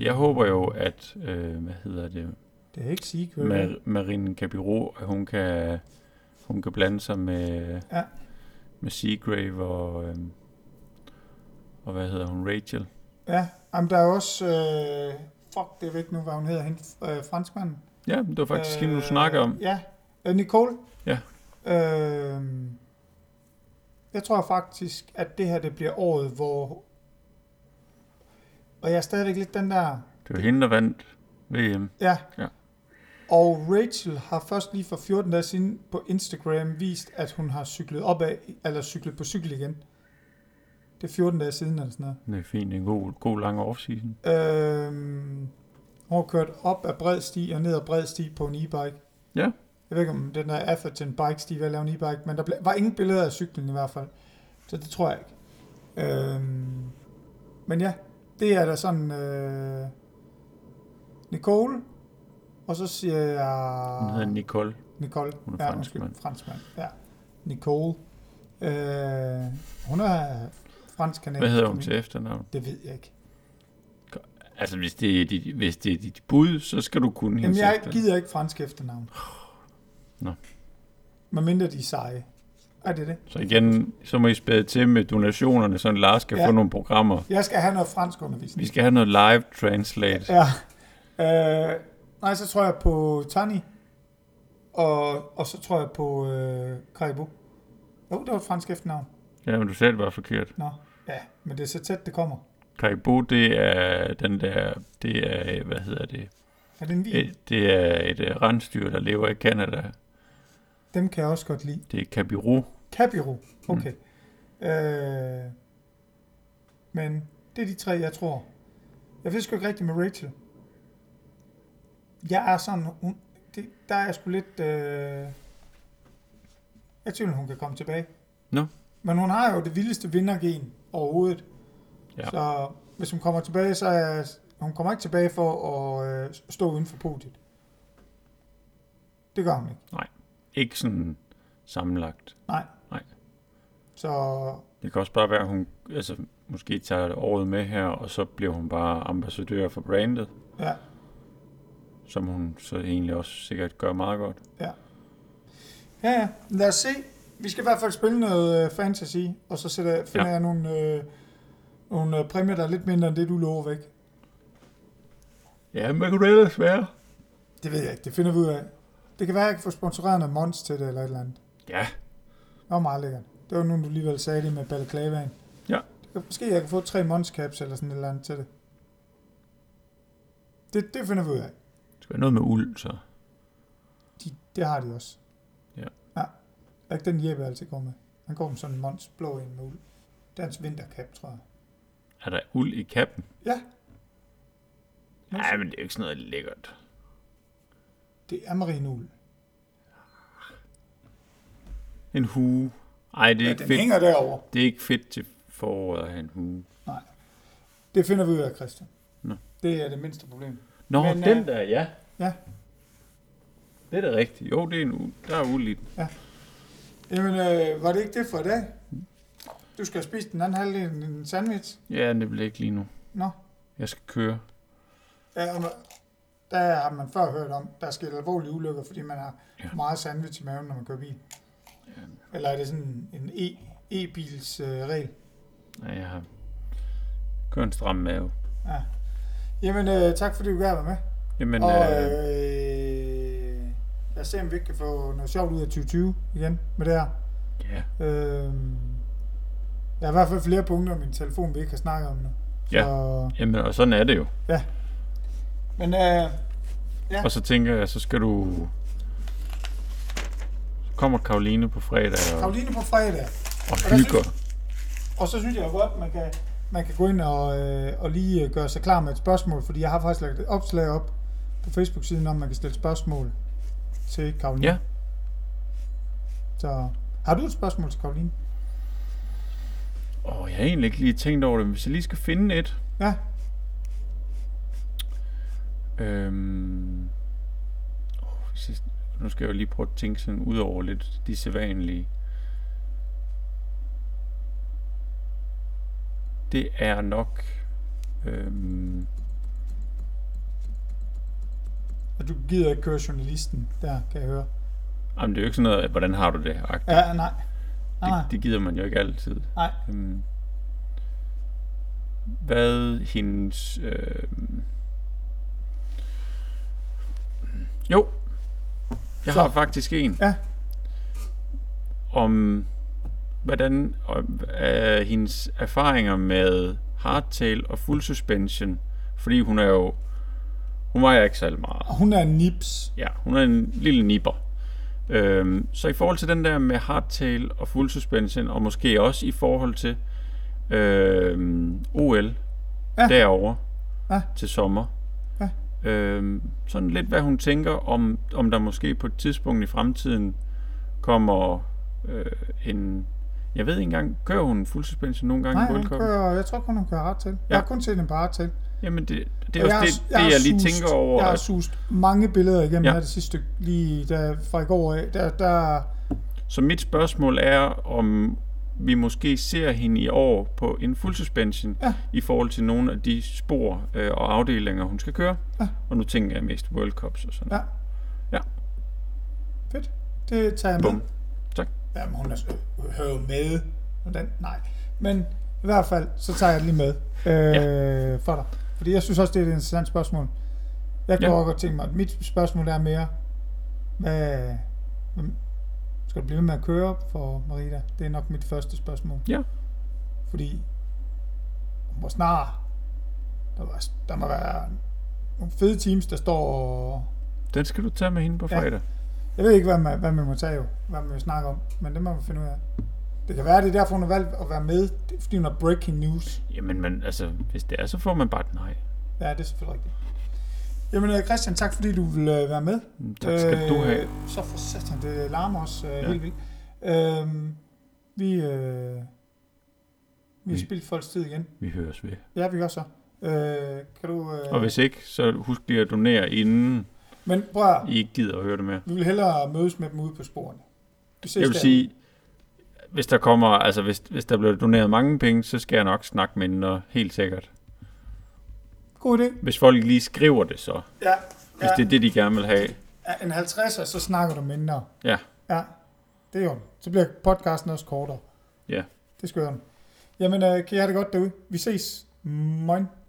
S1: Jeg håber jo, at, øh, hvad hedder det,
S2: Det er ikke Sequel.
S1: Mar- Marine Capiro, at hun kan, hun kan blande sig med,
S2: Ja.
S1: med Seagrave og, øh, og hvad hedder hun, Rachel.
S2: Ja, jamen, der er også... Øh, fuck, det er ikke nu, hvad hun hedder, hende øh, franskmanden.
S1: Ja, det var faktisk øh, hende, du snakkede om.
S2: Ja, øh, Nicole.
S1: Ja.
S2: Øh, jeg tror faktisk, at det her det bliver året, hvor... Og jeg er stadigvæk lidt den der...
S1: Det var hende, der vandt VM.
S2: Ja.
S1: Ja.
S2: Og Rachel har først lige for 14 dage siden på Instagram vist, at hun har cyklet opad, eller cyklet på cykel igen. Det er 14 dage siden, eller sådan noget.
S1: Det er fint, en god, god lang offseason.
S2: Øhm, hun har kørt op ad bred sti og ned ad bred sti på en e-bike.
S1: Ja.
S2: Jeg ved ikke, om den der Atherton bike sti var lave en e-bike, men der ble, var ingen billeder af cyklen i hvert fald. Så det tror jeg ikke. Øhm, men ja, det er da sådan... Øh, Nicole, og så siger jeg...
S1: Hun hedder Nicole.
S2: Nicole.
S1: Hun er
S2: ja,
S1: franskmand.
S2: undskyld, franskmand. Ja. Nicole. Øh, hun er fransk kanadisk.
S1: Hvad hedder hun til efternavn?
S2: Det ved jeg ikke.
S1: Altså, hvis det er dit, hvis det er dit bud, så skal du kunne
S2: Jamen,
S1: hendes
S2: jeg
S1: efternavn.
S2: gider ikke fransk efternavn.
S1: øh. Nå.
S2: Men mindre de er seje. Er det det?
S1: Så igen, så må I spæde til med donationerne, så Lars kan
S2: Ja.
S1: ja. få nogle programmer.
S2: Jeg skal have noget fransk
S1: Vi
S2: undervisning.
S1: skal have noget live translate.
S2: Ja. Øh, nej, så tror jeg på Tani. Og, og så tror jeg på øh, Karibu. Jo, det var et fransk efternavn.
S1: Ja, men du sagde det var forkert.
S2: Nå, ja. Men det er så tæt, det kommer.
S1: Karibo, det er den der, det er, hvad hedder det?
S2: Er det en vin?
S1: Et, det er et øh, rensdyr, der lever i Kanada.
S2: Dem kan jeg også godt lide.
S1: Det er Kabiru.
S2: Kabiru. Okay. Øh, men det er de tre, jeg tror. Jeg ved sgu ikke rigtigt med Rachel. Jeg er sådan... Hun, det, der er jeg sgu lidt... Øh, jeg er i tvivl, om hun kan komme tilbage.
S1: Nå,
S2: Men hun har jo det vildeste vindergen overhovedet.
S1: Ja.
S2: Ja. Så hvis hun kommer tilbage, så er hun kommer ikke tilbage for at øh, stå uden for podiet. Det gør hun ikke.
S1: ikke sådan sammenlagt.
S2: Nej.
S1: Nej.
S2: Så
S1: Det kan også bare være, at hun altså, måske tager året med her, og så bliver hun bare ambassadør for brandet,
S2: ja,
S1: som hun så egentlig også sikkert gør meget godt.
S2: ja, ja. Lad os se. Vi skal i hvert fald spille noget øh, fantasy, og så sætter, finder
S1: Ja.
S2: ja. jeg nogle, øh, nogle øh, præmier, der er lidt mindre end det, du lover væk.
S1: Ja, men hvad kunne det ellers være?
S2: Det ved jeg ikke. Det finder vi ud af. Det kan være, at jeg kan få sponsoreret noget Mons til det, eller et eller andet.
S1: Ja,
S2: Det var meget lækkert. Det var nu, du alligevel sagde det med balaclavaen.
S1: Ja.
S2: Det kan- Måske jeg kan få tre monskaps eller sådan et eller andet til det. Det, det finder vi ud af.
S1: det skal være noget med uld, så.
S2: De, det har de også.
S1: Ja.
S2: Ja. Er ikke den Jeppe altid går med? Han går med sådan en mons blå en med uld. Det er hans vinterkap, tror jeg.
S1: Er der uld i kappen?
S2: Ja.
S1: Nej, men det er jo ikke sådan noget lækkert.
S2: Det er marine uld.
S1: En hue. Ej, det er,
S2: Ja,
S1: ikke
S2: den
S1: fedt.
S2: hænger derovre.
S1: det er ikke fedt til foråret at have en hue.
S2: Det finder vi ud af, Christian.
S1: Nå.
S2: Det er det mindste problem.
S1: Nå, men,
S2: Men,
S1: den
S2: øh,
S1: der, ja.
S2: ja.
S1: Det er da rigtigt. Jo, det er en uld. Der er uld i den.
S2: Jamen, øh, var det ikke det for i dag? Du skal have spist den anden halvdel af en sandwich.
S1: Ja, det bliver ikke lige nu.
S2: Nå.
S1: Jeg skal køre.
S2: Ja, og man- der har man før hørt om, der er sket alvorlige ulykker, fordi man har
S1: Ja.
S2: ja. meget sandwich i maven, når man kører bil. Eller er det sådan en e, e-bils øh, regel?
S1: Nej, jeg har kørt en stram mave.
S2: Ja. Jamen, øh, tak fordi du gad at være med.
S1: Jamen,
S2: og
S1: øh,
S2: øh, lad os se, om vi ikke kan få noget sjovt ud af 2020 igen med det her.
S1: ja.
S2: Øh, der er i hvert fald flere punkter i min telefon, vi ikke har snakket om nu.
S1: Ja.
S2: Så,
S1: Jamen, og sådan er det jo.
S2: men øh,
S1: Og så tænker jeg, så skal du... Så kommer Karoline på fredag og,
S2: Karoline på fredag.
S1: og
S2: der
S1: hygger.
S2: Og så synes jeg jo godt, man kan, man kan gå ind og, øh, og lige øh, gøre sig klar med et spørgsmål, fordi jeg har faktisk lagt et opslag op på Facebook-siden om, man kan stille spørgsmål til Karoline.
S1: Ja.
S2: Så har du et spørgsmål til Karoline?
S1: Åh, jeg har egentlig ikke lige tænkt over det, men hvis jeg lige skal finde et...
S2: Ja.
S1: Øhm, åh, hvis jeg, nu skal jeg jo lige prøve at tænke sådan ud over lidt de sædvanlige. Det er nok... Øhm,
S2: Og du gider ikke køre journalisten, der kan jeg høre.
S1: jamen, det er jo ikke sådan noget, hvordan har du det? agtigt.
S2: Ja, nej. Nej,
S1: Det, det gider man jo ikke altid.
S2: nej.
S1: Øhm, hvad hendes... øhm, jo, jeg
S2: Så.
S1: har faktisk en.
S2: Ja.
S1: Om hvordan om, øh, hendes erfaringer med hardtail og full suspension, fordi hun er jo... Hun vejer ikke særlig meget.
S2: Og hun er en nips.
S1: Ja, hun er en lille nipper. Øhm, så i forhold til den der med hardtail og full suspension, og måske også i forhold til øhm, OL ja.
S2: Ja.
S1: derover
S2: Ja.
S1: til sommer.
S2: Ja.
S1: Øhm, sådan lidt, hvad hun tænker, om, om der måske på et tidspunkt i fremtiden kommer øh, en... Jeg ved ikke engang, kører hun full suspension nogle gange
S2: Nej,
S1: i World
S2: hun
S1: Cup?
S2: kører, jeg tror kun, hun kører ret til. Ja. Jeg har kun set en par til.
S1: Jamen, det, det er
S2: Og
S1: også
S2: har-
S1: det, det,
S2: har
S1: jeg, lige
S2: sust-
S1: tænker over.
S2: Jeg har
S1: at-
S2: sust mange billeder igennem
S1: Ja.
S2: ja. her det sidste stykke, lige der, fra i går af. Der, der,
S1: Så mit spørgsmål er, om vi måske ser hende i år på en full suspension
S2: Ja.
S1: i forhold til nogle af de spor øh, og afdelinger, hun skal køre.
S2: Ja.
S1: Og nu tænker jeg mest World Cups og sådan
S2: Ja.
S1: Ja.
S2: Fedt. Det tager jeg
S1: Bum.
S2: med.
S1: Tak.
S2: Jamen, hun er hører jo med. Hvordan? Nej. Men i hvert fald, så tager jeg det lige med øh, ja. for dig. Fordi jeg synes også, det er et interessant spørgsmål. Jeg kunne
S1: Ja.
S2: ja. godt tænke mig, at mit spørgsmål er mere, hvad, hvem- skal du blive ved med at køre op for Marita? Det er nok mit første spørgsmål.
S1: Ja.
S2: Fordi, hvor snart, der, var, der må være nogle fede teams, der står og
S1: Den skal du tage med hende på
S2: Ja.
S1: fredag.
S2: jeg ved ikke, hvad man, hvad man må tage jo, hvad man vil snakke om, men det må man finde ud af. Det kan være, det er derfor, hun har valgt at være med, det er, fordi hun har breaking news.
S1: Jamen, men, altså, hvis det er, så får man bare et nej.
S2: Ja, det er selvfølgelig rigtigt. Jamen øh, Christian, tak fordi du vil øh, være med.
S1: Tak skal øh, du have.
S2: Så for satan, det larmer os øh, ja. helt vildt. Øh, vi, øh, vi har
S1: Vi-
S2: spildt folks tid igen.
S1: Vi høres ved.
S2: Ja, vi gør så. Øh, kan du... Øh,
S1: Og hvis ikke, så husk lige at donere, inden
S2: Men prøv at,
S1: I ikke gider at høre det mere.
S2: vi vil hellere mødes med dem ude på sporene. Vi ses
S1: Jeg vil
S2: der.
S1: sige, hvis der kommer, altså hvis, hvis der bliver doneret mange penge, så skal jeg nok snakke mindre, helt sikkert.
S2: God idé.
S1: Hvis folk lige skriver det så,
S2: Ja,
S1: hvis det er det, de gerne vil have.
S2: ja, en 50'er, så snakker du mindre.
S1: Ja,
S2: Ja, det er jo. Så bliver podcasten også kortere.
S1: ja.
S2: Det skal jeg Jamen, øh, kan I have det godt derude. Vi ses. Moin.